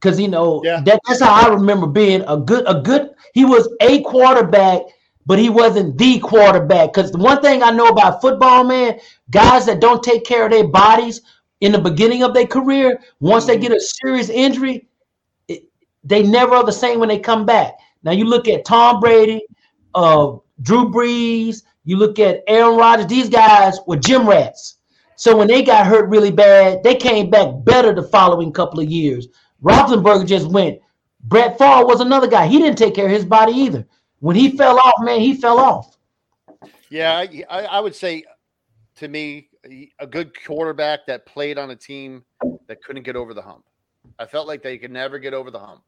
S6: Cause you know
S2: Yeah.
S6: that, that's how I remember being a good a good he was a quarterback, but he wasn't the quarterback. Cause the one thing I know about football, man, guys that don't take care of their bodies in the beginning of their career, once they get a serious injury, it, they never are the same when they come back. Now you look at Tom Brady, uh, Drew Brees, you look at Aaron Rodgers, these guys were gym rats. So when they got hurt really bad, they came back better the following couple of years. Roethlisberger just went. Brett Favre was another guy. He didn't take care of his body either. When he fell off, man, he fell off.
S3: Yeah, I, I I would say to me, a good quarterback that played on a team that couldn't get over the hump. I felt like they could never get over the hump.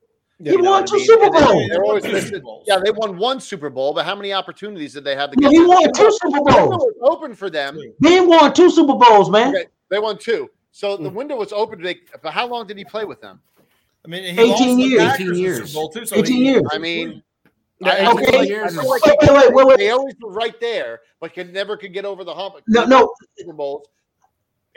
S6: he
S3: know what
S6: won
S3: I
S6: two
S3: mean?
S6: Super
S3: And then
S6: Bowls.
S3: they're always
S4: Two
S3: listed-
S4: Super Bowls.
S3: Yeah, they won one Super Bowl, but how many opportunities did they have to get?
S6: Yeah, he
S3: to-
S6: won two Super
S3: The window
S6: Bowls.
S3: was open for them.
S6: He won two Super Bowls, man.
S3: Okay, they won two. So
S6: Hmm.
S3: the window was open. They, but how long did he play with them?
S4: I mean, he
S6: 18
S4: lost the
S6: years.
S4: Packers in
S12: 18
S4: the
S12: years.
S4: Super Bowl too, so
S6: 18
S4: he-
S6: years.
S3: I mean,
S12: Yeah,
S3: I-
S12: eighteen
S6: okay.
S12: years is-
S3: feel like
S6: Wait, wait, wait, wait, wait.
S3: They always were right there, but could never could get over the hump.
S6: No, no,
S3: Super Bowls.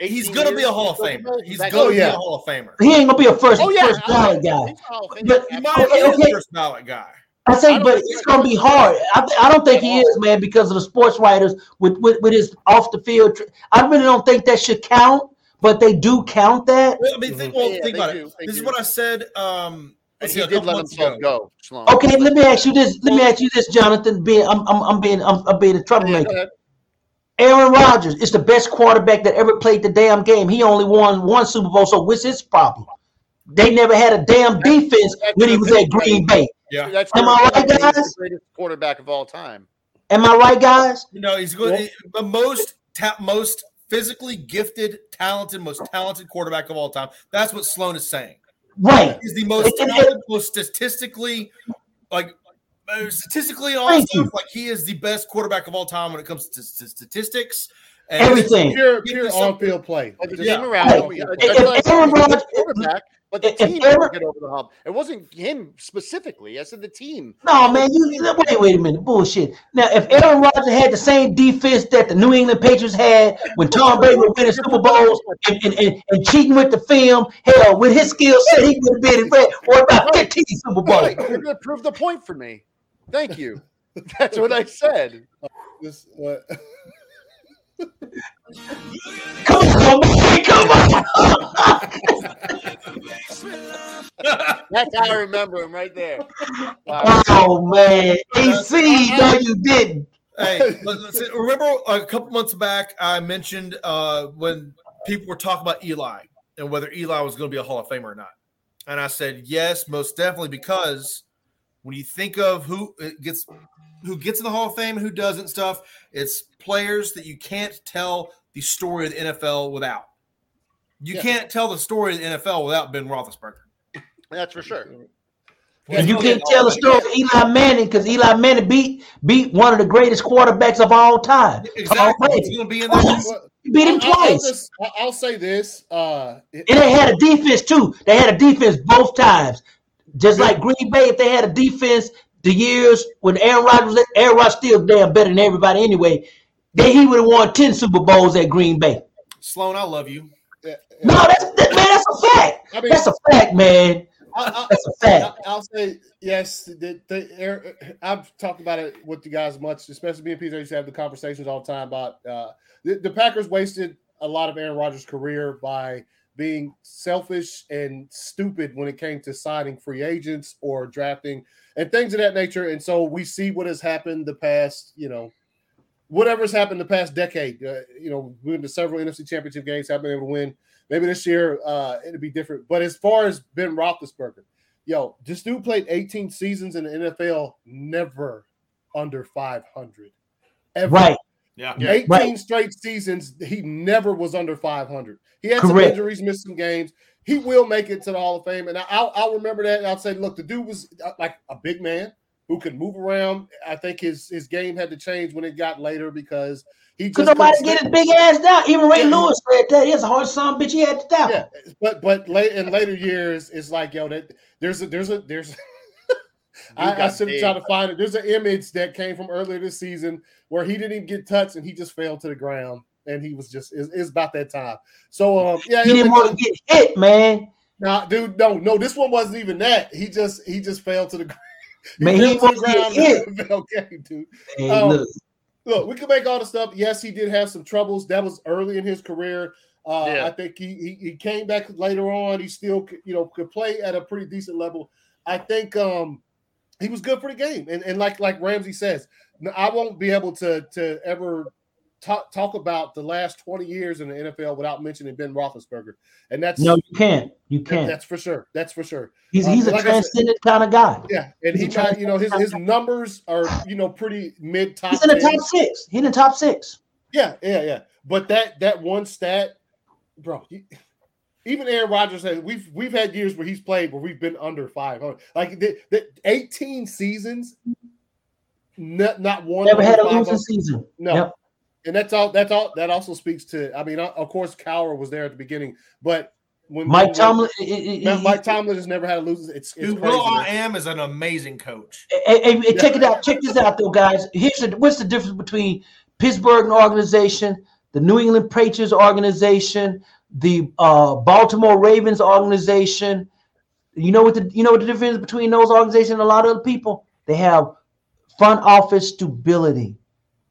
S4: he's
S3: 18
S4: gonna be a
S3: years,
S4: Hall of
S3: he's
S4: Famer. He's
S3: back-
S4: gonna
S2: Oh,
S4: be
S2: yeah.
S4: a Hall of Famer.
S6: he ain't gonna be a first
S3: Oh yeah,
S6: first
S3: I-
S6: ballot guy.
S3: he's a Hall of Famer.
S6: But-
S4: He
S3: Absolutely.
S4: might
S6: Okay,
S4: be the
S6: okay.
S4: first ballot guy.
S6: I
S3: I
S6: think,
S3: don't
S6: but
S3: think
S6: it's
S3: so.
S6: gonna be hard. I, th- I don't think he
S3: At all.
S6: is, man, because of the sports writers with, with with his off the field. tr- I really don't think that should count, but they do count that.
S4: Well, I mean, think, well,
S3: Yeah,
S4: think
S3: they
S4: about
S3: do,
S4: it.
S3: they
S4: This is
S3: do.
S4: what I said. Um,
S3: And
S4: let's
S3: he
S4: see, a
S3: did
S4: couple
S3: let
S4: months
S3: himself
S4: ago.
S3: go. Sloan.
S6: Okay, let me ask you this. Let me ask you this, Jonathan. Being I'm I'm, I'm being I'm, I'm being a
S3: Yeah,
S6: troublemaker.
S3: go ahead.
S6: Aaron Rodgers is the best quarterback that ever played the damn game. He only won one Super Bowl, so what's his problem? They never had a damn defense
S3: that's
S6: when he was
S3: the
S6: at Green Bay.
S4: Yeah,
S3: That's
S6: Am
S3: your-
S6: I right,
S3: he's
S6: guys?
S3: The greatest quarterback of all time.
S6: Am I right, guys?
S4: you know, he's good. the most ta- most physically gifted, talented, most talented quarterback of all time. That's what Sloan is saying.
S6: Right.
S4: He's the most
S6: And- and-
S4: talented, most statistically, like uh, statistically and all that
S6: Thank
S4: stuff.
S6: you.
S4: Like he is the best quarterback of all time when it comes to, to statistics. And
S6: Everything.
S2: Pure,
S4: Give
S2: pure
S4: me something.
S2: on field play.
S3: Like, the
S4: Yeah.
S3: team around
S6: Right.
S3: him, yeah,
S2: If-
S3: that's
S6: if
S3: what I said,
S6: Aaron
S3: he was the
S6: Rodgers-
S3: quarterback, but the
S6: if- if
S3: team
S6: Aaron-
S3: couldn't get over the hump. It wasn't him specifically. I said the team.
S6: No, man, you you- wait, wait a minute, bullshit. Now, if Aaron Rodgers had the same defense that the New England Patriots had when Tom Brady was winning Super Bowls and, and, and, and cheating with the film, hell, with his skill set, he would have been in red or about 15 Super Bowls.
S3: Right, you're going to prove the point for me. Thank you. That's what I said.
S2: This, what?
S6: Come on, man, come on.
S3: That's how I remember him right there. Uh, Wow.
S6: Oh, man. AC, no, you didn't.
S4: Hey, let- let's see. remember a couple months back, I mentioned uh, when people were talking about Eli and whether Eli was going to be a Hall of Famer or not. And I said, yes, most definitely, because when you think of who uh, gets who gets in the Hall of Fame and who doesn't stuff, it's players that you can't tell the story of the NFL without. You can't tell the story of the NFL without Ben Roethlisberger.
S3: That's for sure.
S6: And you can't tell the story of Eli Manning because Eli Manning beat beat one of the greatest quarterbacks of all time. Tom
S4: Exactly. He's
S6: Brady.
S4: going to be in there.
S6: Twice. He beat
S2: I'll-
S6: him
S2: I'll,
S6: twice.
S2: just- I'll- I'll say this. Uh, it-
S6: And they had a defense too. They had a defense both times. Just like Green Bay, if they had a defense the years when Aaron Rodgers, was- Aaron Rodgers still damn better than everybody anyway. Then he would have won ten Super Bowls at Green Bay.
S4: Sloan, I love you.
S6: No, that's that, man, that's a fact.
S2: I mean-
S6: that's a fact, man.
S2: I, I,
S6: That's a fact.
S2: I- I'll say yes. The, the air, I've talked about it with you guys much, especially me and Peter. I used to have the conversations all the time about uh, the, the Packers wasted a lot of Aaron Rodgers' career by being selfish and stupid when it came to signing free agents or drafting and things of that nature. And so we see what has happened the past, you know, whatever's happened the past decade. Uh, you know, we've been to several NFC Championship games, haven't been able to win. Maybe this year uh, it'll be different. But as far as Ben Roethlisberger, yo, this dude played 18 seasons in the NFL, never under 500. Ever.
S6: Right.
S4: Yeah.
S2: 18
S6: Right.
S2: straight seasons, he never was under 500. He had some
S6: Correct.
S2: injuries, missed some games. He will make it to the Hall of Fame, and I- I'll, I'll remember that. And I'll say, look, the dude was uh, like a big man who could move around. I think his his game had to change when it got later because he just
S6: Because nobody
S2: couldn't
S6: get
S2: stay-
S6: his big ass down. Even Ray
S2: Yeah.
S6: Lewis said that. He was a hard son of a bitch. He had to down.
S2: Yeah, but but late in later years, it's like yo, that there's a there's a there's. I, I
S3: got
S2: should
S3: big.
S2: try to find it. There's an image that came from earlier this season where he didn't even get touched and he just fell to the ground and he was just it's, it's about that time. So um yeah,
S6: He
S2: it
S6: didn't
S2: was-
S6: want to get hit, man.
S2: nah, dude, no, no, this one wasn't even that. He just he just fell to the ground.
S6: Man, he
S2: fell to
S6: wanted to get
S2: the ground. Okay, dude.
S6: Hey,
S2: Um,
S6: look,
S2: Look, we can make all the stuff. Yes, he did have some troubles. That was early in his career. Uh,
S3: Yeah.
S2: I think he, he he came back later on. He still c- you know could play at a pretty decent level. I think um he was good for the game. And and like like Ramsey says, n- I won't be able to to ever talk, talk about the last 20 years in the NFL without mentioning Ben Roethlisberger. And that's
S6: No, you can't. You
S2: that-
S6: can't.
S2: that's for sure. That's for sure.
S6: He's
S2: uh,
S6: he's a
S2: like I said-
S6: transcendent kind of guy.
S2: Yeah. And he
S6: He's a
S2: got, you know, his, his numbers are, you know, pretty mid top.
S6: He's in the top six. He's in the top six.
S2: Yeah, yeah, yeah. But that that one stat, bro. he- even Aaron Rodgers has we've we've had years where he's played where we've been under five hundred. Like the, the eighteen seasons, not not one
S6: Never
S2: under
S6: had a
S2: 500.
S6: losing season.
S2: No.
S6: Yep.
S2: And that's all. That's all. That also speaks to. I mean, uh, of course, Cowher was there at the beginning, but when
S6: Mike
S2: when-
S6: Tomlin. eh, eh, eh,
S2: Mike, Mike Tomlin has never had a losing. It's, it's
S4: Dude,
S2: crazy.
S4: Will I
S2: man.
S4: am is an amazing coach.
S6: Hey, hey, hey, eh, check it out. Check this out, though, guys. Here's the, what's the difference between Pittsburgh and organization, the New England Patriots organization, the uh, Baltimore Ravens organization. You know what the you know what the difference is between those organizations and a lot of other people? They have front office stability,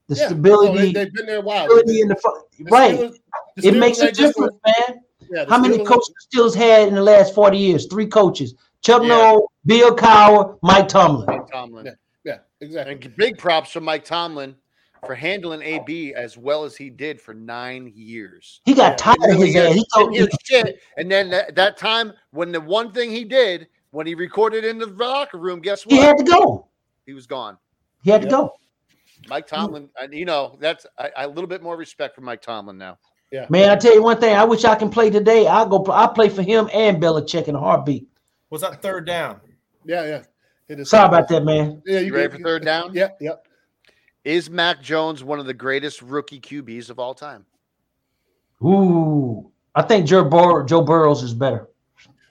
S6: the
S2: Yeah.
S6: stability,
S2: Oh, they, have been there a while.
S6: stability in the front,
S2: The
S6: right.
S2: Steelers- the
S6: it
S2: Steelers
S6: makes a
S2: ain't just-
S6: difference, man.
S2: yeah, the
S6: How many
S2: Steelers-
S6: coaches the Steelers had in the last 40 years? Three coaches. Chuck
S3: Yeah.
S6: Noll, Bill Cowher, Mike Tomlin.
S3: Mike Tomlin.
S2: Yeah, exactly.
S3: And big props to Mike Tomlin for handling AB as well as he did for nine years.
S6: He got tired of
S3: Really
S6: his
S3: good.
S6: ass. He
S3: Didn't
S6: told
S3: hear shit. And then that, that time, when the one thing he did, when he recorded in the locker room, guess
S6: he
S3: what?
S6: had to go.
S3: he was gone.
S6: He had
S2: Yep.
S6: to go.
S3: Mike Tomlin, and you know, that's I, I- a little bit more respect for Mike Tomlin now.
S6: Man, I tell you one thing. I wish I can play today. I go. I play for him and Belichick in a heartbeat.
S4: Was that third down?
S2: Yeah, yeah. It is-
S6: Sorry about that, man.
S2: Yeah,
S3: You ready
S2: good.
S3: for third down?
S2: Yep, yep.
S3: Is Mac Jones one of the greatest rookie QBs of all time?
S6: Ooh, I think Joe Bur- Joe Burrows is better.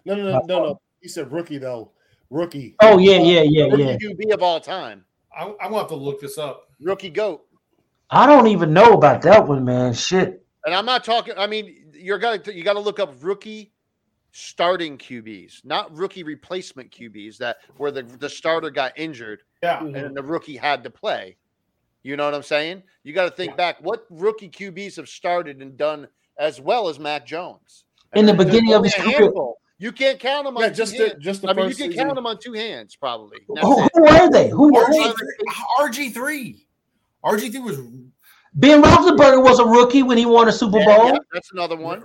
S2: No, no, no,
S3: Uh,
S2: no, no. He said rookie though. Rookie.
S6: Oh yeah, yeah, yeah,
S3: Rookie
S6: yeah.
S3: QB of all time.
S4: I, I'm gonna have to look this up.
S3: Rookie GOAT.
S6: I don't even know about that one, man. Shit.
S3: And I'm not talking, I mean, you're gotta you gotta look up rookie starting QBs, not rookie replacement QBs that where the, the starter got injured
S4: Yeah,
S2: Mhm.
S6: Mm.
S3: and the rookie had to play. You know what I'm saying? You got to think back. What rookie QBs have started and done as well as Mac Jones
S6: In the
S3: There's
S6: beginning of
S3: only
S6: his
S3: a
S6: career.
S3: handful. You can't count them on
S2: Yeah,
S3: two
S2: just the,
S3: hands.
S2: just the
S3: I mean, you
S2: first
S3: can
S2: season.
S3: count them on two hands, probably. That's
S6: Who,
S3: it.
S6: who were they? Who were
S4: RG
S6: they?
S4: RG three, RG three was
S6: Ben Roethlisberger was a rookie when he won a Super
S3: Yeah,
S6: Bowl.
S3: yeah, that's another one.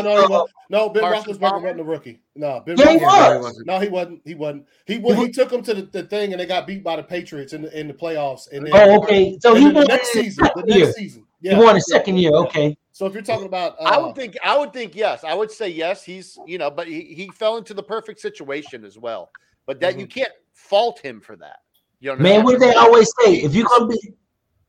S2: No, no, he
S6: uh,
S2: wasn't. no, Ben
S3: Carson
S2: Roethlisberger
S3: Palmer?
S2: wasn't a rookie. No, Ben
S6: Yeah, he
S2: Roethlisberger-
S6: was.
S2: No, he wasn't. He wasn't. He wa-
S6: He
S2: he took them to the, the thing, and they got beat by the Patriots in the in the playoffs. And then,
S6: oh, okay. So
S2: and
S6: he
S2: then
S6: won
S2: the next
S6: in
S2: season. The
S6: second year.
S2: next season. Yeah.
S6: he won
S2: yeah.
S6: his second year. Okay.
S2: So if you're talking about, uh,
S3: I would think I would think yes. I would say yes. He's you know, but he, he fell into the perfect situation as well. But that you can't fault him for that. You know,
S6: Mm-hmm. Man, what do they always say? If you're gonna be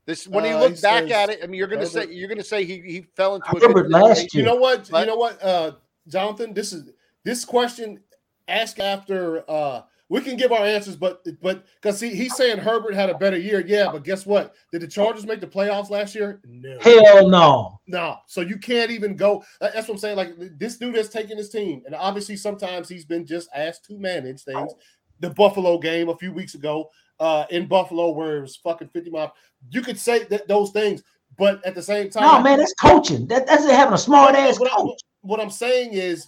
S3: this when you
S2: Uh,
S3: look
S2: he
S3: back
S2: says
S3: at it, I mean, you're gonna say
S2: Herbert-
S3: you're gonna say he, he fell into a good
S6: Herbert last
S3: situation.
S2: you know what?
S3: But-
S2: You know what, uh, Jonathan? This is this question. Ask after. Uh, we can give our answers, but but because he, he's saying Herbert had a better year. Yeah, but guess what? Did the Chargers make the playoffs last year? No.
S6: hell no.
S2: No, so you can't even go. that- That's what I'm saying. Like this dude has taken his team, and obviously sometimes he's been just asked to manage things. The Buffalo game a few weeks ago uh, in Buffalo, where it was fucking 50 miles. You could say that those things, but at the same time,
S6: No, man, that's coaching. That, that's having a smart ass
S2: what, I,
S6: coach.
S2: what I'm saying is,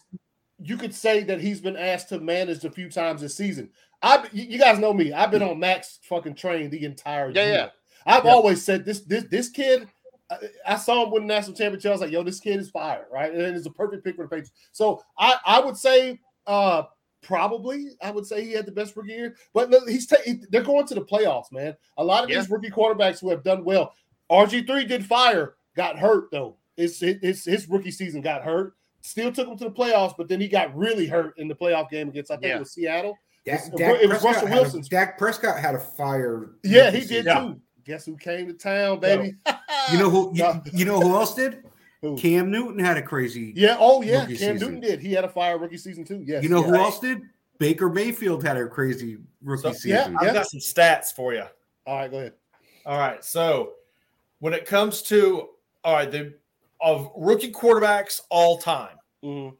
S2: you could say that he's been asked to manage a few times this season. I, you you guys know me. I've been on Max fucking train the entire
S3: Yeah,
S2: year.
S3: yeah.
S2: I've
S3: Yeah.
S2: always said this. This this kid. I, I saw him win the national championship. I was like, "Yo, this kid is fire!" Right, and it's a perfect pick for the Patriots. So I, I would say, uh, probably, I would say he had the best rookie year. But look, he's ta- they're going to the playoffs, man. A lot of
S3: Yeah.
S2: these rookie quarterbacks who have done well, RG three did fire, got hurt though. His, his his rookie season got hurt. Still took him to the playoffs, but then he got really hurt in the playoff game against I think
S3: Yeah.
S2: it was Seattle.
S5: Dak,
S2: It was-
S5: Dak
S2: it was
S5: Prescott
S2: Russell
S5: had a-
S2: Wilson's-
S5: Dak Prescott had a fire.
S2: Yeah, he did
S4: Yeah.
S2: too. Guess who came to town, baby?
S5: You know who? You,
S2: No.
S5: you know who else did?
S2: Who?
S5: Cam Newton had a crazy.
S2: Yeah. Oh yeah.
S5: Rookie
S2: Cam
S5: season.
S2: Newton did. He had a fire rookie season too. Yes.
S5: you know
S2: yeah.
S5: who else did? Baker Mayfield had a crazy rookie
S4: So-
S5: season.
S2: Yeah.
S4: I've got some stats for you.
S2: All right. Go ahead.
S4: All right. So when it comes to all right, the of rookie quarterbacks all time,
S2: Mhm.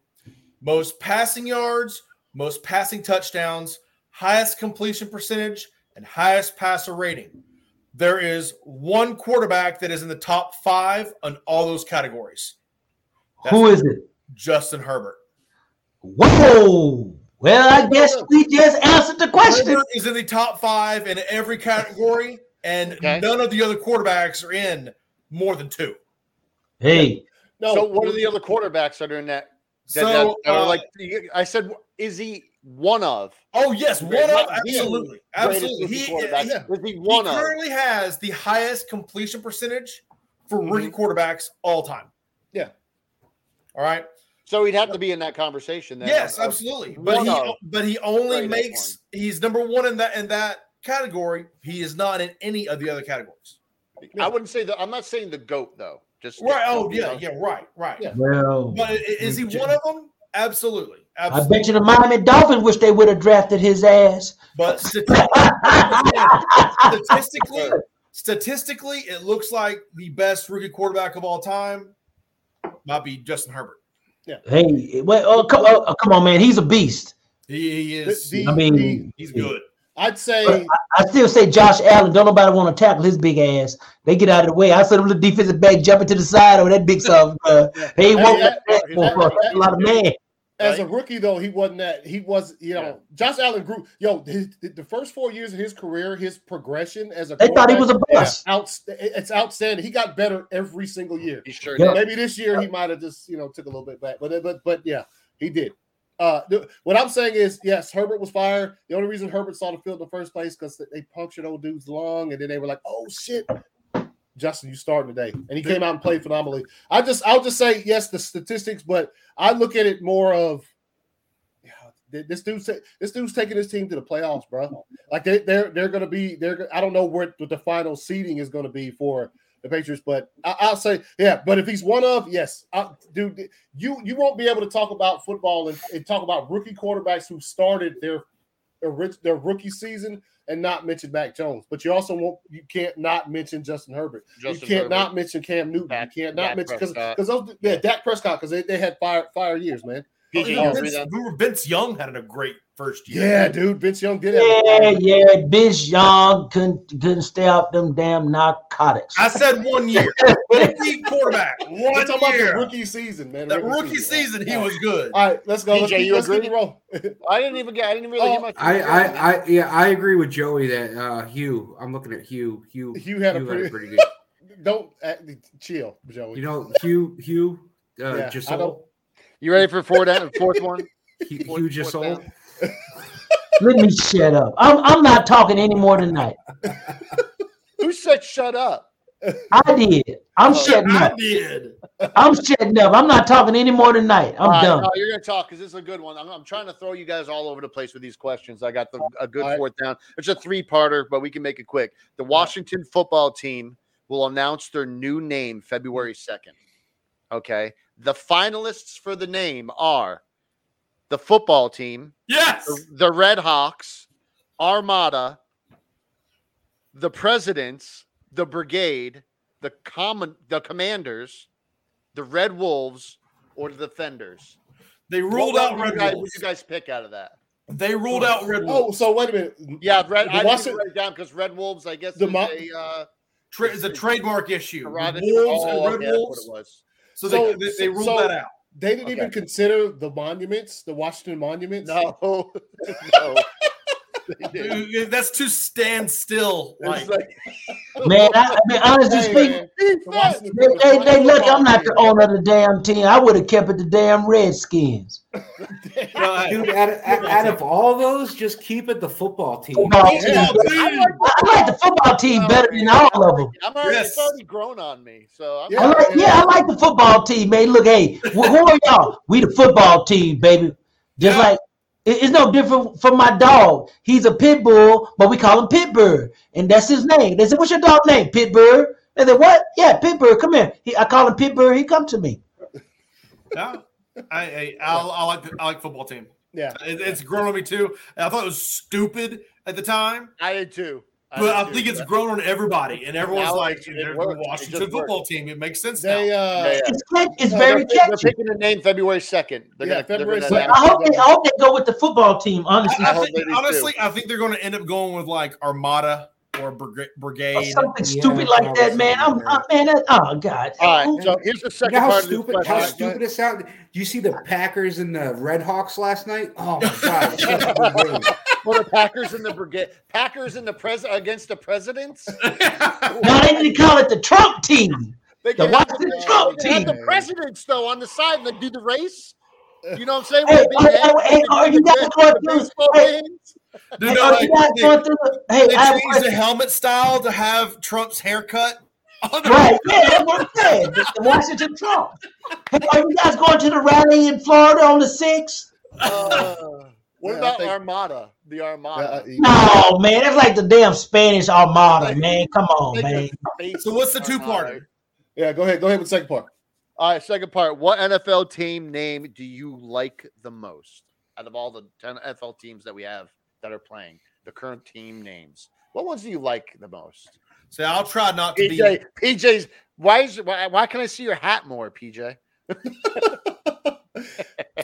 S4: most passing yards, most passing touchdowns, highest completion percentage, and highest passer rating. There is one quarterback that is in the top five on all those categories. That's
S6: Who is it?
S4: Justin Herbert?
S6: Whoa. Well, I guess we just answered the question.
S4: Herbert is in the top five in every category, and
S3: Okay.
S4: none of the other quarterbacks are in more than two.
S6: Hey,
S2: No,
S3: So what are the other quarterbacks that are in that? that-
S4: So,
S3: that- that are
S4: uh,
S3: like you- I said, is he one of?
S4: Oh yes, one
S3: Great.
S4: of
S3: Might be
S4: absolutely,
S3: greatest
S4: absolutely.
S3: rookie
S4: He,
S3: quarterbacks?
S4: yeah.
S3: Would be
S4: he
S3: one of.
S4: currently has the highest completion percentage for rookie
S3: Mm-hmm.
S4: quarterbacks all time.
S2: Yeah.
S4: All right.
S3: So he'd have to be in that conversation. Then
S4: yes,
S3: of- of-
S4: absolutely. But
S3: one
S4: he
S3: of
S4: but he only
S3: greatest
S4: makes he's number one in that in that category. He is not in any of the other categories.
S3: I wouldn't say that. I'm not saying the goat though. Just
S4: Right. Oh
S3: you
S4: yeah,
S3: know.
S4: yeah. Right. Right.
S2: Yeah.
S6: well,
S4: But i- i- is he one of them? Absolutely.
S6: I
S4: Absolutely.
S6: bet you the Miami Dolphins wish they would have drafted his ass.
S4: But statistically, statistically, statistically, it looks like the best rookie quarterback of all time might be Justin Herbert.
S6: Hey, well, oh, come, oh, oh, come on, man, he's a beast.
S4: He, he is.
S2: The- the-
S6: I mean,
S4: he's good.
S2: I'd say
S6: I still say Josh Allen. Don't nobody want to tackle his big ass. They get out of the way. I said him the defensive back jumping to the side or that big stuff. Uh, they
S2: I mean,
S6: won't let
S2: that-
S6: that for for a lot of man.
S2: as a rookie though he wasn't that he was you know Josh Allen grew yo his, the first four years of his career his progression as a
S6: They thought he was a
S2: quarterback,
S6: bust.
S2: outst- it's outstanding he got better every single year
S3: He sure
S6: Yeah.
S3: did.
S2: Maybe this year he might have just you know took a little bit back, but but but yeah, he did. Uh, th- what I'm saying is, yes, Herbert was fired. The only reason Herbert saw the field in the first place because they punctured old dude's lung, and then they were like, "Oh shit, Justin, you starting today?" And he came out and played phenomenally. I just, I'll just say yes, the statistics, but I look at it more of yeah, th- this dude's ta- this dude's taking his team to the playoffs, bro. Like they, they're they're gonna be they're go- I don't know where what the final seeding is gonna be for the Patriots, but I, I'll say yeah. But if he's one of yes, I, dude, you you won't be able to talk about football and, and talk about rookie quarterbacks who started their orig- their rookie season and not mention Mac Jones. But you also won't you can't not mention Justin Herbert.
S3: Justin
S2: you can't
S3: Herbert.
S2: not mention Cam Newton.
S3: Dak-
S2: you can't not
S3: Dak
S2: mention
S3: Prescott.
S2: because those yeah Dak Prescott because they, they had fire fire years, man.
S3: PJ,
S4: Oh, even
S3: you agree
S4: Vince,
S3: that?
S4: remember Vince Young had a great first year.
S2: Yeah, dude, Vince Young did have a
S6: Yeah, yeah. Vince Young couldn't couldn't stay off them damn narcotics.
S4: I said one year. rookie quarterback.
S2: We're
S4: One
S2: talking about
S4: year.
S2: the rookie season, man. the
S4: that rookie season, he was good.
S2: All right, let's go. Let's,
S3: DJ,
S2: keep,
S3: you
S2: let's keep
S3: agree?
S2: it rolling.
S3: I didn't even get. I didn't really
S2: Oh,
S3: get my.
S5: I, I, I, yeah, I agree with Joey that uh, Hugh. I'm looking at Hugh. Hugh,
S2: Hugh had a
S5: Hugh
S2: pretty-
S5: good.
S2: Don't act, chill, Joey.
S5: You know, Hugh, Hugh, uh,
S2: Yeah, I
S5: Gasol,
S3: you ready for fourth fourth one?
S5: Hugh,
S3: Fourth-
S5: Hugh
S3: fourth
S5: Gasol.
S3: down.
S6: Let me shut up. I'm I'm not talking anymore tonight.
S3: Who said shut up?
S6: I did. I'm
S3: Oh,
S6: shutting
S4: I
S6: up.
S4: did.
S6: I'm shutting up. I'm not talking anymore tonight. I'm
S3: All right,
S6: done.
S3: no, you're gonna talk because this is a good one. I'm, I'm trying to throw you guys all over the place with these questions. I got the, a good
S2: All right.
S3: fourth down. It's a three-parter, but we can make it quick. The Washington football team will announce their new name February second. Okay. The finalists for the name are the football team,
S4: Yes.
S3: the, the Red Hawks, Armada, the Presidents, the Brigade, the Common, the Commanders, the Red Wolves, or the Defenders.
S4: They ruled
S3: What
S4: out
S3: would
S4: Red
S3: you guys,
S4: Wolves.
S3: What you guys pick out of that?
S4: They ruled out Red
S2: Oh,
S4: Wolves.
S2: so wait a minute.
S3: Yeah, Red.
S2: The
S3: I didn't
S2: Washington-
S3: even write it down because Red Wolves, I guess,
S2: The
S3: is
S2: Mo-
S3: a uh,
S4: Tra- it's a trademark issue.
S3: erotic-
S4: Wolves
S3: oh,
S4: and
S3: yeah,
S4: Red
S3: that's
S4: Wolves.
S3: What it was.
S4: So,
S2: So-
S4: they, they, they ruled
S2: so-
S4: that out.
S2: They didn't even
S3: Okay.
S2: consider the monuments, the Washington monuments.
S3: No, no. They didn't.
S4: Dude, That's to stand still. Like,
S3: It's like,
S6: Man, I, I mean, honestly
S2: Hey,
S6: speaking,
S2: man, the Washington-
S6: they,
S2: the
S6: they, they
S2: Washington
S6: lucky I'm not the
S2: football
S6: owner of the damn team. I would have kept it the damn Redskins.
S2: team.
S4: well, hey,
S5: Dude, out, of- out, out of all those, just keep it the football team.
S6: No,
S4: yeah, dude.
S6: I, I like the football team better than all of them.
S3: I'm already,
S4: Yes.
S3: it's already grown on me. So I'm
S6: I like, yeah, I like the football team, man. Look, hey, wh- who are y'all? We the football team, baby. Just
S4: Yeah.
S6: like it- it's no different from my dog. He's a pit bull, but we call him Pitbird, and that's his name. They said, "What's your dog name?" Pitbird. They said, "What? Yeah, Pitbird. Come here." He, I call him Pitbird. He come to me.
S4: No, I, I, I, I like the, I like football team.
S2: Yeah.
S4: It, it's grown on me too. And I thought it was stupid at the time,
S3: I did too.
S4: but I,
S3: did
S4: think
S3: too.
S4: it's grown on everybody. And everyone's
S3: Now
S4: like,
S3: it- it
S4: they're the
S3: worked. It
S4: Washington
S3: just
S4: football team. It makes sense
S2: They
S4: now.
S2: uh,
S3: Yeah, yeah.
S6: It's catch, it's
S2: No,
S6: very
S3: they're, they're
S6: catchy.
S3: picking a name February 2nd. They're
S2: Yeah,
S3: gonna, they're
S2: February
S3: gonna
S2: 2nd.
S3: announce-
S6: I hope they I hope they go with the football team. Honestly,
S4: I
S3: hope
S4: think-
S3: they do, too.
S4: honestly, I think they're going to end up going with like Armada or Brig-
S6: Or
S4: Brigade.
S6: something
S5: Yeah,
S6: stupid
S5: I
S6: like that, man. I'm,
S5: was-
S6: I'm man. That, oh God.
S3: All right, so here's the
S5: You
S3: second
S5: know how
S3: part of
S5: stupid
S3: this
S5: how
S3: question.
S5: stupid it sounded? You see the Packers and the Red Hawks last night? Oh my god, it's just brilliant.
S3: For the Packers and the Brigade, Packers and the pres against the presidents.
S6: Now they need to call it the Trump team.
S3: They
S6: The
S3: can have
S6: Washington Trump
S3: they can have
S6: team.
S3: the presidents though on the side and they do the race. You know what I'm saying?
S6: Hey,
S3: With the big
S6: hey,
S3: hats,
S6: hey,
S3: they do
S6: are you
S3: the
S6: guys
S3: grand-
S6: going
S3: the
S6: through-
S3: baseball
S6: hey.
S3: games.
S4: Dude,
S6: Hey,
S4: no,
S6: are
S4: like,
S6: you guys
S4: they-
S6: going through the- hey,
S4: they
S6: I have a
S4: changed the
S6: question.
S4: helmet style to have Trump's haircut. on the-
S6: Right, yeah, that's what I'm saying. The the Washington Trump. Hey, are you guys going to the rally in Florida on the sixth?
S3: Uh, what
S2: Yeah, I
S3: about
S2: think-
S3: Armada? The
S2: Uh,
S3: Armada.
S2: you-
S6: No, man, that's like the damn Spanish Armada, man. Come on, Oh, man.
S4: So what's the two parter?
S2: Yeah, go ahead. Go ahead with the second part.
S3: All right, second part. What NFL team name do you like the most out of all the 10 NFL teams that we have that are playing? The current team names. What ones do you like the most?
S4: So I'll try not to be.
S3: PJ, PJ's. Why is why, why can I see your hat more, PJ?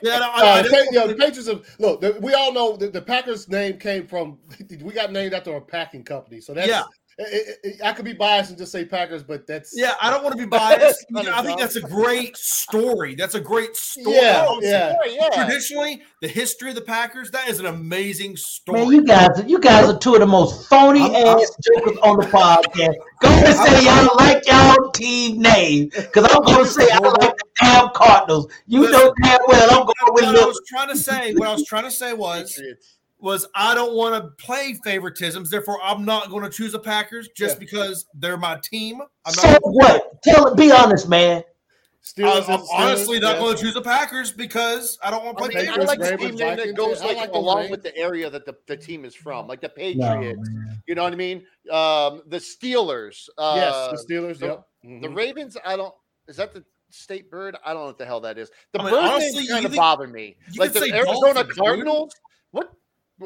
S4: Yeah, no, I- I
S2: Uh,
S4: didn't-
S2: Pa- yeah, the Patriots have look. The, we all know that the Packers name came from. We got named after a packing company, so that's.
S4: Yeah.
S2: It, it, it- I could be biased and just say Packers, but that's
S4: Yeah, I don't want to be biased.
S3: Not
S4: I think
S3: enough.
S4: that's a great story. That's a great story.
S2: Yeah,
S4: Oh,
S2: yeah.
S3: Oh, yeah.
S4: Traditionally, the history of the Packers, that is an amazing story.
S6: Man, you guys, you guys are two of the most phony
S5: I'm- I'm-
S6: ass jokers on the podcast. Go and say y'all like y'all team name, because I'm going to say I like the damn Cardinals. You know
S4: Listen,
S6: damn well I'm
S4: What
S6: going with
S4: I
S6: little.
S4: was trying to say, what I was trying to say was,
S3: Patriots.
S4: was I don't want to play favoritisms. Therefore, I'm not going to choose the Packers just
S2: Yeah.
S4: because they're my team. I'm
S6: So
S4: not.
S6: what? Tell be honest, man.
S2: Steelers.
S4: I'm, I'm
S2: is-
S4: honestly
S2: Steelers,
S4: not
S2: yeah.
S4: going to choose the Packers because I don't want to
S3: I,
S4: play.
S3: mean, I
S2: Patriots,
S4: favorites.
S3: like the
S2: Ravens,
S3: team name that
S2: Vikings,
S3: goes
S2: yeah, I
S3: like,
S2: like those
S3: along
S2: names.
S3: with the area that the, the team is from, like the
S6: No,
S3: Patriots.
S6: man.
S3: you know what I mean? Um, the Steelers. Uh,
S2: Yes, the Steelers.
S3: the-
S2: yep. Mhm.
S3: The Ravens, I don't. Is that the state bird? I don't know what the hell that is. The
S4: I mean,
S3: bird
S4: honestly,
S3: names
S4: you
S3: kind of
S4: think-
S3: bother me.
S4: you
S3: Like
S4: could
S3: the
S4: say
S3: Arizona
S4: dolphins, dude.
S3: Cardinals. What?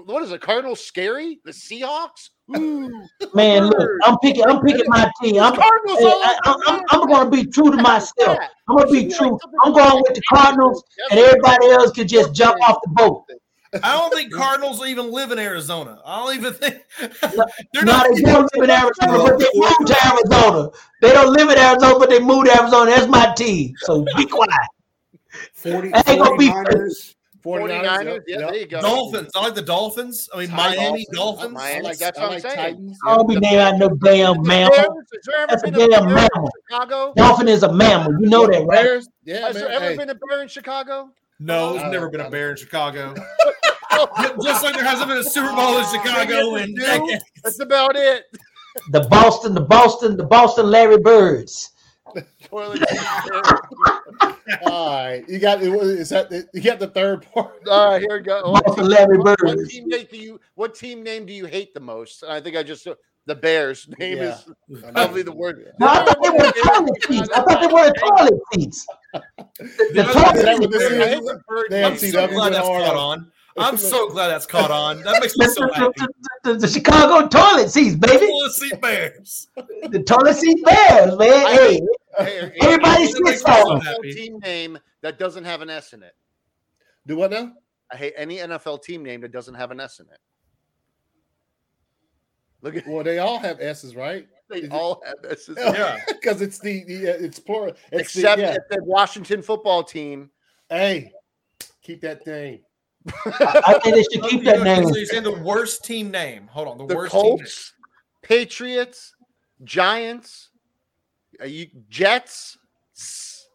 S3: What is a Cardinal scary? The Seahawks? Ooh,
S6: Man, look, I'm picking. I'm picking my team. I'm,
S3: Cardinals.
S6: hey,
S3: all
S6: I,
S3: over the
S6: am
S3: map.
S6: I'm going to be true to myself.
S3: Yeah.
S6: I'm going
S3: Should
S6: to be
S3: be like
S6: true.
S3: something
S6: I'm going
S3: like
S6: with the
S3: that.
S6: Cardinals,
S3: That's
S6: and
S3: what-
S6: everybody else could just jump off the boat.
S4: I don't think Cardinals even live in Arizona. I don't even think they're
S6: No,
S4: not.
S6: they don't live in Arizona, but they moved to Arizona. They don't live in Arizona, but they moved to Arizona. That's my team. So be quiet.
S5: 40,
S6: That ain't gonna be
S5: 49ers.
S3: 49ers.
S2: 49ers,
S3: yeah,
S2: yep,
S3: there you go.
S4: Dolphins. I like the Dolphins. I mean,
S3: Titans.
S4: Miami Dolphins.
S2: I
S3: Miami.
S2: like,
S3: That's
S2: I
S3: what I'm
S2: like
S3: saying.
S2: Titans.
S6: I don't be named out no damn
S3: The
S6: mammal.
S3: Bears, has there ever
S6: That's a
S3: been a
S6: damn
S3: bear in
S6: mammal.
S3: Chicago?
S6: Dolphin is a mammal. You know that, right?
S2: Bears. Yeah,
S3: Has there
S2: man.
S3: ever
S2: Hey,
S3: been a bear in Chicago?
S4: No, there's
S2: Uh,
S4: never been a
S2: uh,
S4: bear in Chicago.
S3: Oh,
S4: Just like there hasn't been a Super Bowl in Chicago in decades.
S3: that's about it.
S6: The Boston, the Boston, the Boston Larry Birds.
S3: Toilet paper.
S2: all right. You got is that you got the third part.
S3: All right, here we go. What
S6: Boston
S3: team,
S6: Larry
S3: what- what
S6: Bird.
S3: team name do you? What team name do you hate the most? And I think I just the Bears name
S2: Yeah.
S3: is probably the word.
S6: No, I thought they were toilet seats. I thought they were toilet seats. The, the toilet
S2: that
S6: seats.
S2: was-
S3: I hate
S2: Damn,
S3: the bird
S2: damn,
S4: I'm
S3: name.
S2: see,
S4: so
S2: that
S4: glad
S2: went
S4: that's
S2: hard
S4: caught
S2: out.
S4: on. I'm so glad that's caught on. That makes me so
S6: The,
S4: happy.
S6: the, the, the, the Chicago toilet seats, baby.
S4: Full of sea bears.
S6: The toilet seat bears, man. Hey,
S3: Hey, hey,
S6: everybody
S3: hey,
S4: That makes
S6: sits
S4: me
S6: on
S4: so
S6: them.
S3: NFL
S4: happy.
S3: team name that doesn't have an S in it.
S2: Do what now?
S3: I hate any NFL team name that doesn't have an S in it. Look at
S2: Well, they all have S's, right?
S3: they all have S's.
S4: Yeah.
S2: Because it's the, the uh, it's plural. It's
S3: Except
S2: the, yeah.
S3: at the Washington football team.
S2: Hey, keep that thing.
S6: I think they should keep that name.
S4: So you're saying the worst team name. Hold on, the,
S3: the
S4: worst
S3: Colts, Patriots, Giants, uh, you, Jets. s-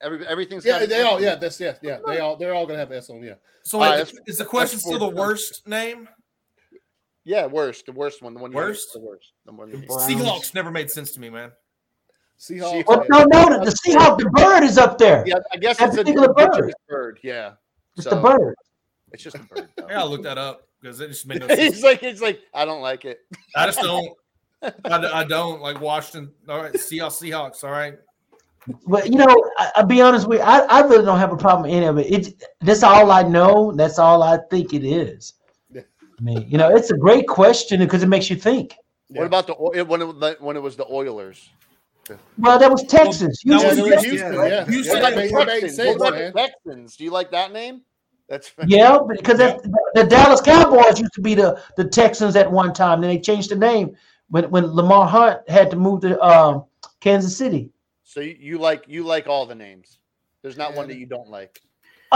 S3: Every, everything's
S2: Yeah,
S3: got-
S2: they all. Yeah, that's yes. Yeah, they all. They're all gonna have S on. Yeah.
S4: team name. So
S3: All
S4: wait,
S3: right,
S4: is- is the question
S3: that's
S4: still the
S3: fourth.
S4: worst name?
S3: yeah. Worst, the worst one, the one you hate,
S4: Worst?
S3: the worst, the one. You hate.
S5: Browns.
S4: Seahawks never made sense to me, man.
S2: Seahawks.
S6: Well, no, no, the, the Seahawk, the bird is up there.
S3: Yeah, I guess
S6: That
S3: it's a
S6: particular bird.
S3: bird. bird. Yeah,
S6: it's
S3: so,
S6: the bird.
S3: It's just a bird. though.
S4: Yeah, I looked that up because it just made no sense.
S3: he's like, he's like, I don't like it.
S4: I just don't. I, I don't like Washington. All right, see y'all Seahawks. All right.
S6: But you know, I, I'll be honest with you, I, I really don't have a problem with any of it. It that's all I know. That's all I think it is. I mean, you know, it's a great question because it makes you think.
S2: Yeah.
S3: What about the Oi- when it, when it was the Oilers?
S6: Well, that was Texas. You
S4: that
S2: Yeah,
S4: was
S6: was
S2: they're in
S6: Texas.
S4: Houston,
S2: Houston.
S5: right?
S2: Yeah,
S4: Houston
S2: yeah,
S4: got
S2: it made- it
S3: Texans.
S2: made
S3: What
S2: sense,
S3: about
S2: man.
S3: the Texans? Do you like that name? That's
S6: Yeah, because that's, the, the Dallas Cowboys used to be the, the Texans at one time. Then they changed the name when, when Lamar Hunt had to move to um, Kansas City.
S3: So you, you like you like all the names. There's not one
S2: Yeah.
S3: that you don't like.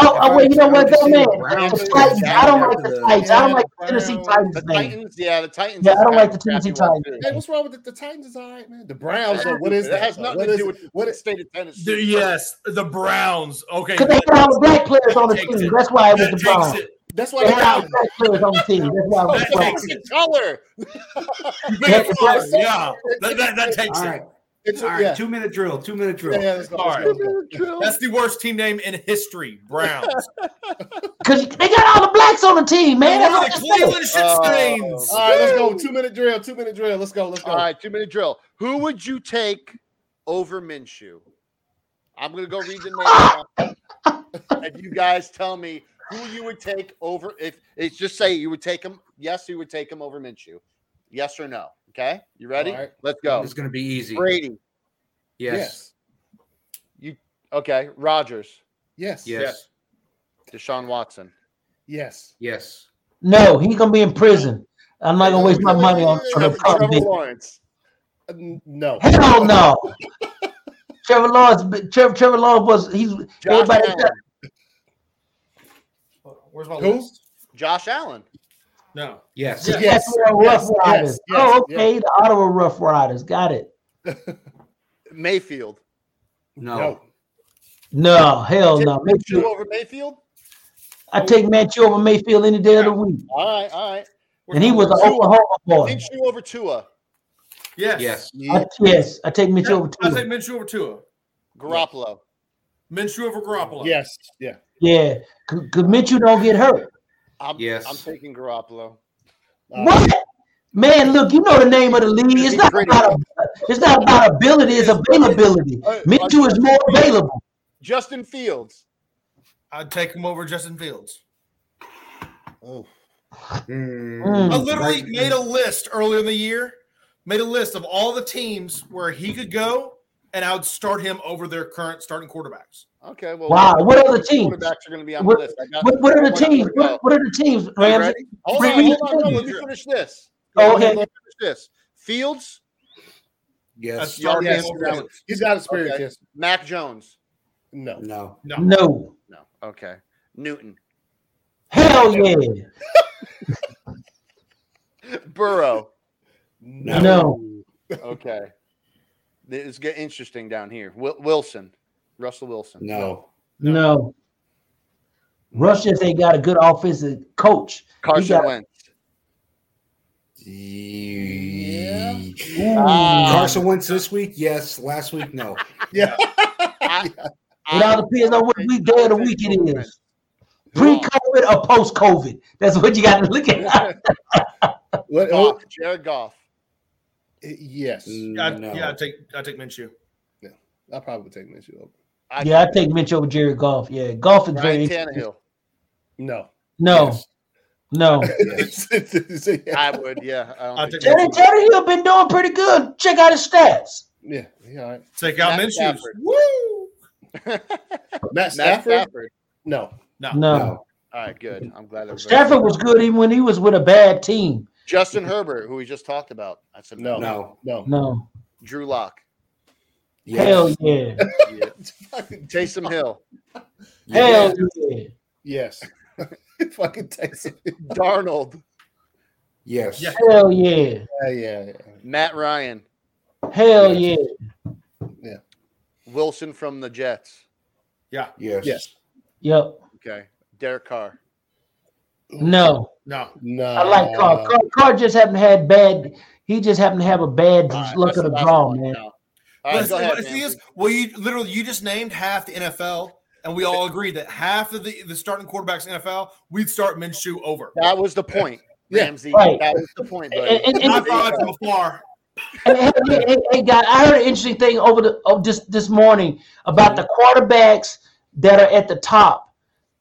S6: Oh, oh wait, you know what,
S12: I've
S6: though,
S12: seen
S6: man?
S12: the Browns
S6: The Titans,
S12: get
S6: I don't
S12: down
S6: like
S12: after
S6: the
S12: the-
S6: Titans. I don't like the
S3: Browns,
S6: Tennessee Titans,
S3: The
S6: man.
S3: Titans, yeah, the Titans.
S6: Yeah,
S3: is
S6: I don't like the
S3: crappy
S6: Tennessee
S3: one, too.
S2: Hey, what's wrong with the, the Titans? Is all right, man. The Browns, though. What is
S3: It
S2: that?
S3: has
S2: though?
S3: nothing
S2: What
S3: to
S2: is
S3: do
S2: it?
S3: with
S2: What
S3: the
S2: is,
S3: state of Tennessee.
S4: The- yes, the Browns. Okay,
S6: Because they had all the black players on the
S4: That takes
S6: team.
S4: it.
S6: That's why it was
S4: that
S6: the
S4: takes
S6: Browns.
S4: it.
S2: that's why
S6: They
S2: they
S6: had all
S2: got
S6: the black players on the team. That's why it was
S4: That
S6: the Browns.
S4: takes it.
S3: color.
S4: You beg your
S6: That's
S4: pardon.
S6: right.
S4: Yeah, that, that, that takes
S5: All
S4: it.
S5: right.
S2: it's,
S5: All right.
S2: yeah.
S5: Two minute drill. Two minute drill.
S2: Yeah, yeah, let's go, let's
S4: All
S2: go, let's go.
S4: That's the worst team name in history. Browns.
S6: Because they got all the blacks on the team, man.
S4: Man,
S6: That's
S4: what
S6: all
S4: are
S6: I'm
S4: the
S6: saying.
S4: Cleveland shit stains?
S2: All right, let's go. Two minute drill. Two minute drill. Let's go. Let's go.
S3: All right, two minute drill. Who would you take over Minshew? I'm gonna go read the name, out, and you guys tell me who you would take over. If it's just say you would take him, yes, you would take him over Minshew, yes or no. Okay, you ready?
S2: All right.
S3: Let's go.
S5: It's going to be easy.
S3: Brady.
S5: Yes.
S3: Okay, Rogers,
S2: Yes. Yes.
S5: Yes.
S3: Deshaun Watson.
S2: Yes.
S5: Yes.
S6: No, he's going to be in prison. I'm not going to waste my money on on a
S3: Trevor, Trevor
S6: convict.
S3: Lawrence.
S2: Uh, n- no.
S6: Hell no. Trevor Lawrence, Trevor, Trevor Lawrence was he's
S3: Josh
S6: everybody.
S3: Allen.
S4: Uh, Where's my
S2: Who?
S4: list?
S3: Josh Allen.
S4: No.
S5: Yes.
S4: Yeah.
S6: That's
S2: Yes.
S6: where Rough
S2: Yes.
S6: Riders.
S2: Yes.
S6: oh,
S2: Yes.
S6: okay, the Ottawa Rough Riders. Got it.
S3: Mayfield.
S5: No.
S2: No.
S6: No, hell
S3: Take
S6: no.
S3: Minshew
S6: Mayfield.
S3: over Mayfield.
S6: I take Manchu over Mayfield any day of the week.
S3: All right, all right.
S6: And he was an
S3: Tua.
S6: Oklahoma boy.
S3: Minshew over Tua.
S4: Yes.
S5: Yes.
S6: I, yes, I take Mitchell over
S4: I
S6: too.
S4: take Minshew over Tua.
S3: Garoppolo.
S4: Minshew over Garoppolo.
S2: Yes. Yeah.
S6: Yeah, because Mitchell don't get hurt.
S3: I'm,
S5: Yes.
S3: I'm taking Garoppolo.
S2: Uh,
S6: What? Man, look, you know the name of the league. It's not
S3: Pretty.
S6: about it's not about ability, it's availability.
S3: Uh,
S6: Mitchell is more available.
S3: Justin Fields.
S4: I'd take him over Justin Fields.
S2: Oh.
S6: Mm.
S4: I
S3: Hmm.
S4: literally made a list earlier in the year, made a list of all the teams where he could go, and I would start him over their current starting quarterbacks.
S3: Okay, well.
S6: Wow,
S3: what-
S6: what other
S3: what
S6: teams?
S3: Quarterbacks are going to be on
S6: What-
S3: the list. I got-
S6: What, what are the
S3: Where do we
S6: teams?
S3: go?
S6: What, what are the teams,
S3: Are you
S6: Ramsey?
S3: ready? Hold
S6: Read
S3: on,
S6: me
S3: hold
S6: the
S3: on. no,
S6: teams.
S3: Let me finish this.
S6: Oh, okay.
S3: Let me finish this. Fields,
S4: I'd
S5: Yes.
S4: start him
S2: Yes.
S4: over
S2: Yes.
S4: Fields.
S2: He's got experience.
S3: Okay.
S2: Yes.
S3: Mac Jones.
S2: No.
S5: No.
S4: No.
S6: No.
S3: No. Okay. Newton.
S6: Hell yeah.
S3: Burrow.
S6: No.
S3: Okay. It's getting interesting down here. Wil- Wilson. Russell Wilson.
S5: No.
S6: No. Rush just ain't got a good offensive coach.
S3: Carson
S6: got-
S3: Wentz.
S6: Ooh.
S3: Ah,
S5: Carson wins this week. Yes. Last week, no.
S3: I,
S6: It all depends on what week day of the week it is. Pre COVID or post COVID. That's what you got to look at.
S2: What, oh,
S3: Goff, Jared Goff.
S2: yes.
S4: Yeah, I'd,
S5: Mm, No.
S4: yeah, I'd take I'd take Minshew.
S2: I probably would take Minshew over.
S3: I
S6: yeah, I take Mitch over Jerry Golf. Yeah, golf is very.
S3: Ryan Tannehill.
S2: No.
S6: No, no.
S2: yeah.
S3: I would, yeah. I don't
S4: I'll
S3: think
S4: take
S6: Jerry Tannehill been doing pretty good. Check out his stats.
S2: Yeah. yeah. All right.
S4: Take out
S3: Matt
S4: Minshew.
S3: Stafford.
S4: Woo!
S2: Matt
S3: Matt
S2: Stafford?
S3: Stafford.
S2: No.
S6: No.
S5: No.
S3: All right, good. I'm glad. everybody-
S6: Stafford was good even when he was with a bad team.
S3: Justin Herbert, who we just talked about. I said
S2: No.
S5: No.
S2: No.
S6: No.
S3: Drew Lock.
S5: Yes.
S6: Hell yeah.
S3: Jason Hill,
S6: Hell yeah.
S2: Yes. Fucking Texas.
S3: Darnold,
S5: Yes.
S4: Yeah.
S6: Hell yeah.
S2: Yeah, yeah, yeah.
S3: Matt Ryan,
S6: Hell yeah.
S3: Wilson from the Jets.
S5: Yes.
S2: Yes.
S6: Yep.
S3: Okay. Derek Carr.
S6: No.
S4: No.
S2: No.
S6: I like
S3: Uh,
S6: uh, Carr. Carr, Carr just haven't had bad. He just happened to have a bad
S3: All right,
S6: luck of
S3: that's
S6: the
S3: last
S6: draw,
S3: one
S6: man.
S3: now. All right,
S4: But
S3: go
S4: the-
S3: ahead.
S4: but the thing
S3: Ramsey.
S4: is, well, you literally you just named half the NFL, and we all agree that half of the, the starting quarterbacks in NFL, we'd start Minshew over.
S3: that was the point,
S2: Yeah.
S3: Ramsey.
S6: Right.
S3: That was the point, buddy.
S6: And- and- and-
S4: I thought from afar.
S6: hey, hey, hey, hey, hey, guy, I heard an interesting thing over the of this this morning about the quarterbacks that are at the top.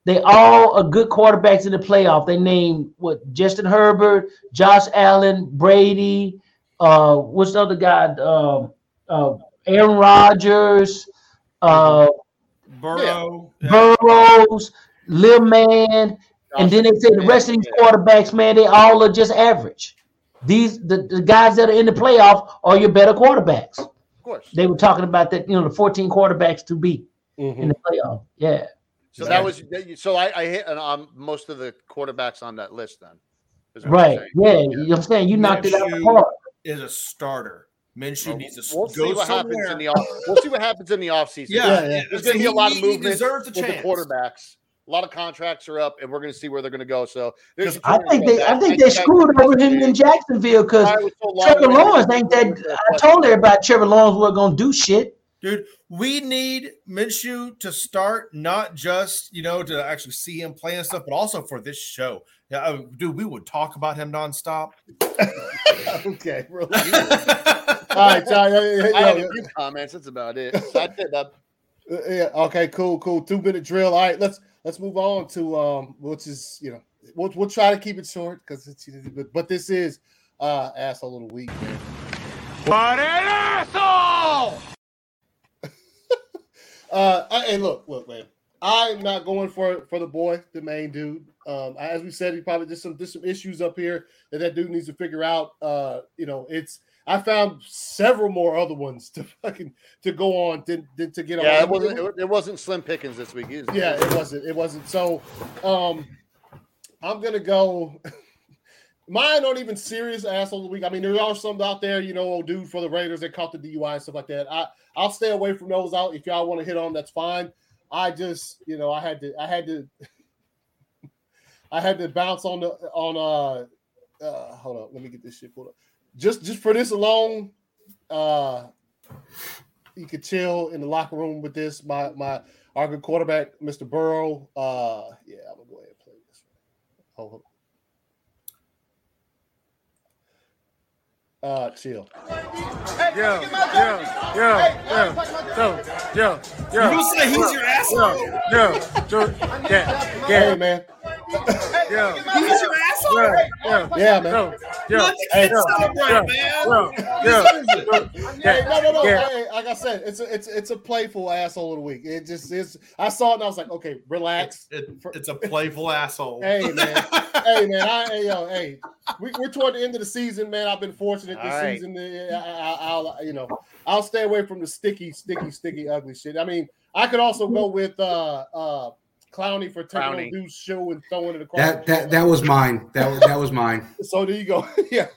S6: They all are good quarterbacks in the playoff. They named what Justin Herbert, Josh Allen, Brady, uh, what's the other guy? Um, uh, Aaron Rodgers, uh,
S4: Burrow. Yeah.
S6: Burrows, Lil Man, and then they say the rest of these quarterbacks, man, they all are just average. These the, the guys that are in the playoff are your better quarterbacks.
S3: Of course.
S2: Mm-hmm.
S6: They were talking about that, you know, the 14 quarterbacks to beat in the playoff. Yeah.
S3: So that was so I, I hit on um, most of the quarterbacks on that list then. is what I'm
S6: Right.
S3: saying.
S6: Yeah. You know what I'm saying? You knocked it out of the park.
S4: Is a starter. Minshew needs to s-
S3: We'll see
S4: go
S3: what happens
S4: somewhere.
S3: in the off. We'll see what happens in the offseason.
S4: yeah, yeah,
S3: There's going to be a lot of
S4: He-
S3: movement
S4: He deserves a
S3: with the
S4: chance.
S3: quarterbacks. A lot of contracts are up, and we're going to see where they're going to go. So there's
S6: I think they I think they screwed over him in Jacksonville because
S3: I was so
S6: Trevor
S3: long-winded.
S6: Lawrence ain't that I told everybody Trevor Lawrence wasn't gonna do shit.
S4: Dude, we need Minshew to start not just you know to actually see him play and stuff, but also for this show. Yeah, I- dude, we would talk about him nonstop.
S2: okay, relax. All right, John. yeah, yeah, yeah,
S3: I had
S2: yeah.
S3: a few comments. That's about it. So I did that.
S2: Uh, Yeah. Okay. Cool. Cool. Two minute drill. All right. Let's let's move on to um, which is you know we'll we'll try to keep it short because it's but, but this is uh asshole of the week. Man. Uh, I, hey, look, look, man. I'm not going for for the boy, the main dude. Um, I- as we said, he probably just some there's some issues up here that that dude needs to figure out. Uh, you know, it's I found several more other ones to fucking to go on than, than to get on.
S3: Yeah, it wasn't. It, it wasn't Slim Pickens this week. Either.
S2: Yeah, it wasn't. It wasn't. So, um, I'm gonna go. Mine aren't even serious asshole of the week. I mean, there are some out there, you know, old dude for the Raiders that caught the DUI and stuff like that. I I'll stay away from those. Out if y'all want to hit on, that's fine. I just, you know, I had to, I had to, I had to bounce on the on uh, uh hold up, let me get this shit pulled up. Just just for this alone, uh, you could chill in the locker room with this. My my our good quarterback, Mr. Burrow. Uh, yeah, I'm gonna go ahead and play this. Hold on. Uh, chill.
S9: Yo, yo, yo, yo, yo, yo, yo.
S4: You say he's your asshole?
S9: Yo, yo, yeah,
S2: Hey, man.
S9: yo,
S4: He's your asshole?
S9: yo, yo,
S2: Yeah, man.
S9: yo, yo,
S4: Let the
S2: Hey,
S4: kid celebrate,
S9: yeah,
S4: man.
S9: yo, yo.
S2: Hey, no, no, no.
S9: Yeah.
S2: Hey, like I said, it's a, it's it's a playful asshole of the week. It just is. I saw it and I was like, okay, relax.
S4: It- it's a playful asshole.
S2: Hey, man. hey, man. I, hey, yo, hey. We, we're toward the end of the season, man. I've been fortunate this
S3: All right.
S2: season. Eh, I, I, I'll, you know, I'll stay away from the sticky, sticky, sticky, ugly shit. I mean, I could also go with uh uh Clowney for taking
S3: Clowney.
S2: on Deuce shoe and throwing it across.
S5: That
S2: the
S5: that
S2: field.
S5: that was mine. That was- that was mine.
S2: So there you go. yeah.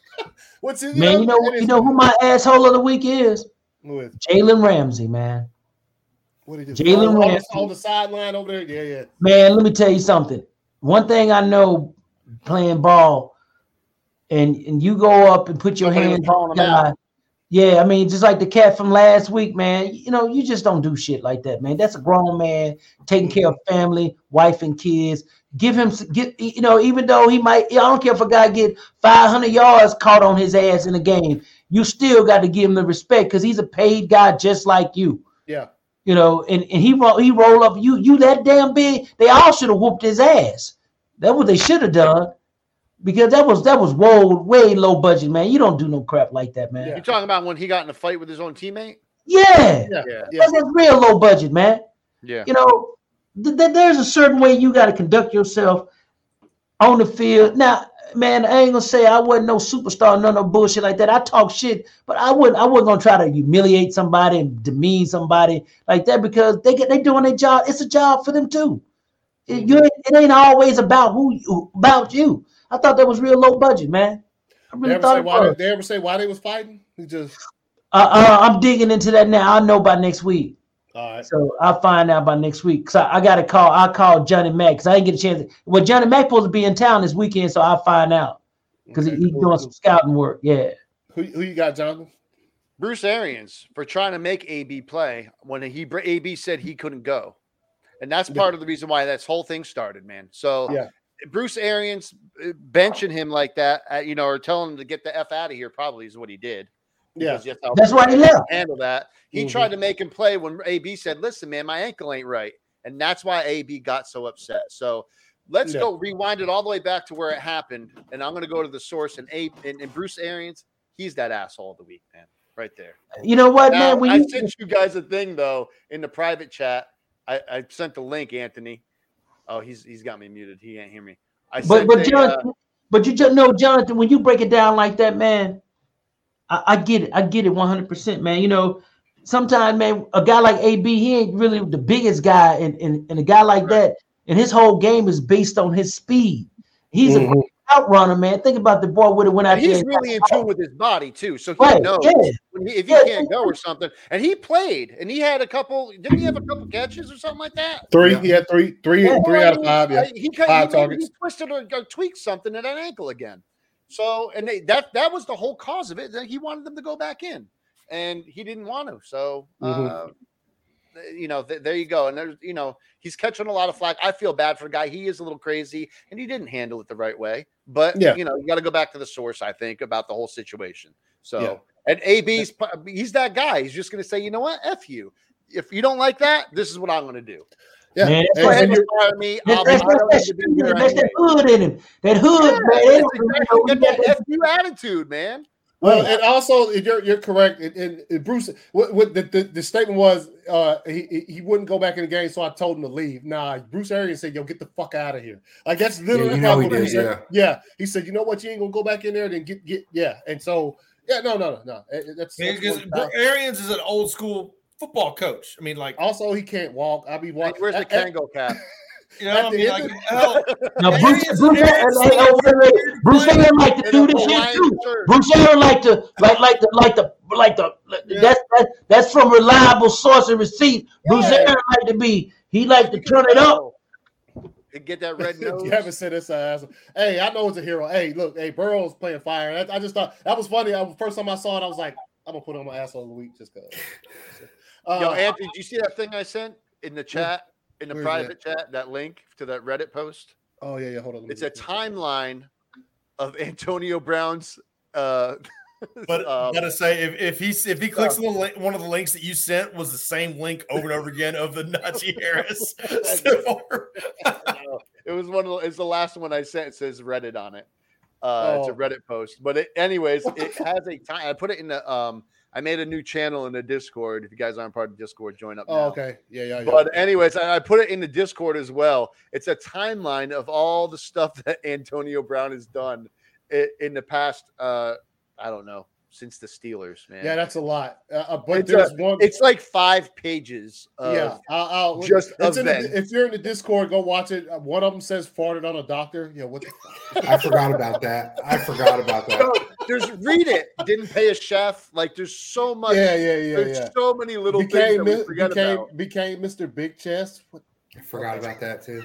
S2: What's his
S6: Man, you know
S2: it is-
S6: you know who my asshole of the week is?
S2: Who is-
S6: Jalen Ramsey, man.
S2: What did he do?
S6: Jalen
S2: Oh, on, the,
S6: Ramsey.
S2: on the sideline over there. Yeah, yeah.
S6: Man, let me tell you something. One thing I know playing ball, and and you go up and put your
S3: Somebody was
S6: hands
S3: calling
S6: on the
S3: him out.
S6: guy. Yeah, I mean, just like the cat from last week, man. You know, you just don't do shit like that, man. That's a grown man taking care of family, wife, and kids. Give him, s- get you know, even though he might, I don't care if a guy get 500 yards caught on his ass in a game, you still got to give him the respect because he's a paid guy just like you.
S2: Yeah.
S6: You know, and, and he roll he roll up you you that damn big. They all should have whooped his ass. That's what they should have done, because that was that was whoa way low budget man. You don't do no crap like that man.
S3: You're talking about when he got in a fight with his own teammate.
S6: Yeah,
S2: Yeah.
S3: Yeah.
S6: That's, that's real low budget man.
S3: Yeah.
S6: You know, th- th- there's a certain way you got to conduct yourself on the field. Now, man, I ain't gonna say I wasn't no superstar, none of bullshit like that. I talk shit, but I wouldn't. I wasn't gonna try to humiliate somebody and demean somebody like that because they get they doing their job. It's a job for them too. It, you, ain't- it ain't always about who you, about you. I thought that was real low budget, man. I
S2: They
S6: really
S2: ever,
S6: thought
S2: say
S6: it
S2: why
S6: was.
S2: they, they ever say why they was fighting? He just
S6: Uh, uh, I'm digging into that now. I will know by next week.
S2: all right.
S6: So I'll find out by next week. Cause I, I gotta call. I call Johnny Mac because I didn't get a chance. Well, Johnny Mac supposed to be in town this weekend, so I'll find out because
S2: Okay,
S6: he's
S2: cool,
S6: doing
S2: cool.
S6: some scouting work. Yeah,
S2: Who, who you got, Jonathan?
S3: Bruce Arians for trying to make AB play when he AB said he couldn't go, and that's part of the reason why this whole thing started, man. So
S2: Yeah.
S3: Bruce Arians uh, benching him like that, uh, you know, or telling him to get the f out of here probably is what he did.
S2: Yeah.
S3: because that's how
S6: that's why he left.
S3: handle that. He
S2: Mhm.
S3: tried to make him play when AB said, "Listen, man, my ankle ain't right," and that's why AB got so upset. So let's
S2: Yeah.
S3: go rewind it all the way back to where it happened, and I'm going to go to the source. And Abe and, and Bruce Arians, he's that asshole of the week, man, right there.
S6: You know what,
S3: Now,
S6: man? When
S3: I
S6: you
S3: sent you guys a thing though in the private chat. I, I sent the link, Anthony. Oh, he's he's got me muted. He can't hear me. I
S6: but
S3: sent
S6: but
S3: a,
S6: Jonathan,
S3: uh,
S6: but you just know Jonathan, when you break it down like that, man, I, I get it. I get it 100%, man. You know, sometimes, man, a guy like AB, he ain't really the biggest guy, and and, and a guy like that, and his whole game is based on his speed. He's
S2: Mhm.
S6: a outrunner, man. Think about the boy would have went out
S3: And
S6: there.
S3: Mm-hmm. he's
S6: and-
S3: really in tune with his body too, so he
S6: Right,
S3: knows
S6: yeah.
S3: when he, if he
S6: Yeah,
S3: can't go or something. And he played, and he had a couple. Didn't he have a couple catches or something like that?
S2: Three,
S4: Yeah.
S2: yeah, three, three,
S6: Yeah.
S2: three out of five. Yeah,
S3: Uh, He, cut-
S2: Five
S3: he- he,
S2: targets.
S3: twisted or, or tweaked something at that ankle again. So, and they, that that was the whole cause of it. That he wanted them to go back in, and he didn't want to. So,
S2: Mhm.
S3: uh, th- you know, th- there you go. And there's, you know, he's catching a lot of flack. I feel bad for the guy. He is a little crazy, and he didn't handle it the right way. But
S2: Yeah.
S3: you know, you got to go back to the source. I think about the whole situation. So,
S2: Yeah.
S3: and AB's pro- he's that guy. He's just going to say, you know what, f you. If you don't like that, this is what I'm going to do.
S2: yeah.
S6: Man,
S2: And-
S3: Go ahead
S2: and
S3: and
S2: you're-
S3: fire me.
S6: That's,
S3: I'll be-
S6: that's,
S3: I don't
S6: that's,
S3: need to be here
S6: that- that's
S3: anyway.
S6: that hood in him. That hood,
S3: Yeah,
S6: man. They
S3: that's
S6: don't really
S3: exactly-
S6: know
S3: get
S6: he got that-
S3: that FU attitude, man.
S2: Well, and also you're you're correct. And, and, and Bruce, what, what the, the, the statement was, uh, he he- he wouldn't go back in the game, so I told him to leave. Nah, Bruce Arians said, "Yo, get the fuck out of here." Like that's literally
S5: you
S2: how
S5: know he
S2: what Bruce
S5: did,
S2: Arians- yeah. He said, "You know what? You ain't gonna go back in there, then get get yeah." And so yeah, no, no, no, no. Eh, eh, That's, that's
S4: Because
S2: what-
S4: Arians is an old school football coach. I mean, like,
S2: also he can't walk. I'll be
S3: Like,
S2: watching.
S3: where's the Kango cap?
S4: you know,
S2: at
S4: what I
S2: the
S4: mean,
S2: end
S4: like, hell,
S6: Now, Bruce,
S4: Arians-
S6: Bruce,
S4: Arians-
S6: hey, hey, wait, wait, wait. Bruce Aaron like to
S3: In
S6: do
S3: a
S6: this shit
S3: Hawaiian
S6: too.
S3: shirt.
S6: Bruce Aaron like to like like the like the like the that's that, that's from reliable source and receipt. Bruce
S3: Yeah.
S6: Aaron like to be he like to
S3: You can
S6: turn it up.
S3: tell. And get that red nose.
S2: you haven't said this. uh, as- hey, I know it's a hero. Hey, look, hey, Burrow's playing fire. That- I, just thought that was funny. I, first time I saw it, I was like, I'm gonna put on my asshole of the week just cause. Uh,
S3: Yo, Anthony, did you see that thing I sent in the chat, in the
S2: Where's
S3: private chat, that link to that Reddit post?
S2: oh yeah, yeah. Hold on. let me
S3: It's
S2: get
S3: a
S2: this.
S3: timeline of Antonio Brown's. Uh,
S4: But
S3: um,
S4: gotta say, if, if he if he clicks on the link, one of the links that you sent was the same link over and over again of the Najee Harris. stiff arm.
S3: it was one of the, it's the last one I sent. It says Reddit on it. Uh, It's a
S2: Oh.
S3: Reddit post, but it, anyways, it has a time. I put it in the um. I made a new channel in the Discord. If you guys aren't part of Discord, join up.
S2: Oh,
S3: now.
S2: okay. Yeah, yeah, yeah.
S3: But anyways, I, I put it in the Discord as well. It's a timeline of all the stuff that Antonio Brown has done in, in the past. Uh, I don't know since the Steelers, man.
S2: yeah, that's a lot. Uh, Uh, but
S3: It's a-
S2: there's one.
S3: it's like five pages. Of,
S2: yeah, I'll, I'll
S3: just
S2: it's in
S3: of
S2: the,
S3: them.
S2: if you're in the Discord, go watch it. Uh, One of them says farted on a doctor. Yeah, what? The
S5: I forgot about that. I forgot about that.
S3: There's read it. Didn't pay a chef. Like there's so much.
S2: yeah, yeah, yeah,
S3: There's
S2: yeah.
S3: so many little things
S2: Became
S3: that we
S2: Mi-
S3: forget
S2: became
S3: about.
S2: became Mr. Big Chest. What
S5: I forgot about that too.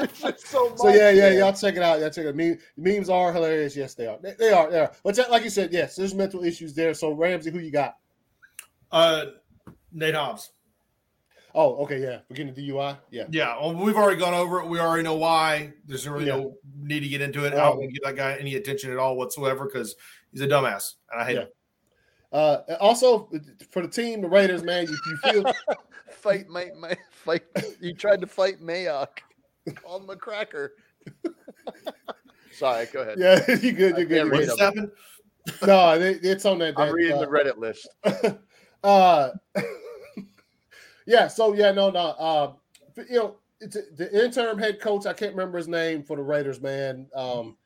S3: It's just so much.
S2: So yeah, yeah,
S3: man.
S2: y'all check it out. Y'all check it. Out. Meme, memes are hilarious. Yes, they are. They, they are. They are. But that- like you said, yes, there's mental issues there. So Ramsey, who you got?
S4: Uh, Nate Hobbs.
S2: Oh, okay, yeah. We're getting the DUI. Yeah.
S4: Yeah, well, we've already gone over it. We already know why. There's really
S2: Yeah.
S4: no need to get into it. I don't want to give that guy any attention at all whatsoever because he's a dumbass and I hate
S2: Yeah.
S4: him.
S2: Uh, and also for the team, the Raiders, man, you, you feel
S3: fight my, my fight. You tried to fight Mayock. Call him a cracker. Sorry, go ahead.
S2: yeah, you good,
S3: I
S2: you
S3: can't
S2: good.
S4: What
S3: read
S2: You
S3: them.
S4: just
S2: good.
S4: happened?
S2: No, it, it's on that.
S3: I'm
S2: that,
S3: reading
S2: uh,
S3: the Reddit list.
S2: uh yeah so yeah no no uh you know it's the interim head coach i can't remember his name for the raiders man um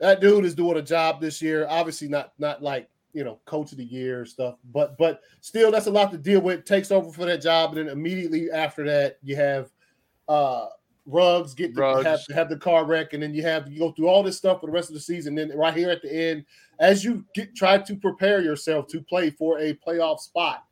S2: that dude is doing a job this year obviously not not like you know coach of the year and stuff but but still that's a lot to deal with takes over for that job and then immediately after that you have uh rugs get the,
S3: Ruggs.
S2: have, have the car wreck and then you have you go through all this stuff for the rest of the season then right here at the end as you get try to prepare yourself to play for a playoff spot,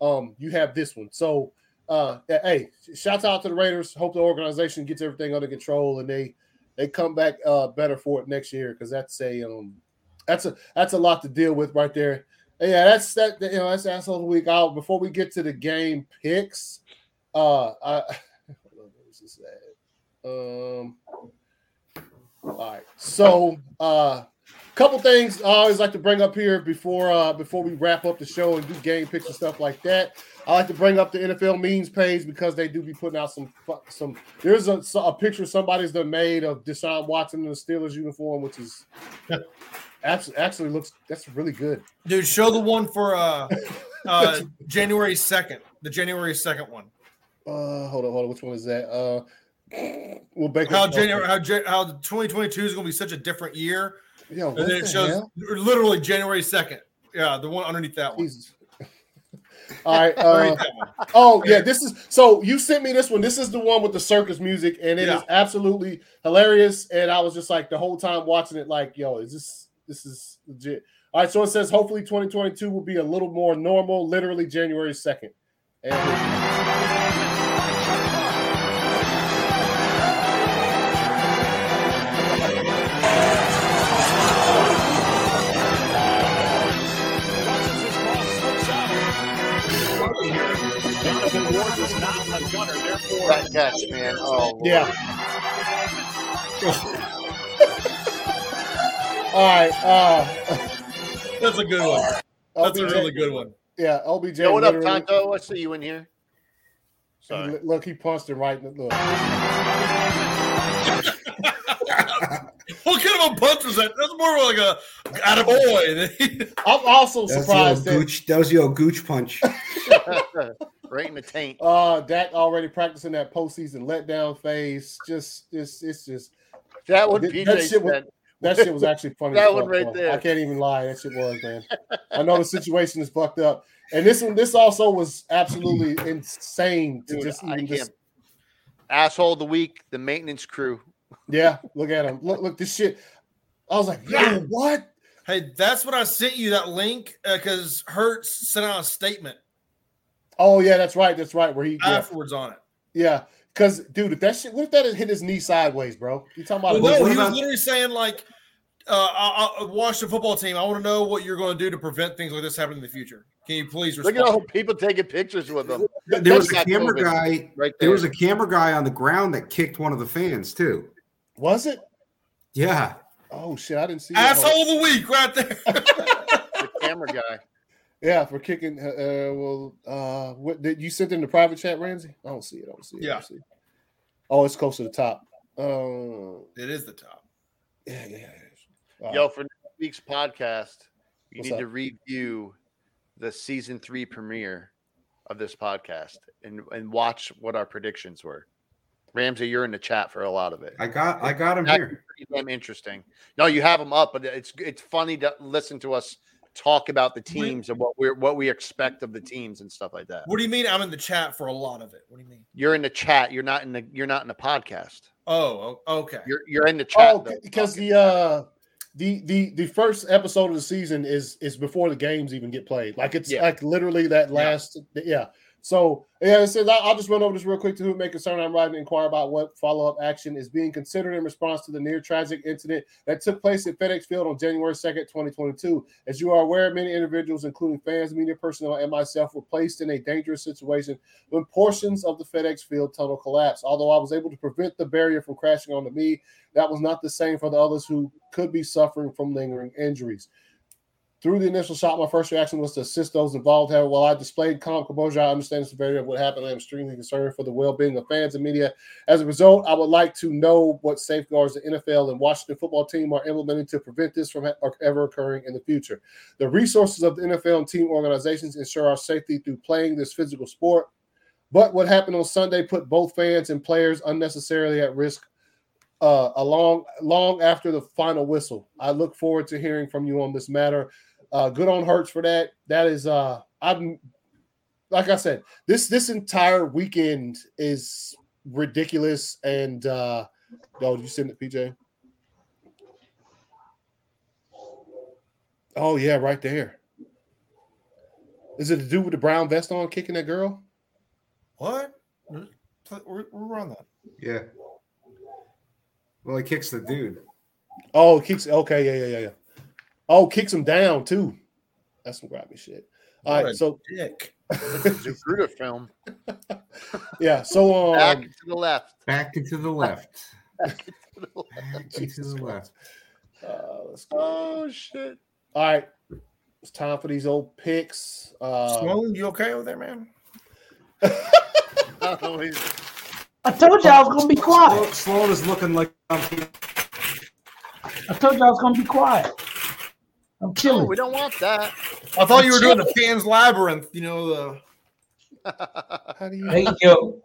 S2: um, you have this one. So, uh, yeah, hey, shouts out to the Raiders. Hope the organization gets everything under control and they they come back uh better for it next year because that's a um that's a that's a lot to deal with right there. And yeah, that's that you know that's asshole of the week out. Before we get to the game picks, uh, I hold on, this is sad. Um, all right, so uh couple things I always like to bring up here before uh, before we wrap up the show and do game picks and stuff like that. I like to bring up the NFL memes page because they do be putting out some fu- some. There's a, so- a picture somebody's done made of Deshaun Watson in the Steelers uniform, which is actually actually looks that's really good.
S4: Dude, show the one for uh, uh, January 2nd, the January 2nd one.
S2: Uh, hold on, hold on. Which one is that? Uh, well, Baker.
S4: How January, how, Jan- how 2022 is going to be such a different year.
S2: Yeah,
S4: And
S2: what
S4: then it
S2: the
S4: shows
S2: hell?
S4: literally January 2nd. yeah, the one underneath that one.
S2: Jesus. All right. Uh,
S4: Underneath that one.
S2: oh yeah, this is so you sent me this one. This is the one with the circus music, and it is
S4: Yeah.
S2: absolutely hilarious. And I was just like the whole time watching it, like, yo, is this this is legit? All right, so it says hopefully 2022 will be a little more normal, literally January 2nd. And
S9: Jonathan Ward was not a gunner, therefore.
S3: That catch, man. Oh, Lord.
S2: yeah. All right. Uh,
S4: That's a good one. That's a
S2: LBJ
S4: really good one.
S2: Yeah, LBJ.
S3: Yo, what up,
S2: literally-
S3: Tonto? I see you in here. Sorry.
S2: He- Look, he punched him right. in the- Look.
S4: What kind of a punch was that? That's more like a out of boy.
S2: I'm also
S5: That's the
S2: surprised
S5: old
S2: that
S5: gooch. That was the old gooch punch.
S3: right in the taint.
S2: uh, Dak already practicing that postseason letdown phase. Just, it's, it's just
S3: That one,
S2: That
S3: PJ
S2: shit was-
S3: said.
S2: that shit was actually funny. as
S3: That one
S2: fuck,
S3: right
S2: bro.
S3: there.
S2: I can't even lie. That shit was man. I know the situation is fucked up, and this one, this also was absolutely insane to
S3: Dude,
S2: just
S3: I
S2: even just.
S3: can't- Asshole of the week, the maintenance crew.
S2: Yeah, look at him. Look, look, this shit. I was like, yo, what?
S4: hey, that's what I sent you that link because Hertz sent out a statement
S2: Oh yeah, that's right. That's right. Where he, yeah,
S4: afterwards on it.
S2: yeah. Because dude, if that shit, what if that had hit his knee sideways, bro? You talking about?
S4: Well,
S2: a-
S4: no,
S5: what
S4: he
S5: about-
S4: was literally saying like, uh, I, I, "Washington football team, I want to know what you're going to do to prevent things like this happening in the future. Can you please
S3: Look
S4: respond?"
S3: at all the people taking pictures with them
S5: There was a
S3: got
S5: camera
S3: COVID.
S5: guy.
S3: right there.
S5: There was a camera guy on the ground that kicked one of the fans too.
S2: Was it?
S5: Yeah,
S2: Oh shit, I didn't see. that.
S4: Asshole of the week, right there.
S3: the camera guy.
S2: Yeah, for kicking. Uh, uh, well, uh, what did you send in the private chat, Ramsey? I don't see it. I don't see it. I
S4: Yeah.
S2: don't see it. Oh, it's close to the top. Um,
S4: it is the top.
S2: yeah, yeah. yeah. Uh,
S3: Yo, for next week's podcast, you
S2: What's
S3: need
S2: up?
S3: to review the season three premiere of this podcast and, and watch what our predictions were. Ramsey, you're in the chat for a lot of it.
S5: I got I got him
S3: That-
S5: here.
S3: Pretty damn interesting. No, you have them up, but it's it's funny to listen to us talk about the teams and what we're what we expect of the teams and stuff like that.
S4: What do you mean? I'm in the chat for a lot of it. What do you mean?
S3: You're in the chat. You're not in the you're not in the podcast.
S4: Oh, o- okay.
S3: You're you're in the chat.
S2: oh,
S3: though,
S2: because
S3: talking.
S2: the uh, the the the first episode of the season is is before the games even get played. Like it's
S3: Yeah.
S2: like literally that last. Yeah. So yeah, it says I- I'll just run over this real quick to who may concern. I'm writing to inquire about what follow up action is being considered in response to the near tragic incident that took place at FedEx Field on January 2nd, 2022. As you are aware, many individuals, including fans, media personnel, and myself, were placed in a dangerous situation when portions of the FedEx Field tunnel collapsed. Although I was able to prevent the barrier from crashing onto me, that was not the same for the others who could be suffering from lingering injuries. Through the initial shot, my first reaction was to assist those involved. However, while I displayed calm composure, I understand the severity of what happened. I am extremely concerned for the well-being of fans and media. As a result, I would like to know what safeguards the NFL and Washington football team are implementing to prevent this from ha- ever occurring in the future. The resources of the NFL and team organizations ensure our safety through playing this physical sport. But what happened on Sunday put both fans and players unnecessarily at risk uh, along long after the final whistle. I look forward to hearing from you on this matter. Uh, good on Hertz for that. That is, uh, I'm like I said, this this entire weekend is ridiculous. And uh, oh, did you send it, PJ? Oh yeah, right there. Is it the dude with the brown vest on kicking that girl?
S4: What? We're, we're, we're on that.
S5: Yeah. Well, he kicks the dude.
S2: Oh, kicks. Okay, yeah, yeah, yeah, yeah. Oh, kicks him down too. That's some grabby shit. All right,
S4: What a
S2: so
S4: Dick.
S3: It's a Zapruder film.
S2: yeah, so
S3: Back
S2: um,
S3: to the left.
S5: Back and to the left. Back and to the left.
S2: uh, let's go.
S3: Oh shit.
S2: All right, it's time for these old picks. Uh,
S4: Sloan, you okay over there, man?
S3: Oh, he's-
S6: I told you I was gonna be
S5: Sloan,
S6: quiet.
S5: Sloan is looking like something.
S6: I told you I was gonna be quiet. I'm
S3: no,
S6: chilling.
S3: Oh, we don't want that.
S4: I thought you were doing the fans labyrinth. You know the.
S2: how do you?
S6: Hey yo.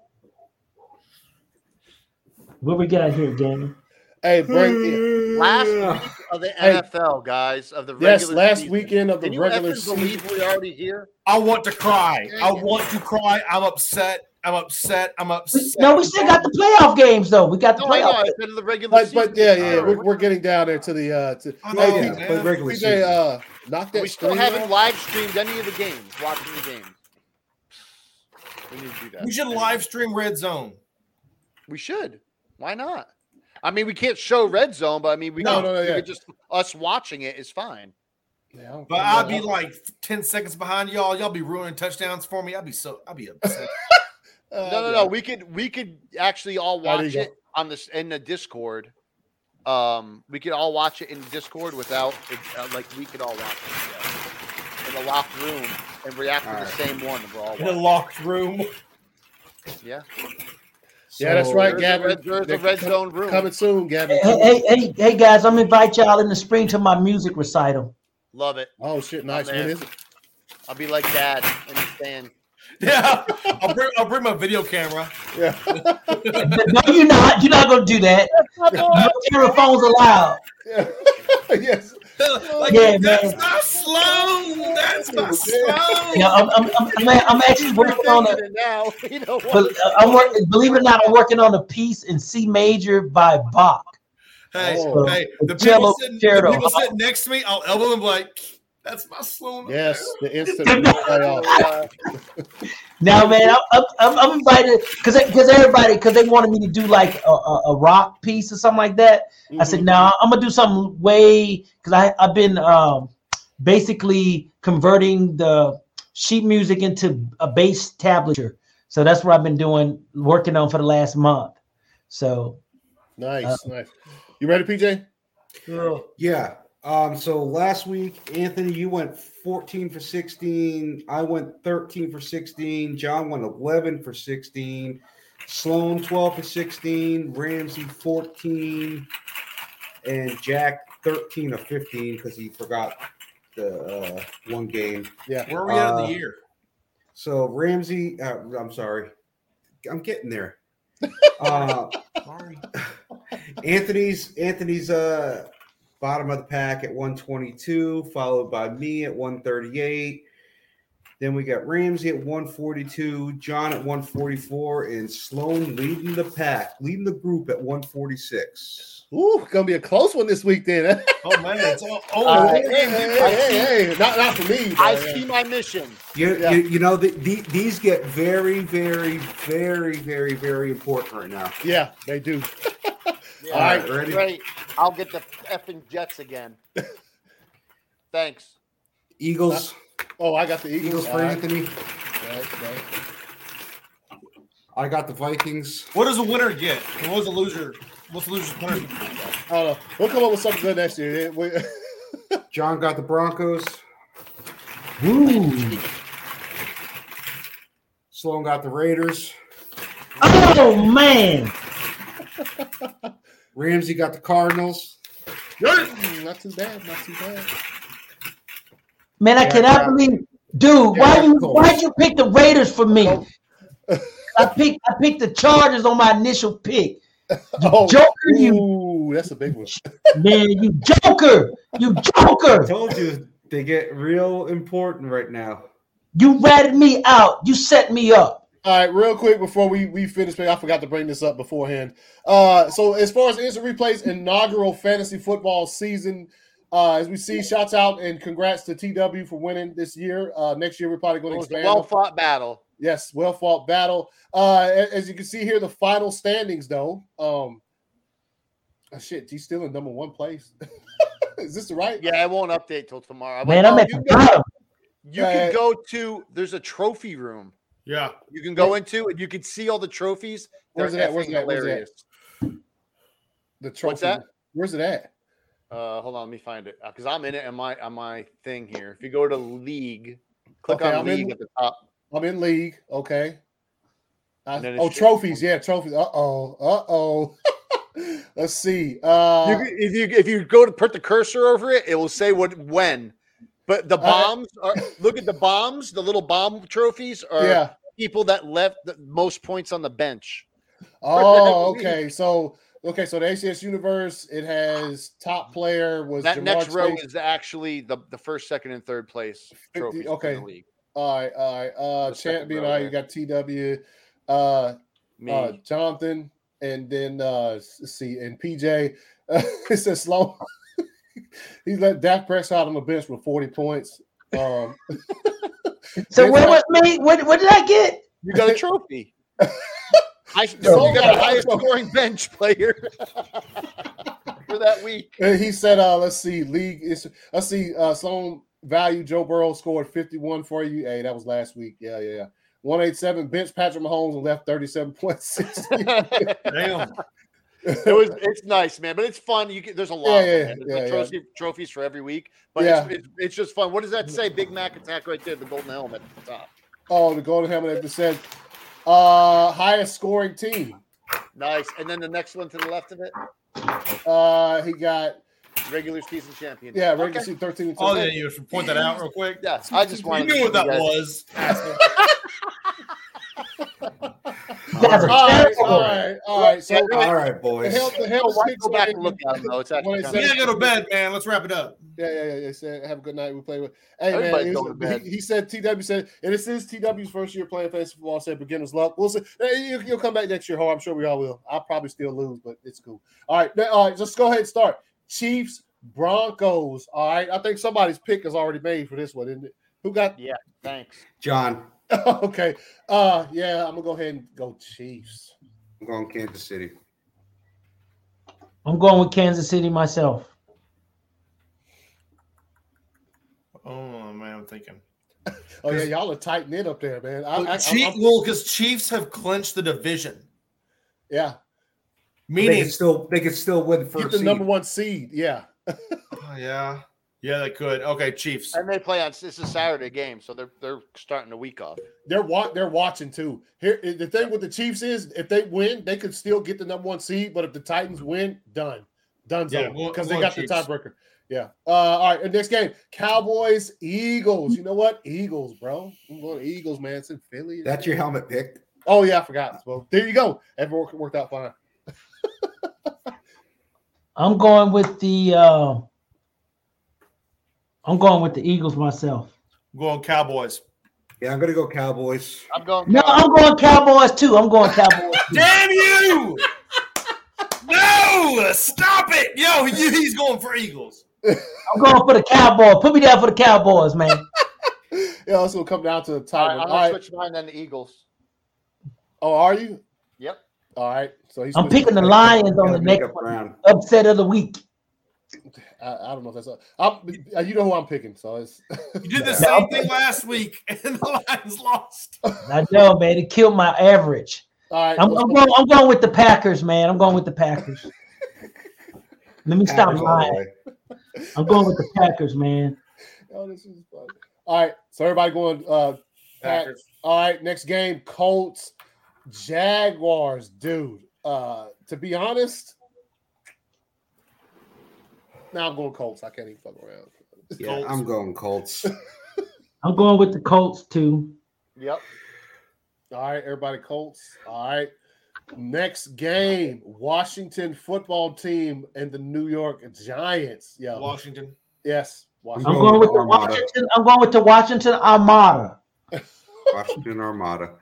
S6: What we got here, gang?
S2: Hey, bring
S3: Last week of the
S2: Hey.
S3: NFL, guys, of the
S2: yes.
S3: regular
S2: Last
S3: season.
S2: weekend of the
S3: Can you
S2: regular
S3: effing
S2: season.
S3: believe we're already here?
S4: I want to cry. I want to cry. I'm upset. I'm upset. I'm
S6: We-
S4: upset.
S6: no, we still got the playoff games though. We got the
S3: No, I know. I
S6: playoff.
S3: said of the regular
S2: But,
S3: season.
S2: but yeah, yeah,
S3: Sure.
S2: we're, we're getting down there to the uh to
S4: I
S5: Oh,
S2: Hey,
S4: know,
S2: yeah,
S4: man.
S5: but regular
S2: PJ,
S5: season.
S2: uh knock that
S3: we still
S2: screen
S3: haven't
S2: off.
S3: live streamed any of the games. Watching the games. We need to do that.
S4: we should
S3: Anyway,
S4: live stream Red Zone.
S3: We should. Why not? I mean, we can't show red zone, but I mean, we
S2: No,
S3: can,
S2: no, no,
S3: we
S2: yeah.
S3: could just us watching it is fine.
S2: Yeah, I don't
S4: But
S2: care
S4: I'll
S2: about
S4: be
S2: that.
S4: like ten seconds behind y'all. Y'all be ruining touchdowns for me. I'll be so. I'll be upset.
S2: Uh,
S3: No, no,
S2: yeah.
S3: no. We could we could actually all
S2: There you
S3: watch
S2: go.
S3: it on this in the Discord. Um, we could all watch it in Discord without it, uh, like we could all watch it yeah, in a locked room and react to the same one. We're all
S4: In a
S3: watching.
S4: locked room.
S3: Yeah,
S2: Yeah, that's right,
S3: there's a
S2: Gavin.
S3: red, there's a
S2: They're
S3: red
S2: com-
S3: zone room.
S2: Coming soon, Gavin.
S6: Hey, hey, hey, hey, guys! I'm invite y'all in the spring to my music recital.
S3: Love it.
S2: Oh shit, nice.
S3: Oh,
S2: What
S3: man.
S2: is it?
S3: I'll be like dad in the stand.
S4: Yeah, I'll bring, I'll bring my video camera.
S6: No, you're not. You're not gonna do that. No microphones allowed.
S2: yes.
S4: Like,
S6: Yeah,
S4: that's
S6: man.
S4: not slow. That's not slow.
S6: Yeah, I'm, I'm, I'm, I'm, I'm actually working on a.
S3: Thinking it now, you know what?
S6: bel- uh, I'm working. Believe it or not, I'm working on a piece in C major by Bach.
S4: Hey,
S2: Oh.
S4: hey, the people
S6: Cello
S4: sitting,
S6: concerto.
S4: the people sitting next to me, I'll elbow them like, "That's my slow."
S2: Yes, the instant playoff.
S6: No, man, I'm, I'm, I'm- I'm invited because because everybody because they wanted me to do like a, a, a rock piece or something like that. I said, no, I'm gonna do something way because I I've been um, basically converting the sheet music into a bass tablature. So that's what I've been doing, working on for the last month. So
S2: Nice, nice. You ready, PJ?
S5: Yeah. Um, so last week, Anthony, you went 14 for 16. I went 13 for 16. John went 11 for 16. Sloan 12 for 16. Ramsey 14. And Jack 13 or 15 because he forgot the uh, one game.
S2: Yeah.
S4: Where are we at in
S5: Uh,
S4: the year?
S5: So Ramsey, uh, I'm sorry. I'm getting there. Uh,
S4: Sorry.
S5: Anthony's Anthony's uh bottom of the pack at 122, followed by me at 138. Then we got Ramsey at 142, John at 144, and Sloan leading the pack, leading the group at 146.
S2: Ooh, gonna be a close one this week then.
S4: Oh man, it's all, oh,
S3: Uh,
S2: hey, hey, hey, hey, not not for me.
S3: I
S2: but, uh,
S3: see my mission.
S5: You,
S2: Yeah.
S5: you, you know, the, the, these get very, very, very, very, very important right now.
S2: Yeah, they do.
S3: Yeah.
S2: All right,
S5: ready?
S3: Great. I'll get the effing Jets again. Thanks.
S5: Eagles,
S2: Oh, I got the Eagles.
S5: Eagles
S2: All
S5: for
S2: right,
S5: Anthony.
S2: all right, all right.
S5: I got the Vikings.
S4: what does a winner get? And what does a loser? What's the loser's winner?
S2: I don't know. We'll come up with something good next year. We-
S5: John got the Broncos.
S6: Ooh.
S5: Sloan got the Raiders.
S6: oh man,
S5: Ramsey got the Cardinals.
S2: not too bad. Not too bad.
S6: man, I
S5: Yeah,
S6: cannot
S5: yeah.
S6: believe, dude,
S5: Yeah,
S6: why
S5: that's
S6: you
S5: cool.
S6: why'd you pick the Raiders for me? I picked I picked the Chargers on my initial pick.
S2: Oh,
S6: Joker, you
S2: ooh, that's a big one.
S6: man, you joker, you joker.
S5: Told you they get real important right now.
S6: You ratted me out. You set me up.
S2: All right, real quick before we, we finish, man, I forgot to bring this up beforehand. Uh, so as far as instant replays inaugural fantasy football season, uh, as we see, shouts out and congrats to TW for winning this year. Uh, next year we're probably
S3: It
S2: going to
S3: was a
S2: expand.
S3: well fought battle.
S2: Yes, well fought battle. Uh, a- as you can see here, the final standings though. Um, oh, shit, he's still in number one place. Is this the right?
S3: Yeah, it won't update till tomorrow.
S6: Man,
S3: But
S6: I'm
S3: no,
S6: at
S3: you
S6: the
S3: can,
S6: bottom.
S3: you can
S2: Uh,
S3: go to there's a trophy room
S4: Yeah,
S3: you can go into and you can see all the trophies. They're
S2: Where's it at? Where's
S3: effing
S2: it at? Where's it at?
S3: hilarious.
S2: The trophy.
S3: What's that?
S2: Where's it at?
S3: Uh, hold on, let me find it because I'm in it on my on my thing here. If you go to league, click
S2: Okay,
S3: on
S2: I'm in-
S3: league at the top.
S2: I'm in league. Okay. I-
S3: And then it's
S2: oh,
S3: just-
S2: trophies. Yeah, trophies. Uh oh. Uh oh. Let's see.
S3: You
S2: Uh,
S3: can- if you if you go to put the cursor over it, it will say what when. But the bombs are look at the bombs. The little bomb trophies are
S2: yeah.
S3: people that left the most points on the bench.
S2: Oh,
S3: league.
S2: okay. So Okay, so the ACS universe it has top player was
S3: that
S2: Jamar
S3: next row
S2: Chase.
S3: is actually the, the first, second, and third place trophies
S2: okay.
S3: in the league.
S2: All right, all right. Uh,
S3: The second
S2: champion.
S3: row
S2: All right, you got TW, uh,
S3: Me.
S2: uh, Jonathan, and then uh, s- see, and PJ. it says slow. he let Dak Prescott on the bench with forty points. Um,
S6: So what was me? What, what did I get?
S3: you got a trophy. I
S2: So-
S3: you got the highest scoring bench player for that week.
S2: and he said, uh, "Let's see, league is. Let's see, uh, Sloan value. Joe Burrow scored fifty-one for you. Hey, that was last week. Yeah, yeah, yeah. One eighty-seven bench Patrick Mahomes and left thirty-seven point six.
S3: it
S4: Damn.
S3: was it's nice, man, but it's fun. You can, there's a
S2: Yeah,
S3: lot. of them,
S2: yeah,
S3: man. There's,
S2: yeah, yeah.
S3: like, trophy, trophies for every week, but it's, it's, it's just fun. What does that say? Big Mac attack right there, the golden helmet at the top.
S2: Oh, the Golden Helmet that said, uh, highest scoring team.
S3: Nice. And then the next one to the left of it,
S2: Uh, he got
S3: regular season champion.
S2: yeah, regular
S3: Okay.
S2: season thirteen. And
S4: Oh,
S2: 10.
S4: yeah, you should point that out real quick.
S3: Yeah, I just
S4: You
S3: wanted
S4: knew what
S3: to see
S4: that
S3: you guys-
S4: was. asshole.
S6: That's a
S2: All right,
S6: terrible.
S2: all right, all right. So
S5: All right,
S2: the
S5: boys.
S2: help, the
S3: Oh,
S2: help
S3: why
S2: six
S3: go back and
S2: win.
S3: look at them though? It's actually
S2: When
S3: kind
S2: it
S4: We
S3: of,
S2: says-
S4: gotta go to bed, man. Let's wrap it up.
S2: Yeah, yeah, yeah. They said, "Have a good night." We play with. Hey
S3: Everybody's
S2: man, it
S3: going to
S2: was-
S3: bed.
S2: he, he said TW said, and this is TW's first year playing fantasy football. Said beginner's luck. We'll see. Hey, you, will come back next year, Ho. I'm sure we all will. I'll probably still lose, but it's cool. All right, now- all right. Just go ahead and start. Chiefs, Broncos. All right. I think somebody's pick is already made for this one, isn't it? Who got?
S3: thanks.
S5: John,
S2: okay. Uh, yeah. I'm gonna go ahead and go Chiefs.
S5: I'm going Kansas City.
S6: I'm going with Kansas City myself.
S4: Oh man, I'm thinking.
S2: Oh yeah, y'all are tight knit up there, man. I, I, I,
S4: Chief,
S2: I'm-
S4: well, because Chiefs have clinched the division,
S2: yeah,
S5: They
S4: meaning
S5: could still they could still win the
S2: get
S5: first
S2: the
S5: seed.
S2: number one seed. Yeah.
S4: Oh, yeah, yeah, they could. Okay, Chiefs.
S3: And they play on this is Saturday game, so they're they're starting the week off.
S2: They're wa- they're watching too. Here, the thing with the Chiefs is, if they win, they could still get the number one seed. But if the Titans win, done, done,
S4: Yeah,
S2: because
S4: we'll-
S2: they
S4: we'll
S2: got
S4: Chiefs.
S2: the tiebreaker. Yeah. Uh, all right. and Next game, Cowboys, Eagles. You know what? Eagles, bro. I'm going to Eagles, man. It's in Philly.
S5: That's your helmet pick.
S2: Oh yeah, I forgot. Well, there you go. Everyone worked out fine.
S6: I'm going with the. Uh, I'm going with the Eagles myself.
S4: I'm going Cowboys.
S5: Yeah, I'm gonna go Cowboys.
S3: I'm going.
S6: No,
S3: Cowboys.
S6: I'm going Cowboys too. I'm going Cowboys. too.
S4: Damn you! no, stop it, yo. You, he's going for Eagles.
S6: I'm going for the Cowboys. Put me down for the Cowboys, man.
S2: Yeah, it's gonna come down to the
S3: All
S2: tiebreaker.
S3: right, I'm
S2: All
S3: gonna
S2: right.
S3: switch mine then the Eagles.
S2: Oh, are you?
S3: Yep.
S2: All right. So he's.
S6: I'm picking the Lions on the next one.
S5: round.
S6: upset of the week.
S2: I, I don't know if that's. A, I'm, you know who I'm picking, so it's.
S4: You did the
S6: Yeah.
S4: same thing last week, and the Lions lost.
S6: I know, man. It killed my average.
S2: All right.
S6: I'm,
S2: let's
S6: I'm
S2: go.
S6: going. I'm going with the Packers, man. I'm going with the Packers. Let me stop
S5: Packers all the
S6: lying.
S5: way.
S6: I'm going with the Packers, man.
S2: Oh, this is fun. All right, so everybody going. Uh, Pack.
S4: Packers.
S2: all right, next game: Colts, Jaguars. Dude, uh, to be honest, now I'm going Colts. I can't even fuck around.
S5: Yeah, I'm going Colts.
S6: I'm going with the Colts too.
S3: Yep.
S2: All right, everybody, Colts. All right, next game: Washington football team and the New York Giants. Yeah,
S4: Washington.
S2: yes,
S6: I'm
S2: Washington.
S5: Go
S6: going with the
S5: Armada.
S6: Washington. I'm going with the Washington Armada.
S5: Washington Armada.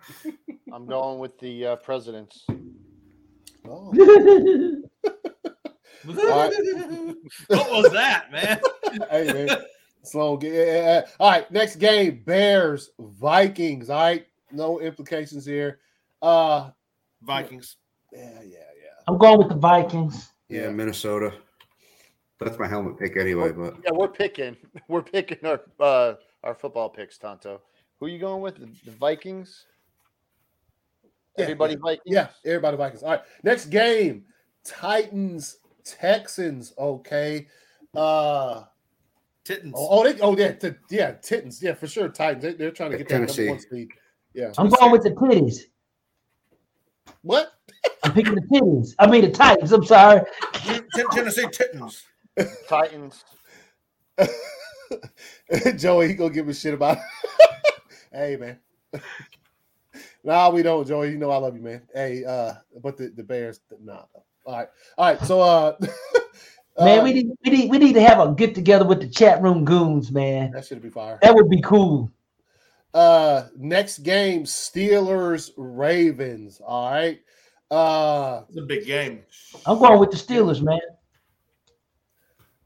S3: I'm going with the uh, Presidents.
S2: Oh.
S6: Washington
S2: right.
S4: what was that, man?
S2: hey man, slow. Get, yeah, yeah, yeah. All right, next game: Bears Vikings. All right, no implications here. Uh,
S4: Vikings.
S2: yeah, yeah, yeah.
S6: I'm going with the Vikings.
S5: Yeah, Minnesota. That's my helmet pick
S2: Oh.
S5: anyway, but
S3: Yeah, we're picking. We're picking our uh, our football picks, Tonto. Who you going with? The, the Vikings.
S2: Yeah,
S3: Everybody Vikings.
S2: Yeah, everybody Vikings. All right, next game: Titans Texans. Okay. Uh
S4: Tittens.
S2: oh, oh, they, oh yeah, t- yeah, Titans. Yeah, for sure. Titans. They, they're trying to get that number
S5: Tennessee.
S2: one seed. Yeah.
S6: I'm going with the titties.
S2: What?
S6: I'm picking the titties. I mean the Titans. I'm sorry.
S4: Ten- Tennessee Titans.
S3: Titans.
S2: Joey, he gonna give a shit about. hey man. nah, we don't, Joey. You know I love you, man. Hey, uh, but the, the Bears, nah. All right. All right. So, uh,
S6: Man,
S2: uh,
S6: we need, we need we need to have a get together with the chat room goons, man.
S2: that should be fire.
S6: That would be cool.
S2: Uh, next game Steelers Ravens. All right. Uh,
S4: It's a big game.
S6: I'm going with the Steelers, man.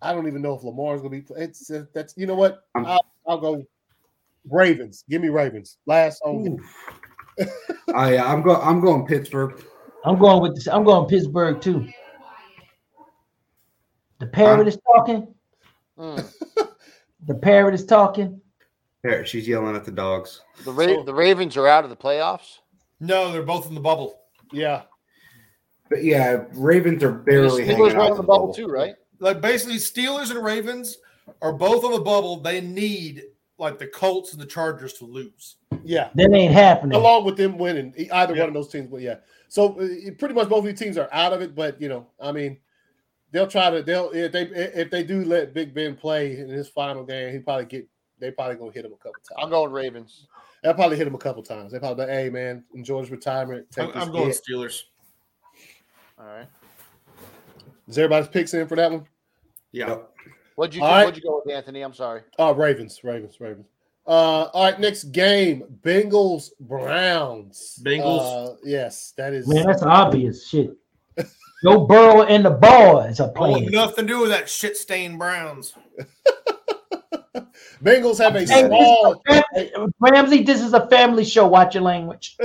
S2: I don't even know if Lamar's gonna be. It's uh, that's you know what
S5: Um,
S2: I'll, I'll go Ravens. Give me Ravens. Last home game.
S5: Ooh. I, uh, I'm going. I'm going Pittsburgh.
S6: I'm going with the, I'm going Pittsburgh too. The parrot is talking.
S3: Mm.
S6: The parrot is talking.
S5: There, she's yelling at the dogs.
S3: The, Ra-
S2: So-
S3: the Ravens are out of the playoffs.
S4: No, they're both in the bubble.
S2: Yeah.
S5: But yeah, Ravens are
S3: The
S5: barely
S3: Steelers
S5: hanging
S3: were
S5: out
S3: on the bubble too, right?
S4: Like basically, Steelers and Ravens are both on the bubble. They need like the Colts and the Chargers to lose.
S2: Yeah.
S6: That ain't happening.
S2: Along with them winning, e- either
S4: Yeah.
S2: one of those teams. But yeah. So uh, it- pretty much both of your teams are out of it. But you know, I mean, they'll try to. They'll if they if they do let Big Ben play in his final game, he probably get. They probably gonna hit him a couple times.
S3: I'm going Ravens.
S2: They'll probably hit him a couple times. They probably, hey man, enjoy his retirement. Take
S4: I'm,
S2: this
S4: I'm going
S2: hit."
S4: Steelers.
S3: All right.
S2: Is everybody's picks in for that one?
S4: Yeah.
S5: Yep.
S3: What'd you
S2: All
S3: think-
S2: right.
S3: What'd you go with, Anthony? I'm sorry.
S2: Oh, Ravens, Ravens, Ravens. Uh, all right, next game, Bengals, Browns.
S4: Bengals.
S2: Uh, yes, that is.
S6: Man, that's obvious shit. Joe Burrow and the boys are
S4: I
S2: Oh.
S4: want
S6: playing.
S4: nothing to do with that shit stained Browns.
S2: Bengals have a
S6: Hey,
S2: small.
S6: this is a fam- Ramsey, this is a family show. Watch your language.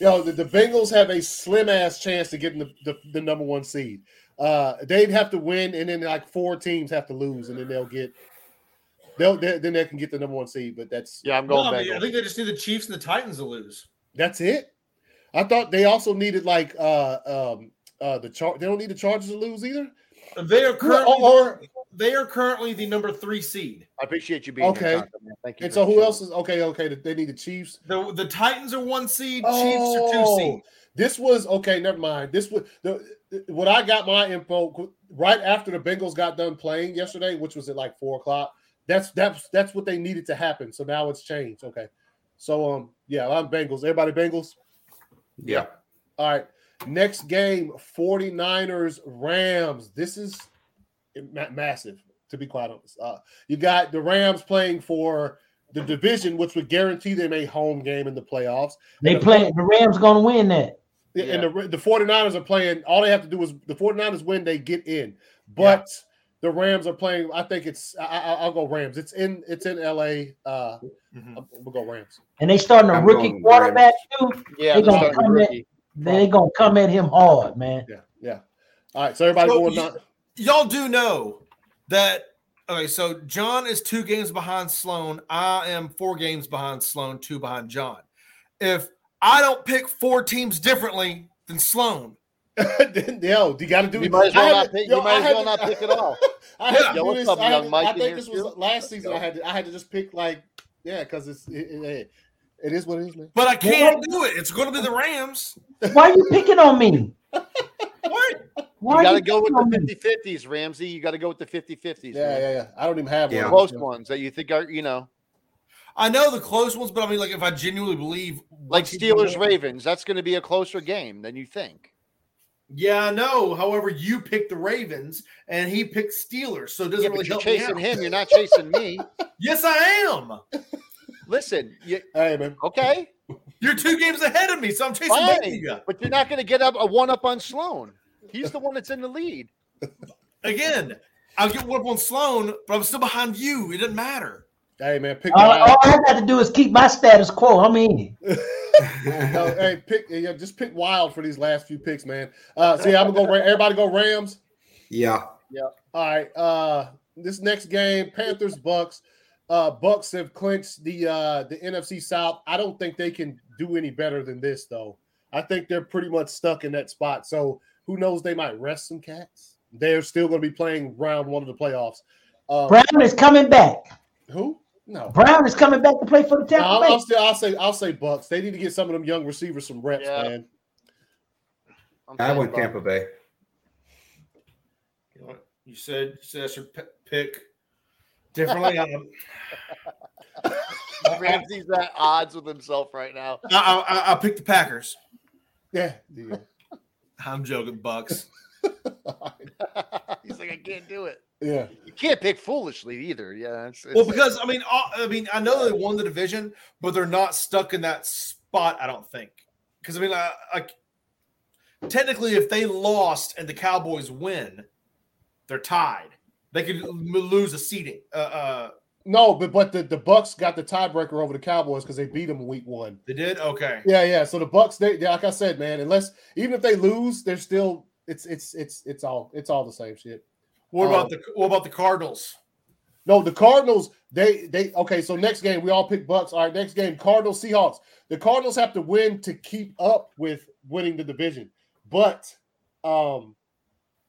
S2: Yo, the, the Bengals have a slim ass chance to get in the, the, the number one seed. Uh, they'd have to win, and then like four teams have to lose, and then they'll get. They'll they, then they can get the number one seed, but that's
S3: Yeah, I'm
S4: No,
S3: going
S4: I,
S3: back.
S4: mean, I think they just need the Chiefs and the Titans to lose.
S2: that's it. I thought they also needed like uh um uh the chart. They don't need the Chargers to lose either.
S4: They are
S2: Or,
S4: currently
S2: or
S4: they are currently the number three seed.
S3: I appreciate you being
S2: Okay.
S3: Here, Jonathan, man. Thank you.
S2: And
S3: for
S2: so
S3: the
S2: who
S3: show.
S2: else is okay? Okay, they need the Chiefs.
S4: The the Titans are one seed. Chiefs are two
S2: Oh,
S4: seed.
S2: This was okay. Never mind. This was the when I got my info qu- right after the Bengals got done playing yesterday, which was at like four o'clock. That's that's that's what they needed to happen. So now it's changed. Okay, so um yeah, I'm Bengals. Everybody Bengals.
S5: Yeah.
S2: All right. Next game 49ers Rams. This is ma- massive, to be quite honest. Uh, you got the Rams playing for the division, which would guarantee them a home game in the playoffs.
S6: They play the Rams gonna win that.
S2: And the, the 49ers are playing, all they have to do is the 49ers win, they get in. But the Rams are playing, I think it's, I, I, I'll go Rams. It's in, it's in LA. Uh,
S3: Mm-hmm.
S4: Mhm.
S2: I'm- we'll go Rams.
S6: And they starting a
S5: I'm
S6: rookie
S5: going
S6: quarterback too.
S3: Yeah, they're
S6: They gonna
S3: starting
S6: come in-
S3: rookie.
S6: They gonna come at him hard, man.
S2: Yeah. Yeah. All right. So everybody
S4: So
S2: going
S4: you-
S2: not,
S4: Y'all do know that. Okay, so John is two games behind Sloan. I am four games behind Sloan, two behind John. If I don't pick four teams differently than Sloan,
S2: yo, you got to do
S3: You might as well
S2: I
S3: not
S2: haven't-
S3: pick.
S2: yo,
S3: You might
S2: I
S3: as well
S2: haven't-
S3: not pick at all.
S2: I had to
S3: Yeah,
S2: do
S3: what's
S2: this.
S3: up,
S2: I, had
S3: young
S2: to-
S3: Mike
S2: I
S3: in
S2: think
S3: here
S2: this was
S3: too?
S2: last season.
S3: go.
S2: I had to, I had to just pick like yeah, because it's it, it, it is what it is, man.
S4: but I can't do it. It's going to be the Rams.
S6: Why are you picking on me?
S4: What?
S6: Why
S3: You got
S6: are
S3: to go with
S6: picking on
S3: the
S6: me?
S3: 50 50s, Ramsey. You got to go with the 50 50s.
S2: Yeah, yeah, yeah. I don't even have
S5: Yeah.
S2: one.
S3: Close ones that you think are, you know,
S4: I know the close ones, but I mean, like, if I genuinely believe,
S3: like
S4: one team-
S3: Steelers Ravens, that's going to be a closer game than you think.
S4: Yeah, I know. However, you picked the Ravens and he picked Steelers, so it doesn't
S3: Yeah,
S4: really
S3: but you're
S4: help
S3: chasing
S4: me out.
S3: him. You're not chasing me.
S4: Yes, I am.
S3: Listen, you,
S2: Hey, man.
S3: okay,
S4: You're two games ahead of me, so I'm chasing both of
S3: fine,
S4: you.
S3: but you're not going to get up a one up on Sloan. He's the one that's in the lead.
S4: Again, I'll get one up on Sloan, but I'm still behind you. It doesn't matter.
S2: Hey, man. Pick.
S6: All,
S2: your
S6: all I got to do is keep my status quo. I'm in.
S2: no, Oh, hey, pick. Yeah, just pick wild for these last few picks, man. Uh, see, I'm gonna go. Ra- Everybody go Rams.
S5: yeah.
S2: All right. Uh, this next game, Panthers Bucks. Uh, Bucks have clinched the uh the NFC South. I don't think they can do any better than this, though. I think they're pretty much stuck in that spot. So who knows? They might rest some cats. They're still going to be playing round one of the playoffs. Uh,
S6: Brown is coming back.
S2: who? No.
S6: Brown is coming back to play for the
S2: No,
S6: Tampa
S2: I'll,
S6: Bay.
S2: I'll still, I'll say I'll say Bucks. They need to get some of them young receivers some reps,
S3: Yeah.
S2: man.
S3: I'm
S5: I
S3: saying,
S5: went
S3: Bob.
S5: Tampa Bay.
S4: You, know what? you said you said I should p- pick differently. I, I,
S3: Ramsey's at odds with himself right now.
S4: I, I, I picked the Packers.
S2: Yeah. yeah.
S4: I'm joking, Bucks.
S3: He's like, I can't do it.
S2: Yeah.
S3: You can't pick foolishly either. Yeah. It's, it's,
S4: Well, because I mean, uh, I mean, I know they won the division, but they're not stuck in that spot. I don't think. Because I mean, I, I, technically, if they lost and the Cowboys win, they're tied. They could l- lose a seating. Uh, uh,
S2: No, but but the, the Bucks got the tiebreaker over the Cowboys because they beat them week one.
S4: they did. Okay.
S2: Yeah, yeah. So the Bucks, they they- like I said, man. Unless even if they lose, they're still it's it's it's it's all it's all the same shit.
S4: What
S2: Um,
S4: about the What about the Cardinals?
S2: No, the Cardinals, they they okay. So next game, we all pick Bucks. All right, next game, Cardinals Seahawks. The Cardinals have to win to keep up with winning the division. But um,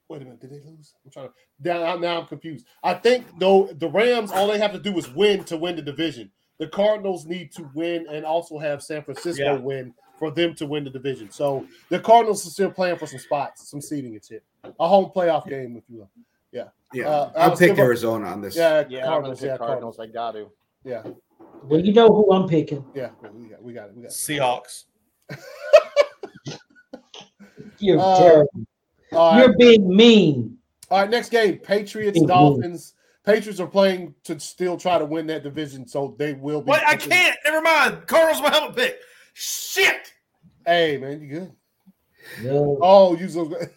S2: wait a minute, did they lose? I'm trying to now, now I'm confused. I think though the Rams, all they have to do is win to win the division. The Cardinals need to win and also have San Francisco
S4: Yeah.
S2: win for them to win the division. So the Cardinals are still playing for some spots, some seeding and shit. A home playoff game, if you will.
S5: Yeah,
S2: Uh, I
S5: I'll
S2: was
S5: pick
S2: gonna-
S5: Arizona on this.
S2: Yeah, Cardinals.
S3: yeah, I'm gonna
S2: Yeah,
S3: pick Cardinals.
S2: Cardinals.
S3: I got to.
S2: Yeah,
S6: Well, you know who I'm picking.
S2: yeah. We got, we got it. We got it.
S4: Seahawks.
S6: You're
S2: Uh,
S6: terrible.
S2: All right.
S6: You're being mean.
S2: All right, next game, Patriots,
S6: Mhm.
S2: Dolphins. Patriots are playing to still try to win that division, so they will be.
S4: Wait, I can't. Never mind. Cardinals my helmet pick. Shit.
S2: Hey, man, you good?
S6: No.
S2: Oh, you so good.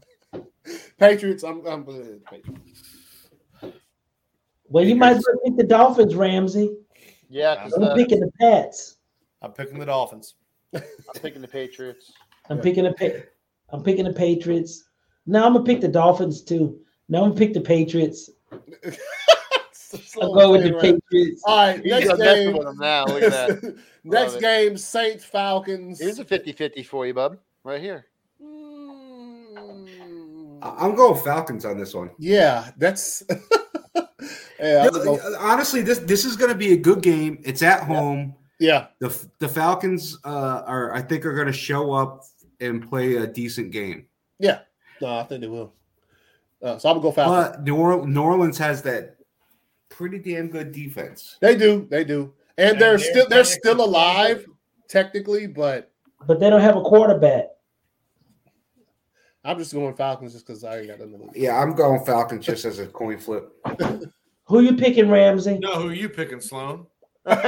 S2: Patriots, I'm, I'm good. Patriots.
S6: Well, you might as well pick the Dolphins, Ramsey.
S3: Yeah, because
S6: I'm
S3: uh,
S6: picking the Pats.
S4: I'm picking the Dolphins.
S3: I'm picking the Patriots.
S6: I'm picking the pa- I'm picking the Patriots. No, I'm gonna pick the Dolphins too. No, I'm gonna pick the Patriots. I'll go with the Patriots.
S2: All right,
S3: He's
S2: next
S3: done messing
S2: game.
S3: with them now. Look at that.
S2: next
S3: Love it.
S2: game, Saints, Falcons.
S3: Here's a 50-50 for you, bub. Right here.
S5: I- I'm going Falcons on this one.
S2: Mm, yeah, that's. yeah, I don't know.
S5: Honestly, this this is going to be a good game. It's at home.
S2: yeah,
S5: the The Falcons uh, are, I think, are going to show up and play a decent game.
S2: no, I think they will. Uh, so I'm gonna go Falcons.
S5: But New, Orle- New Orleans has that pretty damn good defense.
S2: They do, they do, and,
S4: And
S2: they're,
S4: they're
S2: still they're
S4: technically-
S2: still alive technically, but
S6: But they don't have a quarterback.
S2: I'm just going Falcons just because I already got another.
S5: Yeah, I'm going Falcons just as a coin flip.
S6: Who you picking, Ramsey?
S4: No, who are you picking, Sloan?
S3: They're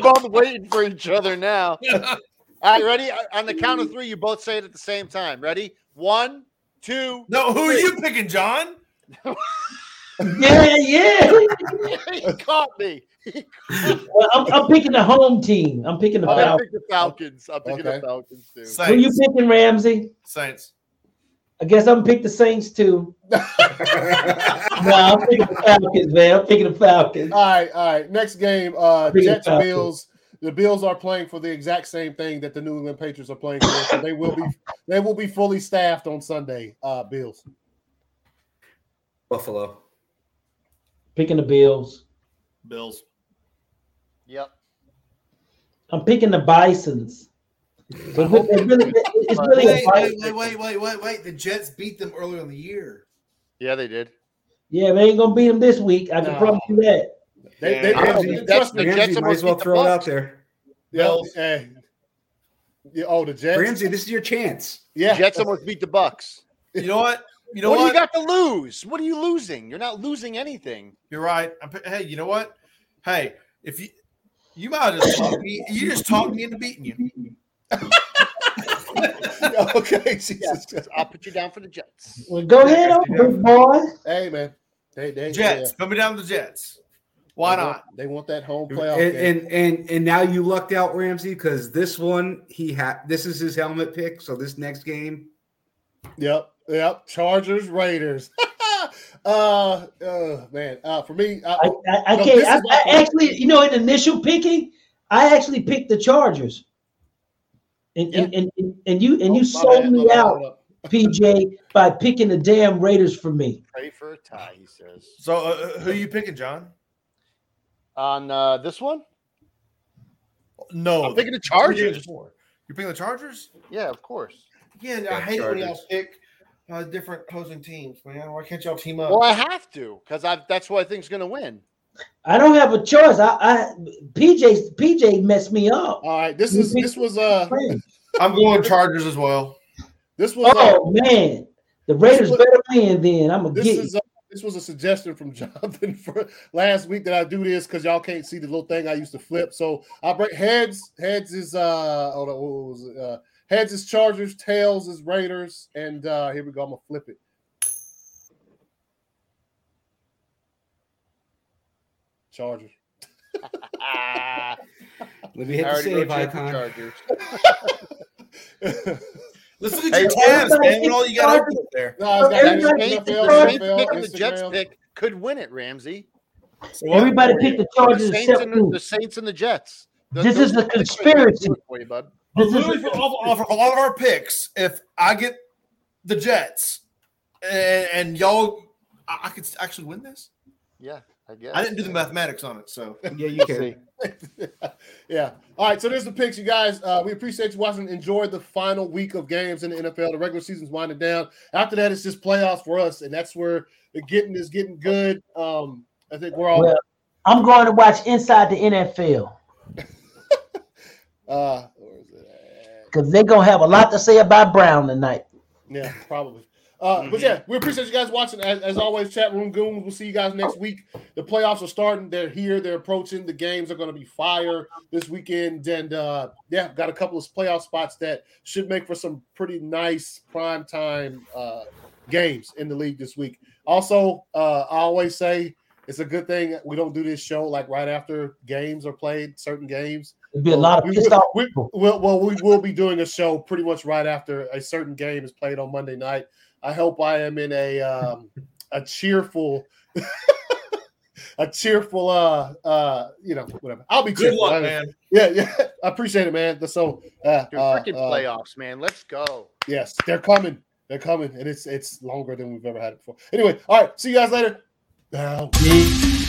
S3: both waiting for each other now. All right, ready? On the count of three, you both say it at the same time. Ready? One, two.
S4: No, who are you picking, John?
S6: Yeah, yeah.
S3: he caught me.
S6: Well, I'm, I'm picking the home team. I'm picking the
S2: Uh,
S3: I
S6: Falcons.
S3: picked the Falcons. I'm picking
S2: Okay.
S3: the Falcons too.
S6: Who you
S4: Saints.
S6: picking, Ramsey?
S4: Saints.
S6: I guess I'm gonna pick the Saints too. No, I'm picking the Falcons, man. I'm picking the Falcons.
S2: All right, all right. Next game, uh,
S6: Bring it
S2: Jets
S6: back.
S2: Bills. The Bills are playing for the exact same thing that the New England Patriots are playing for. So they will be they will be fully staffed on Sunday. Uh, Bills.
S5: Buffalo.
S6: Picking the Bills.
S4: Bills.
S3: Yep.
S6: I'm picking the Bison's. But look, it really, it- it's really a
S4: Wait,
S6: Bison.
S4: wait, wait, wait, wait, wait, wait. The Jets beat them earlier in the year.
S3: Yeah, they did.
S6: Yeah, they ain't gonna beat them this week. I can
S2: No.
S6: promise you that.
S2: They,
S4: Yeah,
S2: they,
S3: Ramsey,
S2: they-
S3: that's
S2: trust me.
S3: the Jets
S5: Ramsey might
S3: almost
S5: as well
S3: beat the
S5: throw it out
S3: Bucks.
S5: there.
S2: Yeah,
S4: Bills.
S2: hey. Yeah, oh, the Jets.
S5: Ramsey, this is your chance.
S2: yeah,
S3: Jets almost beat the Bucks.
S4: You know what? You know
S3: what,
S4: what?
S3: do you got to lose? What are you losing? You're not losing anything.
S4: You're right. I'm, pi- hey, you know what? Hey, if you you might have just talked me, you just talked me into beating you.
S2: okay, Jesus.
S3: I'll put you down for the Jets.
S6: Well, go ahead, on, big boy.
S2: Hey, man. They, they,
S4: Jets, put me down to the Jets. Why
S2: they want-
S4: not?
S2: They want that home
S5: And,
S2: playoff game.
S5: and and and now you lucked out, Ramsey, because this one he had. This is his helmet pick. So this next game,
S2: Yep, yep. Chargers, Raiders. uh, uh, man. Uh, for me, I,
S6: I, I, I
S2: No,
S6: can't.
S2: this
S6: I,
S2: is my
S6: I actually, you know, in initial picking, I actually picked the Chargers. And, and, and, and, and you and you
S2: Oh,
S6: sold me out, PJ, by picking the damn Raiders for me.
S3: Pray for a tie, he says.
S4: So, uh, who you picking, John?
S3: On uh, this one,
S4: No,
S3: I'm picking the
S4: You're
S3: Chargers.
S4: picking the Chargers
S3: Yeah, of course.
S4: again.
S5: Yeah,
S4: I hate it when y'all
S5: Chargers.
S4: pick uh, different opposing teams, man. Why can't y'all team up?
S3: Well, I have to because I that's what I think's going to win.
S6: I don't have a choice. I, I PJ PJ messed me up.
S2: All right, this is this was uh
S4: I'm going Chargers as well.
S2: This was uh,
S6: Oh man, the Raiders
S2: was-
S6: better win. Then I'm gonna
S2: this
S6: get
S2: is
S6: you.
S2: uh this was a suggestion from Jonathan for last week that I do this because y'all can't see the little thing I used to flip. So I break heads. Heads is uh, oh, no, what was it? uh heads is Chargers, tails is Raiders, and uh here we go. I'm gonna flip it. Chargers.
S3: Ah,
S5: Let me
S3: I
S5: hit the
S3: already
S5: save
S3: wrote you for
S5: icon.
S3: Chargers.
S4: Let's look at
S3: Hey,
S4: your tabs,
S6: everybody
S4: man. What all you got open up there?
S2: No, it's
S6: Everybody
S2: got
S3: Saints-
S2: NFL,
S3: the Saints
S2: NFL,
S3: pick and the Jets
S2: Instagram.
S3: pick could win it, Ramsey.
S4: So what?
S6: Everybody pick the
S3: The
S6: Chargers
S3: Saints,
S6: except
S3: and the,
S6: me.
S3: the Saints and the Jets.
S6: This
S3: Those
S6: is a
S3: are the picks that
S6: conspiracy.
S3: do it for you, bud.
S4: But
S6: This
S4: literally
S6: is
S4: for all, all- for all of our picks, if I get the Jets and, and y'all, I, I could actually win this.
S3: Yeah, I guess.
S4: I didn't do the mathematics on it, so
S5: Yeah, you
S3: We'll see.
S5: can.
S2: yeah. All right. So there's the picks, you guys. Uh, we appreciate you watching. Enjoy the final week of games in the NFL. The regular season's winding down. After that, it's just playoffs for us, and that's where the getting is getting good. Um, I think we're all.
S6: Well- I'm going to watch Inside the NFL
S2: Uh, where is it at?
S6: because they're gonna have a lot to say about Brown tonight.
S2: Yeah, probably. Uh, But yeah, we appreciate you guys watching. As, as always, chat room goons. We'll see you guys next week. The playoffs are starting. They're here. They're approaching. The games are going to be fire this weekend. And uh, yeah, got a couple of playoff spots that should make for some pretty nice prime time uh, games in the league this week. Also, uh, I always say it's a good thing we don't do this show like right after games are played, certain games.
S6: There'll be a lot of
S2: We
S6: pissed
S2: will-
S6: off
S2: we-
S6: people.
S2: Well, well, we will be doing a show pretty much right after a certain game is played on Monday night. I hope I am in a um, a cheerful, a cheerful, uh, uh, you know, whatever. I'll be
S4: good
S2: cheerful. I-
S4: luck, man.
S2: Yeah, yeah. I appreciate it, man. So, uh,
S3: Dude,
S2: uh,
S3: freaking
S2: uh,
S3: playoffs, man. Let's go.
S2: yes, they're coming. They're coming, and it's it's longer than we've ever had it before. Anyway, all right. See you guys later. Now.
S4: Yeet.